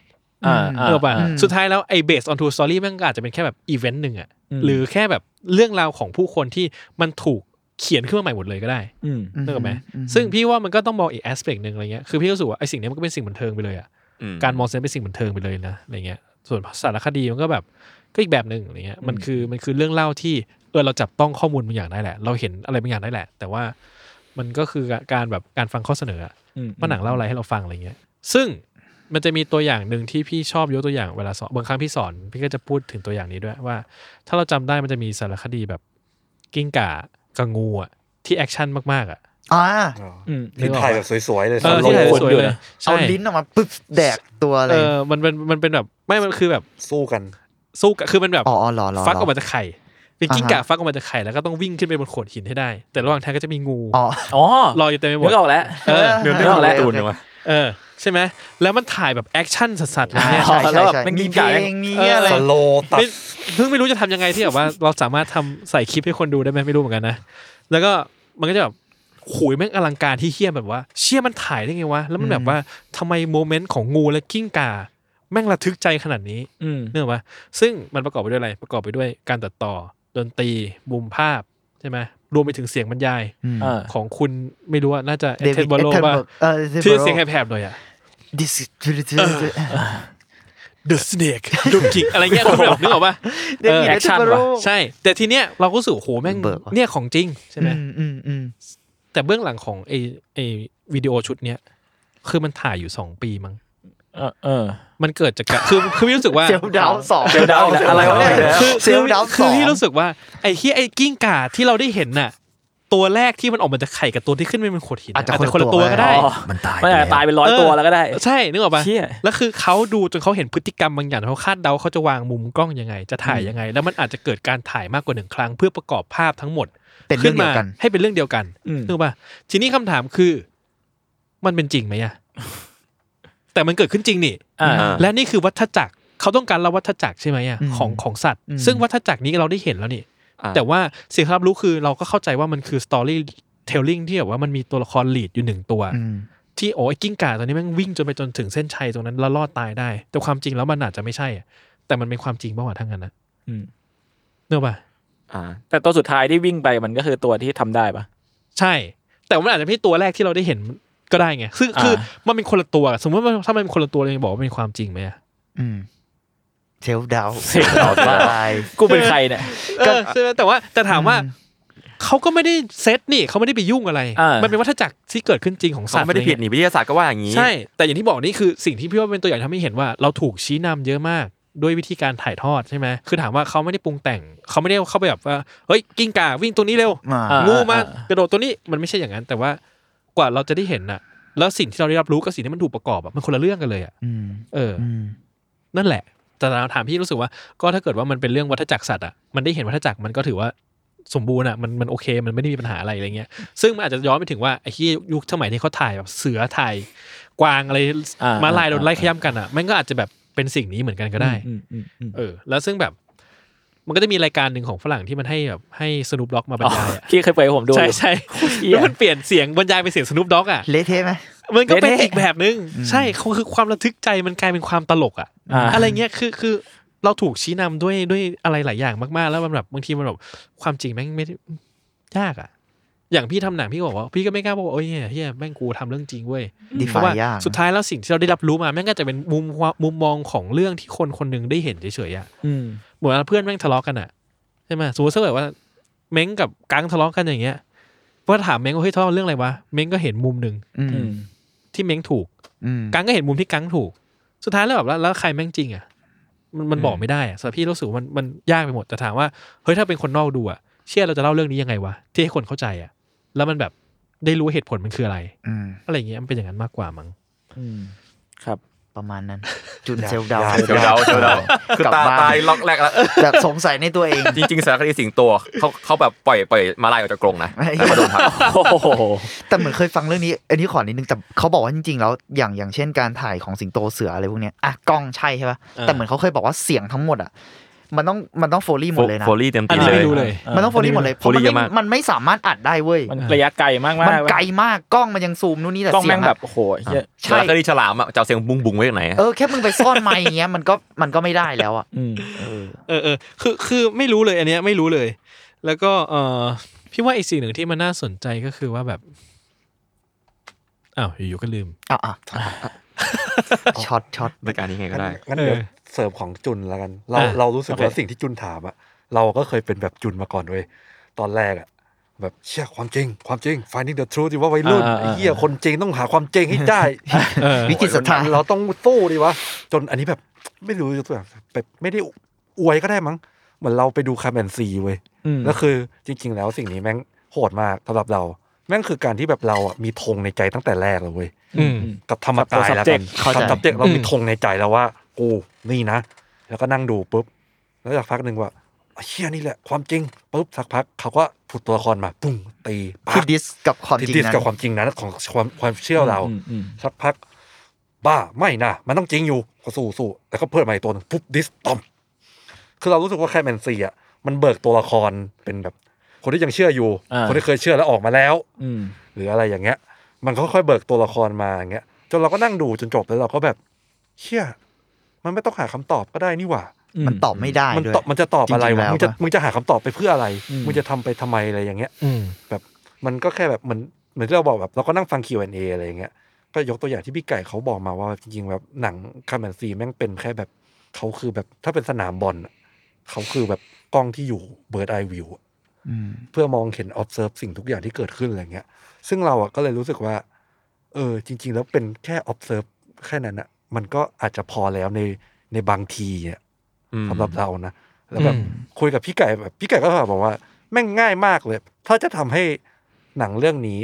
C: อ่า
E: ๆเออป่ะ
G: อืม
E: สุดท้ายแล้วไอ้เบสออนทูสตอรี่มันก็อาจจะเป็นแค่แบบอีเวนต์หนึ่งอะหรือแค่แบบเรื่องราวของผู้คนที่มันถูกเขียนขึ้นมาใหม่หมดเลยก็ได้
C: อืม
E: นึกออกไหม
G: อืม
E: ซึ่งพี่ว่ามันก็ต้องมองอีกแอสเปกหนึ่งอะไรเงี้ย คือพี่รู้สึกว่าไอ้สิ่งเนี้ยมันก็เป็นสิ่งบันเทิงไปเลยอะ
D: อืม
E: การมองเซนส์เป็นสิ่งบันเทิงไปเลยนะอะไรเงี้ย ส่วนสารคดีมันก็แบบก็อีกแบบหนึ่งอะไรเงี้ย มันคือมันคือเรื่องเล่าที่เออเราจับต้องข้อมูลบางอย่างได้แหละ เราเห็นอะไรบางอย่างได้แหละ แต่ว่ามันก็คือการแบบการฟังข้อเสนออะว่าหนังเล่าอะไรให้เราฟังอะไรเงี้ย ซึ่งมันจะมีตัวอย่างหนึ่งที่พี่ชอบยกตัวอย่างเวลาสอนบางครั้งพี่สอนพี่ก็จะพูดถึงตัวอย่างนี้ด้วยว่า ถ้าเราจำได้มันจะมีสารคดีแบบกิ้งก่ากับงูอะที่แอคชั่นมากๆอะ
G: อ่า
F: ที่ถ่ายแบบสวยๆเลย
E: เออ
F: สโล
E: ที่
F: ว์
E: ถ่ายสวยๆ
C: คนเดียว
E: เลย
C: นะ
E: ใช่
G: เอาลิ้นออกมาปึ๊บแดกตัวอะไร
E: เออมันเป็นมันเป็นแบบไม่มันคือแบบ
F: สู้กัน
E: สู้กันคือมันแบบ
G: อ๋ออ๋อหรอหรอ
E: ฟักออก
G: หร
E: มาจากไข่เป็นกิ้ง
G: อ่าฮะ
E: ก่าฟักออกมาจากไข่แล้วก็ต้องวิ่งขึ้นไปบนโขดหินให้ได้ แต่ระหว่างทางก็จะมีงู
G: อ๋อ
C: อ๋อ
E: ลอยอยู่เต็มไปหม
C: นึ
E: ด
C: กออกแล้ว
E: เออ
G: เดี๋ยว
C: นึกออกแล้ว
D: ตูนเลยวะ
E: เออใช่ไหมแล้วมันถ่ายแบบแอคชั่นสัสๆเลยเนี่ย
G: ใช่
C: แล้
G: ใช่
C: วแบบ
G: ใช่
C: แม่ง
G: มี
C: ยิ่งใหญ่
G: เพลงมีอะไร
F: สโลว์ตัด
E: ไม่เพิ่งไม่รู้จะทำยังไงที่แบบว่า เราสามารถทำใส่คลิปให้คนดูได้ไหมไม่รู้เหมือนกันนะ แล้วก็มันก็จะแบบโหุยแม่งอลังการที่เฮี้ยแบบว่า เชี่ยมันถ่ายได้ไงวะ แล้วมันแบบว่าทำไมโมเมนต์ของงูและกิ้งก่า แม่งระทึกใจขนาดนี้
C: อืม
E: เนื่องวะซึ่งมันประกอบไปด้วยอะไร ประกอบไปด้วยการตัดต่อดนตรีมุมภาพใช่ไหมรวมไปถึงเสียงบรรยาย
G: อืม
C: อ่า
E: ของคุณไม่รู้ว่าน่าจะเอ
G: เด
E: เท
G: วิด
E: นบอลโล
G: เอเทน
E: ว่า
G: เบิร์กเออเดวิด
E: ที่
G: เอเท
E: เสียง
G: นเบิร์ก
E: แผบๆหน่อยอะ
G: ดิสเ
E: The Snake ดุกจิกอะไรเงี้ยคุณแบบนึกออกปะ
G: ดวิดเอเทนเบิร์ก
E: ใช่ แต่ทีเนี้ยเราก็รู้สึกโอ้โหแม่ง
G: เบิกว่ะ
E: เนี่ยของจริงใช่ไหม
G: อืมอืมอืม
E: แต่เบื้องหลังของไอไอวิดีโอชุดเนี้ยคือมันถ่ายอยู่สองปีมั้ง
C: เออเออ
E: มันเกิดจากการ <laughs> คือคือพี่รู้สึกว่า
G: เซลดาวสอง
C: เซลล์ดาวน์อีกแล้วอะไรวะเนี่ย
E: คือ
G: เซลล์ดาวน์
E: คือ
G: สอง
E: พี่รู้สึกว่าไอที่ไอกิ้งก่าที่เราได้เห็นน่ะ ตัวแรกที่มันออกมาจากไข่กับตัวที่ขึ้นไปเป็นขวดหินน่ะ
G: อาจจะ
E: อาจจะ
G: ค
E: คน น
G: ละ
E: ละ
G: ตั
E: ตัว วก็ได้
G: อ๋อ
D: มันตาย
C: มันอาจจะตายเป็นร้อย
E: เออ
C: ตัวแล้วก็ได้
E: ใช่นึกออกปะ
C: เชี่ย
E: แล้วคือเขาดูจนเขาเห็นพฤติกรรมบางอย่างเขาคาดเดาเขาจะวางมุมกล้องยังไง จะถ่ายยังไง แล้วมันอาจจะเกิดการถ่ายมากกว่าหนึ่งครั้ง เพื่อประกอบภาพทั้งหมด
G: เป็นเรื่องเดียวกัน
E: ขึ้มาให้เป็นเรื่องเดียวกัน
C: อืม
G: <laughs>
E: นึกว่าทีนี้คำถามคือ มันเป็นจริงไหมอะ แต่มันเกิดขึ้นจริงนี่
C: อ่า
E: และนี่คือวัฏจักรเขาต้องการเราวัฏจักรใช่ไหมอ่ะ
G: อืม
E: ของของสัตว์
G: อืม
E: ซึ่งวัฏจักรนี้เราได้เห็นแล้วนี่
D: อ่า
E: แต่ว่าสิ่งที่รับรู้คือเราก็เข้าใจว่ามันคือสตอรี่เทลลิงที่แบบว่ามันมีตัวละครลีดอยู่หนึ่งตัว
G: อืม
E: ที่โอ้ยกิ้งก่าตัวนี้แม่งวิ่งจนไปจนถึงเส้นชัยตรงนั้นแล้วรอดตายได้ แต่ความจริงแล้วมันอาจจะไม่ใช่อะแต่มันเป็นความจริงบ้างวะทั้งนั้นนะ
C: อืม
E: เนอะปะ
D: อ่า
C: แต่ตัวสุดท้ายที่วิ่งไปมันก็คือตัวที่ทำได้ปะ
E: ใช่ แต่มันอาจจะไม่ใช่ตัวแรกที่เราได้เห็นก็ได้ไงซึ่ง
C: อ่า
E: คือมันเป็นคนละตัว สมมติว่าถ้ามันเป็นคนละตัวเลยงบอกว่าเป็นความจริงไหมอะ
G: อืมเซลดาว
D: Self-doubt
G: ตาย
C: กูเป็นใครเนี่ย
E: เออใช่ไหมแต่ว่าแต่ถามว่าเขาก็ไม่ได้เซตนี่เขาไม่ได้ไปยุ่งอะไร
C: อ่ามั
E: มันเป็นวัฏจักรที่เกิดขึ้นจริงของสัต
D: เขา
E: ว์
D: ไม่ได้ผิด
E: อะไรเงี้ย
D: นี่วิทยาศาสตร์ก็ว่าอย่างนี้
E: ใช่ แต่อย่างที่บอกนี่คือสิ่งที่พี่ว่าเป็นตัวอย่างทำให้เห็นว่าเราถูกชี้นำเยอะมากด้วยวิธีการถ่ายทอดใช่ไหมคือถามว่าเขาไม่ได้ปรุงแต่งเขาไม่ได้เข้าไปแบบว่าเฮ้ยกิ้งก่าวิ่งตัวนี้เร็ว
G: มา
C: อ่า
E: งูมากระโดดตัวนี้มันไม่ใช่อย่างนั้น แต่ว่ากว่าเราจะได้เห็นน่ะ แล้วสิ่งที่เราได้รับรู้กับสิ่งที่มันถูกประกอบอะมันคนละเรื่องกันเลยอะ
G: อืม
E: เอออ
G: อืม
E: นั่นแหละ แต่เราถามพี่รู้สึกว่า ก็ถ้าเกิดว่ามันเป็นเรื่องวัฏจักรสัตว์อ่ะ มันได้เห็นวัฏจักรมันก็ถือว่าสมบูรณ์อ่ะ มันมันโอเค มันไม่ได้มีปัญหาอะไรอะไรเงี้ย ซึ่งมันอาจจะย้อนไปถึงว่าไอ้ที่ยุคสมัยที่เขาถ่ายแบบเสือถ่าย กวางอะไร
C: อ่า
E: มาลายโดนไล่
C: อ่า
E: ขย้ำกันอ่ะ มันก็อาจจะแบบเป็นสิ่งนี้เหมือนกันก็ได้
C: อืมอืมอืม
E: เออ แล้วซึ่งแบบ มันก็จะมีรายการหนึ่งของฝรั่งที่มันให้แบบให้สนุปด็อกมาบรรยายอ่ะ
C: พี่เคยเปิดให้ผมดู
E: ใช่ใช่
C: เหี้ย
E: แล้วมันเปลี่ยนเสียงบรรยายเป็นเสียงสนุปด็อกอ่ะ
G: เละเทะไหม
E: มันก็เป็น
C: เละๆ
E: อีกแบบนึง ใช่เขาคือความระทึกใจมันกลายเป็นความตลกอ่ะ
C: อ่า
E: อะไรเงี้ยคือคือเราถูกชี้นำด้วยด้วยอะไรหลายอย่างมากๆ แล้วมันแบบบางทีมันแบบความจริงแม่งไม่ได้ยากอ่ะ อย่างพี่ทำหนังพี่ก็บอกว่าพี่ก็ไม่กล้าบอกว่าโอ้ยเฮียเฮียแม่งกูทำเรื่องจริงเว้ย
G: Define
E: เพราะว่าย
G: ากนะ
E: สุดท้ายแล้วสิ่งที่เราได้รับรู้มาแม่งก็จะเป็นมุมวะมุมมองของเรื่องที่คนคนหนึ่งได้เห็นเฉยๆอ่ะ
C: อืม
E: เหมือนเพื่อนแม่งทะเลาะกันอ่ะใช่ไหมสมมติถ้าเกิดว่าเม้งกับกังทะเลาะกันอย่างเงี้ยว่าถามเม้งว่าเฮ้ยทะเลาะกันเรื่องอะไรวะเม้งก็เห็นมุมหนึ่ง
G: อืม
C: อืม
E: ที่เม้งถูก
G: อืม
E: กังก็เห็นมุมที่กังถูก สุดท้ายแล้วแบบแล้วแล้วใครแม่งจริงอ่ะ มันมันบอกไม่ได้อ่ะสำหรับพี่รู้สึกว่ามันมันยากไปหมด แต่ถามว่า เฮ้ยถ้าเป็นคนนอกดูอ่ะ เชื่อเราจะเล่าเรื่องนี้ยังไงวะ ที่ให้คนเข้าใจอ่ะ แล้วมันแบบได้รู้เหตุผลมันคืออะไร
G: อืม
E: อะไรอย่างเงี้ยมันเป็นอย่างนั้นมากกว่ามั้ง
C: อืมครับ
G: ประมาณนั้น จุดเซลดาว
D: เดี๋ยวเดาเดี๋ยวเดาคือก
G: ลับ
D: ตา
G: บ้า
D: ตาย
G: น
D: ล็อกแรกแล้ว <laughs>
G: แบบสงสัยในตัวเอง
D: จริงๆสารคดีสิงโตเขาเขาแบบปล่อยปล่อยมาลายออกจากกรงนะแล้วมาโดนทับ
C: โอ้โห
G: แต่เหมือนเคยฟังเรื่องนี้ อันนี้ขอนิดนึงแต่เขาบอกว่าจริงๆแล้วอย่างอย่างเช่นการถ่ายของสิงโตเสืออะไรพวกเนี้ยอ่ะกล้องใช่ใช่ป่ะแต่เหมือนเขาเคยบอกว่าเสียงทั้งหมดอ่ะมันต้องมันต้องโฟลี่หมดเลยนะ
D: โฟลี่เต็ม
E: อัน
D: ที่
E: นี้
D: เล
E: ไม่
D: ย
E: รู้เลย
C: อ่ามั
G: มันต้องโฟลี่หมดเลยเพราะมัน
D: เย
G: ไม่
D: อะมาก
G: มันไม่สามารถอัดได้เว้ย
C: มันระยะไกลมากๆ
G: มันไกลมากกล้องมันยังซูมนู่นนี่แต่
C: กล้อง
G: เสีย
C: แม่
G: ง
C: ง
G: อะ
C: แบบโอ้โหเหี้ย
G: ใช่
D: สารคดีฉลามอ่ะจะเอาเสียงบุ้งบุ้งไว้จากไหนอะ
G: เออแค่มึงไปซ่อนไมค์อย่างเงี้ยมันก็มันก็ไม่ได้แล้วอ่ะ
C: อืม
G: เออ
E: เออเออคือคือไม่รู้เลยอันเนี้ยไม่รู้เลย แล้วก็เออพี่ว่าอีกสิ่งหนึ่งที่มันน่าสนใจก็คือว่าแบบอ้าวอยู่ๆก็ลืม
G: อ่ะอ่ะช็อตช็อต
D: รายการนี้ไงก็ได้
F: งั้นเดี๋ยว
E: เออ
F: เสริมของจุนละกัน เรา
E: อ่ะ
F: เรารู้สึกว่า
E: โอเค
F: สิ่งที่จุนถามอะเราก็เคยเป็นแบบจุนมาก่อนเว้ยตอนแรกอะแบบเชื่อความจริง ความจริง finding the truth ดิว่าวัยรุ่น
C: อ่าอ่า
F: ไอ้เหี้ยคนจริงต้องหาความจริงให้ได้
E: <laughs> เออ
G: วิกฤตศรัทธา
F: เราต้องสู้ดีวะ จนอันนี้แบบไม่รู้จะตัวอย่างแบบไม่ได้อวยก็ได้มั้ง เหมือนเราไปดูคาแมนซีเว้ย
C: อืม
F: แล้วคือจริง ๆ แล้วสิ่งนี้แม่งโหดมากสำหรับเรา แม่งคือการที่แบบเราอะมีธงในใจตั้งแต่แรกเลยเว้ย
E: อืม
F: กับธรรมกายแล้วกัน
C: subject
G: เข้าใจ
F: กับ subject เรามี
E: อืม
F: ธงในใจแล้วว่า กูนี่นะ แล้วก็นั่งดูปุ๊บ แล้วจากพักหนึ่งว่าไอ้เชี่ยนี่แหละความจริงปุ๊บสักพักเขาก็ผุดตัวละครมาปุ้งตีปั๊
G: ที่
F: บ
G: ดิสกับความจริง
F: ที่
G: นั้น
F: กับความจริงนั้นของความความเชื่อเรา
C: อืมอืม
F: สักพัก บ้าไม่นะมันต้องจริงอยู่ก็สู้สู้แล้วก็เพิ่มมาอีกตัวหนึงปุ๊บดิสตอมคือเรารู้สึกว่าแค่แมนซีอ่ะมันเบิกตัวละครเป็นแบบ คนที่ยังเชื่ออยู่
C: อ่า
F: คนที่เคยเชื่อแล้วออกมาแล้ว
C: อืม
F: หรืออะไรอย่างเงี้ย มันค่อยๆเบิกตัวละครมาอย่างเงี้ย จนเราก็นั่งดูจนจบแล้วเราก็แบบเชี่ยมันไม่ต้องหาคำตอบก็ได้นี่หว่า
G: มันตอบไม่ได้
F: มัน
G: ด้วย
F: ตอบมันจะตอบอะไร
G: จงๆ
F: วะ
G: แล้ว
F: มึงจะมึงจะหาคำตอบไปเพื่ออะไร
C: อืม
F: มึงจะทำไปทำไมอะไรอย่างเงี้ย
E: อืม
F: แบบมันก็แค่แบบเหมือนเหมือนที่เราบอกแบบเราก็นั่งฟัง Q&A อะไรอย่างเงี้ยก็ยกตัวอย่างที่พี่ไก่เขาบอกมาว่าจริงๆแบบหนังคาแมนซีแม่งเป็นแค่แบบเขาคือแบบถ้าเป็นสนามบอลน่ะเขาคือแบบกล้องที่อยู่เบิร์ดไอวิว
G: อืม
F: เพื่อมองเห็น observe สิ่งทุกอย่างที่เกิดขึ้นอะไรเงี้ย ซึ่งเราอะก็เลยรู้สึกว่า เออ จริง ๆ แล้วเป็นแค่ observe แค่นั้นอะมันก็อาจจะพอแล้วในในบางทีอะ สำหรับเรานะ แล้วแบบ
E: อืม
F: คุยกับพี่ไก่แบบพี่ไก่ก็บอกว่าแม่งง่ายมากเลย ถ้าจะทำให้หนังเรื่องนี้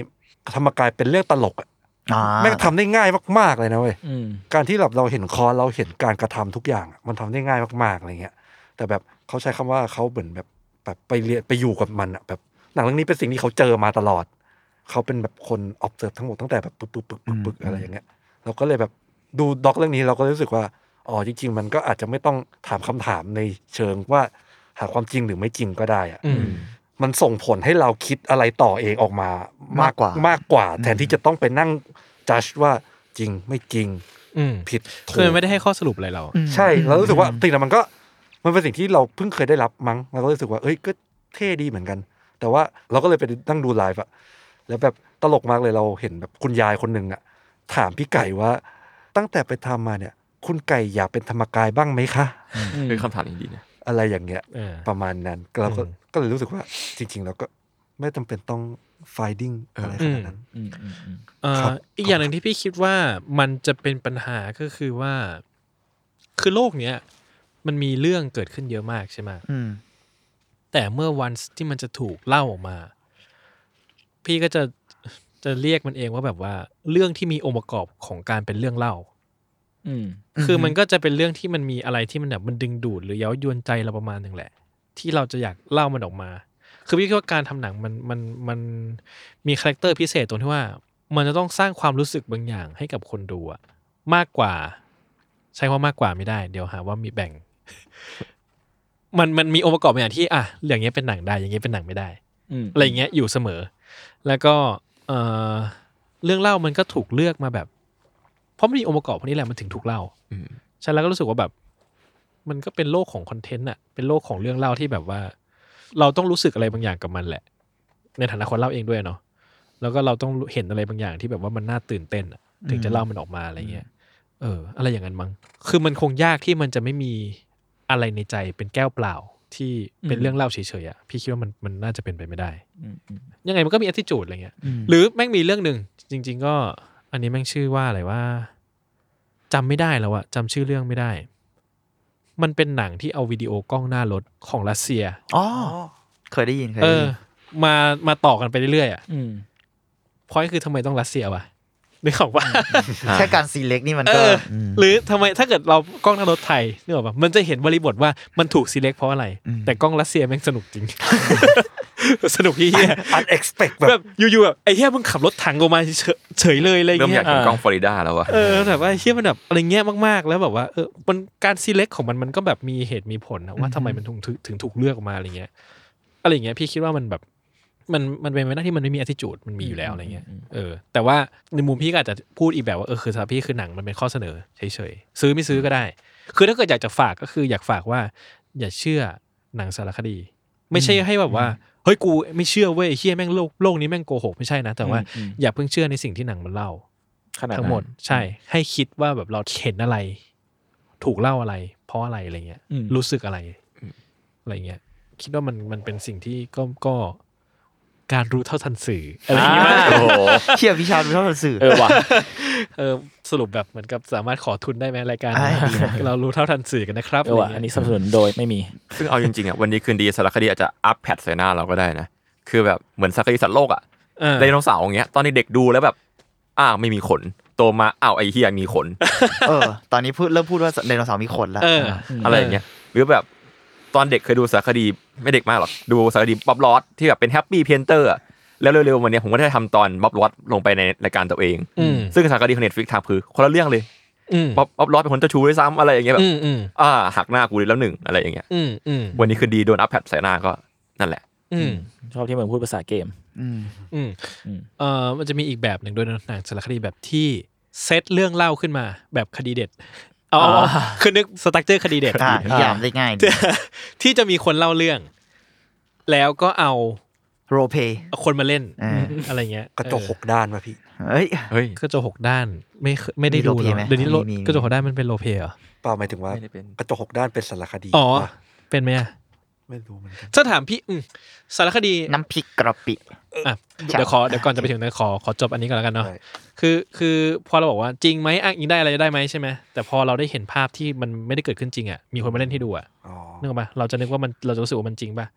F: ธรรมกายเป็นเรื่องตลกอะ
G: อ่า
F: แม่งทำได้ง่ายมากๆเลยนะเว้ย
C: อืม
F: การที่แบบเราเห็นคอนเราเห็นการกระทำทุกอย่างอะมันทำได้ง่ายมากๆอะไรเงี้ย แต่แบบเขาใช้คำว่าเขาเหมือนแบบแบบไปเรียนไปอยู่กับมันอะแบบหนังเรื่องนี้เป็นสิ่งที่เขาเจอมาตลอด เขาเป็นแบบคน observe ทั้งหมดตั้งแต่แบบปึ๊บปึ๊บปึ๊บปึ๊บปึ๊บอะไรอย่างเงี้ยเราก็เลยแบบ ดูด็อกเรื่องนี้เราก็รู้สึกว่าอ๋อจริง ๆ มันก็อาจจะไม่ต้องถามคำถามในเชิงว่าหาความจริงหรือไม่จริงก็ได้อะ
E: อืม
F: มันส่งผลให้เราคิดอะไรต่อเองออกมา
G: าม
F: มาก
G: กว่าม
F: มากกว่า แทนที่จะต้องไปนั่งจัดว่าจริงไม่จริง
E: อืม
F: ผิดถู
E: คือก มันไม่ได้ให้ข้อสรุปอะไรเรา
G: อืม
F: ใช่แล้วรู้สึกว่าสิ่งนั้นมันก็มันเป็นสิ่งที่เราเพิ่งเคยได้รับมั้งเราก็รู้สึกว่าเอ้ยก็เท่ดีเหมือนกัน แต่ว่าเราก็เลยไปนั่งดูไลฟ์อะแล้วแบบตลกมากเลยเราเห็นแบบคุณยายคนหนึ่งอะถามพี่ไก่ว่า ตั้งแต่ไปทำมาเนี่ย คุณไก่อยากเป็นธรรมกายบ้างไหมคะ
D: คือคำถามนี้ดีนะ
F: อะไรอย่างเงี้ย
E: เออ
F: ประมาณนั้นเราก็
E: อืม
F: ก็เลยรู้สึกว่าจริงๆเราก็ไม่จำเป็นต้อง finding อะไรขนาดนั้น
G: อืมอืมอืม
E: เอ่อ
F: ครับ
E: อีกอย่างหนึ่งที่พี่คิดว่ามันจะเป็นปัญหาก็คือว่า คือโลกเนี้ยมันมีเรื่องเกิดขึ้นเยอะมากใช่ไหม
G: อืม
E: แต่เมื่อวันที่มันจะถูกเล่าออกมา พี่ก็จะจะเรียกมันเองว่าแบบว่า เรื่องที่มีองค์ประกอบของการเป็นเรื่องเล่า
C: อืม
E: คือมันก็จะเป็นเรื่องที่มันมีอะไรที่มันแบบมันดึงดูดหรือเย้ายวนใจเราประมาณหนึ่งแหละ ที่เราจะอยากเล่ามันออกมา คือพี่คิดว่าการทำหนังมันมันมันมีคาแรคเตอร์พิเศษตรงที่ว่า มันจะต้องสร้างความรู้สึกบางอย่างให้กับคนดูอะมากกว่า ใช้คำว่ามากกว่าไม่ได้ เดี๋ยวหาว่ามีแบ่ง <laughs> มันมันมีองค์ประกอบบางอย่างที่อ่ะอย่างเงี้ยเป็นหนังได้ อย่างเงี้ยเป็นหนังไม่ได้
C: อืม
E: อะไรอย่างเงี้ยอยู่เสมอ แล้วก็เอ่อเรื่องเล่ามันก็ถูกเลือกมาแบบ เพราะมันมีองค์ประกอบพวกนี้แหละมันถึงถูกเล่า
D: อืม
E: ใช่แล้วก็รู้สึกว่าแบบ มันก็เป็นโลกของคอนเทนต์อะเป็นโลกของเรื่องเล่าที่แบบว่า เราต้องรู้สึกอะไรบางอย่างกับมันแหละ ในฐานะคนเล่าเองด้วยเนาะแล้วก็เราต้องเห็นอะไรบางอย่างที่แบบว่ามันน่าตื่นเต้นอะถึงจะเล่ามันออกมาอะไรเงี้ยเออ อะไรอย่างนั้นมั้งคือมันคงยากที่มันจะไม่มีอะไรในใจเป็นแก้วเปล่า ที่เป็นเรื่องเล่าเฉยๆอะพี่คิดว่ามันมันน่าจะเป็นไปไม่ได้
C: อืมอืม
E: ยังไงมันก็มี attitude อะไรเงี้ย
G: อืม
E: หรือแม่งมีเรื่องหนึ่งจริง ๆ ก็ อันนี้แม่งชื่อว่าอะไรว่าจำไม่ได้แล้วอะจำชื่อเรื่องไม่ได้ มันเป็นหนังที่เอาวิดีโอกล้องหน้ารถของรัสเซีย
G: อ๋อเคยได้ยินเคย
E: เอ
G: ได้
E: อ
G: ยิน
E: มามาต่อกันไปเรื่อยๆอะ
C: อืม
E: พอยคือทำไมต้องรัสเซียวะนึกออกปะ
G: แค่การซีเล็กนี่มัน
E: เอ
G: ก็
E: ออ
G: ม
E: หรือทำไมถ้าเกิดเรากล้องหน้ารถไทยนึกออกปะมันจะเห็นบริบทว่ามันถูกซีเล็กเพราะอะไร
G: อืม
E: แต่กล้องรัสเซียแม่งสนุกจ
D: <laughs>
E: ริง สนุกที่เฮีย
F: unexpect แบ
E: แบบ บอยู่ๆแบบไอ้เฮียมึงขับรถถังออกมาเฉยเฉยเลยอะไร
D: เริ่มอ
E: เงี้
D: ยาก
E: ย
D: เห็นกล้องฟลอริดาแล้วอะ
E: เออแบบว่าไอ้เฮียมันแบบอะไรเงี้ยมากๆ แล้วแบบว่าเออมันการซีเล็กของมันมันก็แบบมีเหตุมีผลนะว่าทำไมมันถึงถึงถึงถูกเลือกออกมาอะไรเงี้ยอะไรเงี้ยพี่คิดว่ามันแบบมันมันเป็นไปได้ที่มันไม่มี attitude มันมีอยู่แล้วอะไรเงี้ยเออแต่ว่าในมุมพี่ก็อาจจะพูดอีกแบบว่าเออคือสำหรับพี่คือหนังมันเป็นข้อเสนอเฉยๆซื้อไม่ซื้อก็ได้ คือถ้าเกิดอยากจะฝากก็คืออยากฝากว่า อย่าเชื่อหนังสารคดี ไม่ใช่ให้แบบว่าเฮ้ยกูไม่เชื่อเว้ยไอ้เฮียแม่งโลกโลกนี้แม่งโกหกไม่ใช่นะแต่ว่าอย่าเพิ่งเชื่อในสิ่งที่หนังมันเล่า
C: ขนาด
E: ทั้
C: นั้
E: ง
C: น
E: หมดใช่ ให้คิดว่าแบบเราเห็นอะไร ถูกเล่าอะไร เพราะอะไรอะไรเงี้ย
C: อืม
E: รู้สึกอะไรอะไรเงี้ย คิดว่ามันมันเป็นสิ่งที่ก็ก็การรู้เท่าทันสื่ออะไรอย่างเงี้ยมั้ย
C: โอ้โห
G: เชี่ยวิชาดูเท่ากับสื่อ
C: เออว่ะ
E: เออสรุปแบบเหมือนกับสามารถขอทุนได้ไหมรายการ
G: ได้ดีนะ
E: เรารู้เท่าทันสื่อกันนะครับ
C: เออว่ะ
E: ะไรเงี้ย
C: อันนี้สนับสนุนโดยไม่มี
D: ซึ่งเอาจริงๆอะวันนี้คืนดีสารคดีอาจจะอัพแพดใส่หน้าเราก็ได้นะคือแบบเหมือนสารคดีสัตว์โลกอะ
E: เออ
D: ไดโนเสาร์อย่างเงี้ยตอนเด็กๆดูแล้วแบบ อ้าวไม่มีขน โตมาอ้าวไอเฮียมีขน
G: เออ ตอนนี้พูดเริ่มพูดว่าไดโนเสาร์มีขนแล้ว
E: เออ
D: อะไรอย่างเงี้ยหรือแบบตอนเด็กเคยดูสารคดีไม่เด็กมากหรอกดูสารคดีบ๊อบลอสที่แบบเป็นแฮปปี้เพนเตอร์แล้วเร็วๆวันเนี้ยผมก็ได้ทำตอนบ๊อบลอสลงไปในรายการตัวเอง
E: อืม
D: ซึ่งสารคดีของเน็ตฟลิกทำคือคนละเรื่องเลย
E: อืม
D: บ๊อบบ๊อบลอสเป็นคนเจ้าชู้ด้วยซ้ำอะไรอย่างเงี้ยแบ
E: อื
D: บ
E: มอืม
D: อ่าหักหน้ากูแล้วหนึ่งอะไรอย่างเงี้ย
E: อืมอืม
D: วันนี้คือดีโดนอัพแพดใส่หน้าก็นั่นแหละ
E: อืม
C: ชอบที่เหมือนพูดภาษาเกม
G: อืม
E: อืม
C: อืม
E: เอ่อมันจะมีอีกแบบหนึ่งด้วยนะหนังสารคดีแบบที่เซตเรื่องเล่าขึ้นมาแบบคดีเด็ดเอาเอาเอาคือนึกสตั๊กเจอร์คดีเด็ด
G: อ่านิยามได้ง่ายดี
E: ที่จะมีคนเล่าเรื่อง แล้วก็เอา
G: โรเป
E: เอาคนมาเล่น
G: อ่า
E: อะไรเงี้ย
F: กระจกห
E: เออก
F: ด้านมาพี่
G: เฮ้ย
D: เฮ้ย
E: กระจกหกด้านไม่เคยไม่ได้ดูหรอ
G: มี role play ไหม
E: เดี๋ยวนี้โล
G: มีมี
E: กระจกหกด้านมันเป็นโรลเพลย์เหรอ
F: เปล่าหมายถึงว่า
D: ไม่ได้เป็น
F: กระจกหกด้านเป็นสารคดี
E: อ๋อ
F: ป่ะ
E: เป็นไหมอะ
F: ไม่รู้เหมือนกัน
E: ถ้าถามพี่อืมสารคดี
G: น้ำพริกกระปิ
E: อ่ะ
G: ใช่
E: เดี๋ยวขอเดี๋ยวก่อนจะไปถึงนั้นขอขอจบอันนี้ก่อนแล้วกันเนาะ
F: ใช่
E: คือคือพอเราบอกว่าจริงไหมอ้างอิงได้อะไรได้ไหมใช่ไหมแต่พอเราได้เห็นภาพที่มันไม่ได้เกิดขึ้นจริงอ่ะมีคนมาเล่นให้ดูอ่ะ
F: อ๋อ
E: นึกออกปะเราจะนึกว่ามันเราจะรู้สึกว่ามันจริงป่ะ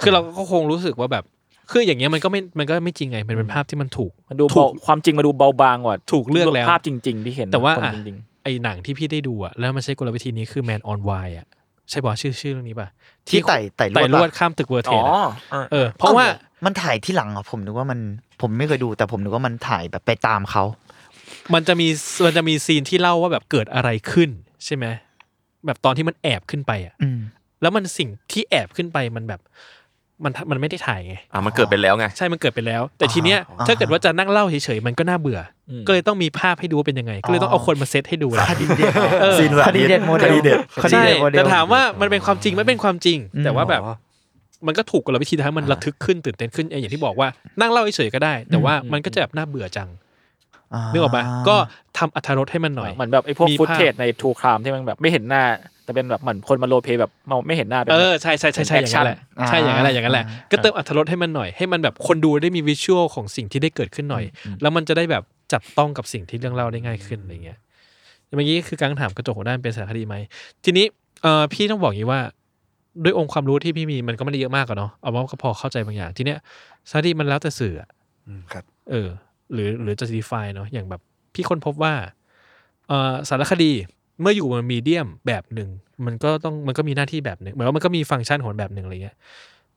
E: คือเราก็คงรู้สึกว่าแบบคืออย่างเงี้ยมันก็ไม่มันก็ไม่จริงไงมันเป็นภาพที่มันถูก
C: มันดู
E: ถู
C: เบาก ความจริงมาดูเบาบางกว่า
E: ถูกเลือกแล้ว
C: ภาพจริง ๆ ที่เห็น
E: แต่ว่า
C: คน
E: อ่ะ
C: จริง
E: ไอหนังที่พี่ได้ดูอ่ะแล้วมันใช้กลวิธีนี้คือ Man on Wire อ่ะใช่ป่ะชื่อชื่อเรื่องนี้ป่ะ
G: ที่ไต่ไต่ลวด
E: ไต่ลวด
G: ปะ
E: ข้ามตึกเวอร์
C: ๆ
E: เท
C: อ๋
E: น
C: อ
E: อะ
C: อ่ะ
E: เออเพราะว่า
G: อ้มันถ่ายที่หลังเหรอ่ะผมนึกว่ามันผมไม่เคยดูแต่ผมนึกว่ามันถ่ายแบบไปตามเขา
E: มันจะมีมันจะมีซีนที่เล่าว่าแบบเกิดอะไรขึ้นใช่ไหมแบบตอนที่มันแอบขึ้นไปอ่ะ
G: อืม
E: แล้วมันสิ่งที่แอบขึ้นไปมันแบบมันมันไม่ได้ถ่ายไง
D: อ่ะมันเกิดไปแล้วไง
E: ใช่มันเกิดไปแล้ว แต่ทีเนี้ย
G: อ่า
E: ถ้าเกิดว่าจะนั่งเล่าเฉยๆมันก็น่าเบื่ออ
C: ม
E: ก็เลยต้องมีภาพให้ดูว่าเป็นยังไง ก็เลยต้อง
G: อ๋อ
E: เอาคนมาเซตให้ดูแล้ว
G: คดีเด็ด
E: เออ
D: ซีนสา
G: ค
D: ธิต
G: ดีเด็ดโมเดล
D: คดีเด็ด
G: คดี
E: ใช่
G: เด็ดโมเดล
E: แต่ถามว่ามันเป็นความจริงไหม่เป็นความจริง
G: อืม
E: แต่ว่าแบบ มันก็ถูกกลวิธีทำให้มันระทึกขึ้นตื่นเต้นขึ้นอย่างที่บอกว่านั่งเล่าเฉยๆก็ได้ แต่ว่ามันก็จะแบบน่าเบื่อจัง
G: อ่า
E: นึกออกปะก็ทำอัธรสให้มันหน่อย
C: เหมือนแบบไอ้พวก
E: มี
C: ฟุต
E: ภาพ
C: เทจในทูครามที่มันแบบไม่เห็นหน้า แต่เป็นแบบเหมือนคนมาโรลเพลย์แบบมาไม่เห็นหน้าเป็น
E: เอ
C: แบบ
E: อใช่ใช่ใช่ใช่อย่างนั้นแหละ
G: อ่า
E: ใช่อย่างนั้นแหละอย่างนั้นแหละ
G: อ่า
E: ก็เติมอัธรสให้มันหน่อยให้มันแบบคนดูได้มีวิชวลของสิ่งที่ได้เกิดขึ้นหน่อย แล้วมันจะได้แบบจับต้องกับสิ่งที่เรื่องเล่าได้ง่ายขึ้นอะไรเงี้ยเมื่อกี้คือการถามกระจกหัวด้านเป็นสารคดีไหมทีนี้เออพี่ต้องบอกอย่างนี้ว่า ด้วยองค์ความรู้ที่พี่มีมันก็ไม่ได้เยอะมากอะเนาะเอาว่าก็พอเข้าใจบางอย่างทีเนี้ยสารคดีมันแล้วแต่สื่ออะ
F: อืมครับ
E: เออหรือหรือจะ define เนาะอย่างแบบพี่ค้นพบว่าเอ่อสารคดีเมื่ออยู่บนมีเดียมแบบหนึ่ง มันก็ต้องมันก็มีหน้าที่แบบหนึ่งเหมือนว่ามันก็มีฟังก์ชันของมันแบบหนึ่งอะไรเงี้ย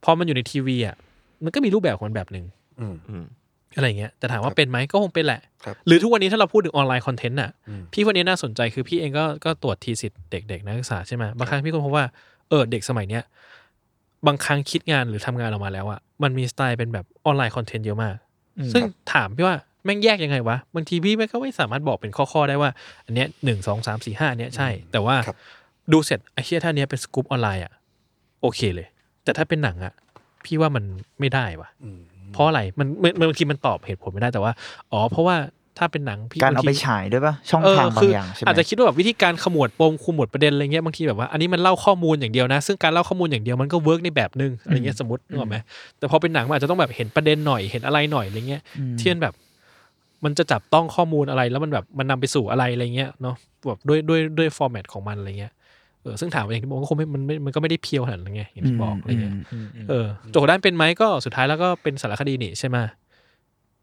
E: พอมันอยู่ในทีวีอ่ะมันก็มีรูปแบบของมันแบบหนึ่ง
F: อืม
D: อืม
E: อะไรเงี้ยแต่ถามว่าเป็นไหมก็คงเป็นแหละ
F: ครับ
E: หรือทุกวันนี้ถ้าเราพูดถึงออนไลน์คอนเทนต์อ่ะ
F: อืม
E: พี่วันนี้น่าสนใจคือพี่เองก็ก็ตรวจทีสิทธิ์เด็กๆนักศึกษาใช่ไหมบางครั้งพี่ก็พบว่าเออเด็กสมัยเนี้ยบางครั้งคิดงานหรือทำงานออกมาแล้วอ่ะมันมีสไตล์เป็นแบบออนไลน์คอนเทนต์เยอะมาก ซึ่งถามพี่ว่าแม่งแยกยังไงวะบางทีพี่แม่งก็ไม่สามารถบอกเป็นข้อ ๆ ได้ว่า อันเนี้ยหนึ่งสองสามสี่ห้าเนี้ยใช่ แต่ว่า
F: ครับ
E: ดูเสร็จไอ้เชี่ยถ้าเนี้ยเป็นสกู๊ปออนไลน์อ่ะโอเคเลย แต่ถ้าเป็นหนังอ่ะ พี่ว่ามันไม่ได้วะ
F: อืม
E: เพราะอะไรมันมันมันบางทีมันตอบเหตุผลไม่ได้แต่ว่า อ๋อ เพราะว่าถ้าเป็นหนังพี่
G: การเอา
E: บง
G: ไป
E: ที
G: ฉายด้วยป่ะ ช่อง
E: เ
G: ทางบา
E: คื
G: งอย่างใช่ไหม
E: อาจจะคิดว่าแบบวิธีการขมวดปมขมวดประเด็นอะไรเงี้ยบางทีแบบว่าอันนี้มันเล่าข้อมูลอย่างเดียวนะ ซึ่งการเล่าข้อมูลอย่างเดียวมันก็เวิร์กในแบบนึงอะไรเงี้ยสมมตินึกออกไหมแต่พอเป็นหนังมันอาจจะต้องแบบเห็นประเด็นหน่อยเห็นอะไรหน่อยอะไรเงี้ย
G: อืม
E: เทียนแบบมันจะจับต้องข้อมูลอะไรแล้วมันแบบมันนำไปสู่อะไรอะไรเงี้ยเนาะแบบด้วยด้วยด้วยฟอร์แมตของมันอะไรเงี้ยเออซึ่งถามว่าอย่างที่บอกก็คงไม่มันไม่มันก็ไม่ได้เพียวขนาดนั้นไงอย่างที่บอกอะไรเงี้ยเออโจทย์ด้านเป็นไหมก็สุดท้ายแล้วก็เป็นสารคดีนี่ใช่ไหม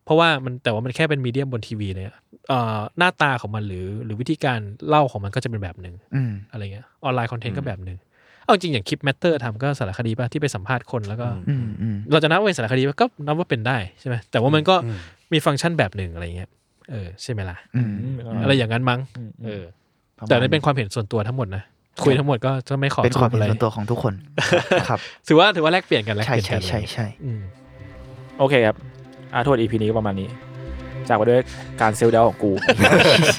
E: เพราะว่ามันแต่ว่ามันแค่เป็นมีเดียมบนทีวีเนี่ยเอ่อหน้าตาของมันหรือหรือวิธีการเล่าของมันก็จะเป็นแบบหนึ่ง
G: อืม
E: อะไรเงี้ยออนไลน์คอนเทนต์ก็แบบหนึ่งเอาจริงอย่างคลิปแมตเตอร์ทำก็สารคดีป่ะที่ไปสัมภาษณ์คนแล้วก็
G: อืมอืม
E: เราจะนับว่าเป็นสารคดีก็นับว่าเป็นได้ใช่ไหมแต่ว่ามันก็
F: อืม
E: มีฟังก์ชันแบบหนึ่งอะไรเงี้ยเออใช่ไหมล่ะ
G: อืม
E: อะไรอย่างนั้นมั้งเออ
G: ประมาณ
E: แต่นั่นเป็นความเห็นส่วนตัวทั้งหมดนะคุยทั้งหมดก็จะไม่ขอ
G: เป็นความ
E: สรุป
G: เห็
E: อะ
G: น
E: ไร
G: ส่วนตัวของทุกคนครับ
E: ถือว่าถือว่าแลกเปลี่ยนกันแลก
G: ใช่
E: เปลี่ยน
G: ใช่
E: กันอะไรเงี้ย
G: ใช่ใช่
E: อืม
C: โอเคครับอาโทษอีพีนี้ก็ประมาณนี้ จากไปด้วยการเซลล์เดาของ
E: <laughs>
C: กู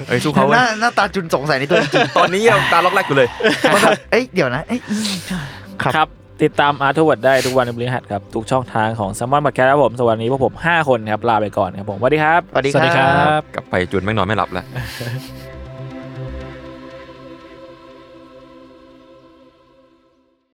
D: เอ้ยสู้
G: ห
D: เขาเว้ย
G: น้าหน้าตาจุนสงสัยในตัวเองจริง
D: ตอนนี้ยังตาล็อกแรกอยู่เลย
G: ๆว่าแบบเอ้ยเดี๋ยวนะเอ้ยอืมครับ
C: ครับ ติดตามอาร์ทเวิร์ดได้ทุกวันในบริหัสครับ ทุกช่องทางของสมอนบัตแคร์ครับผมสวันนี้พวกผม 5 คนครับ ลาไปก่อนครับผมสวัสดีครับ
G: สวัสดี
E: สวัสดีครับ
D: กลับไปจุนแม่งนอนไม่หลับแล้ว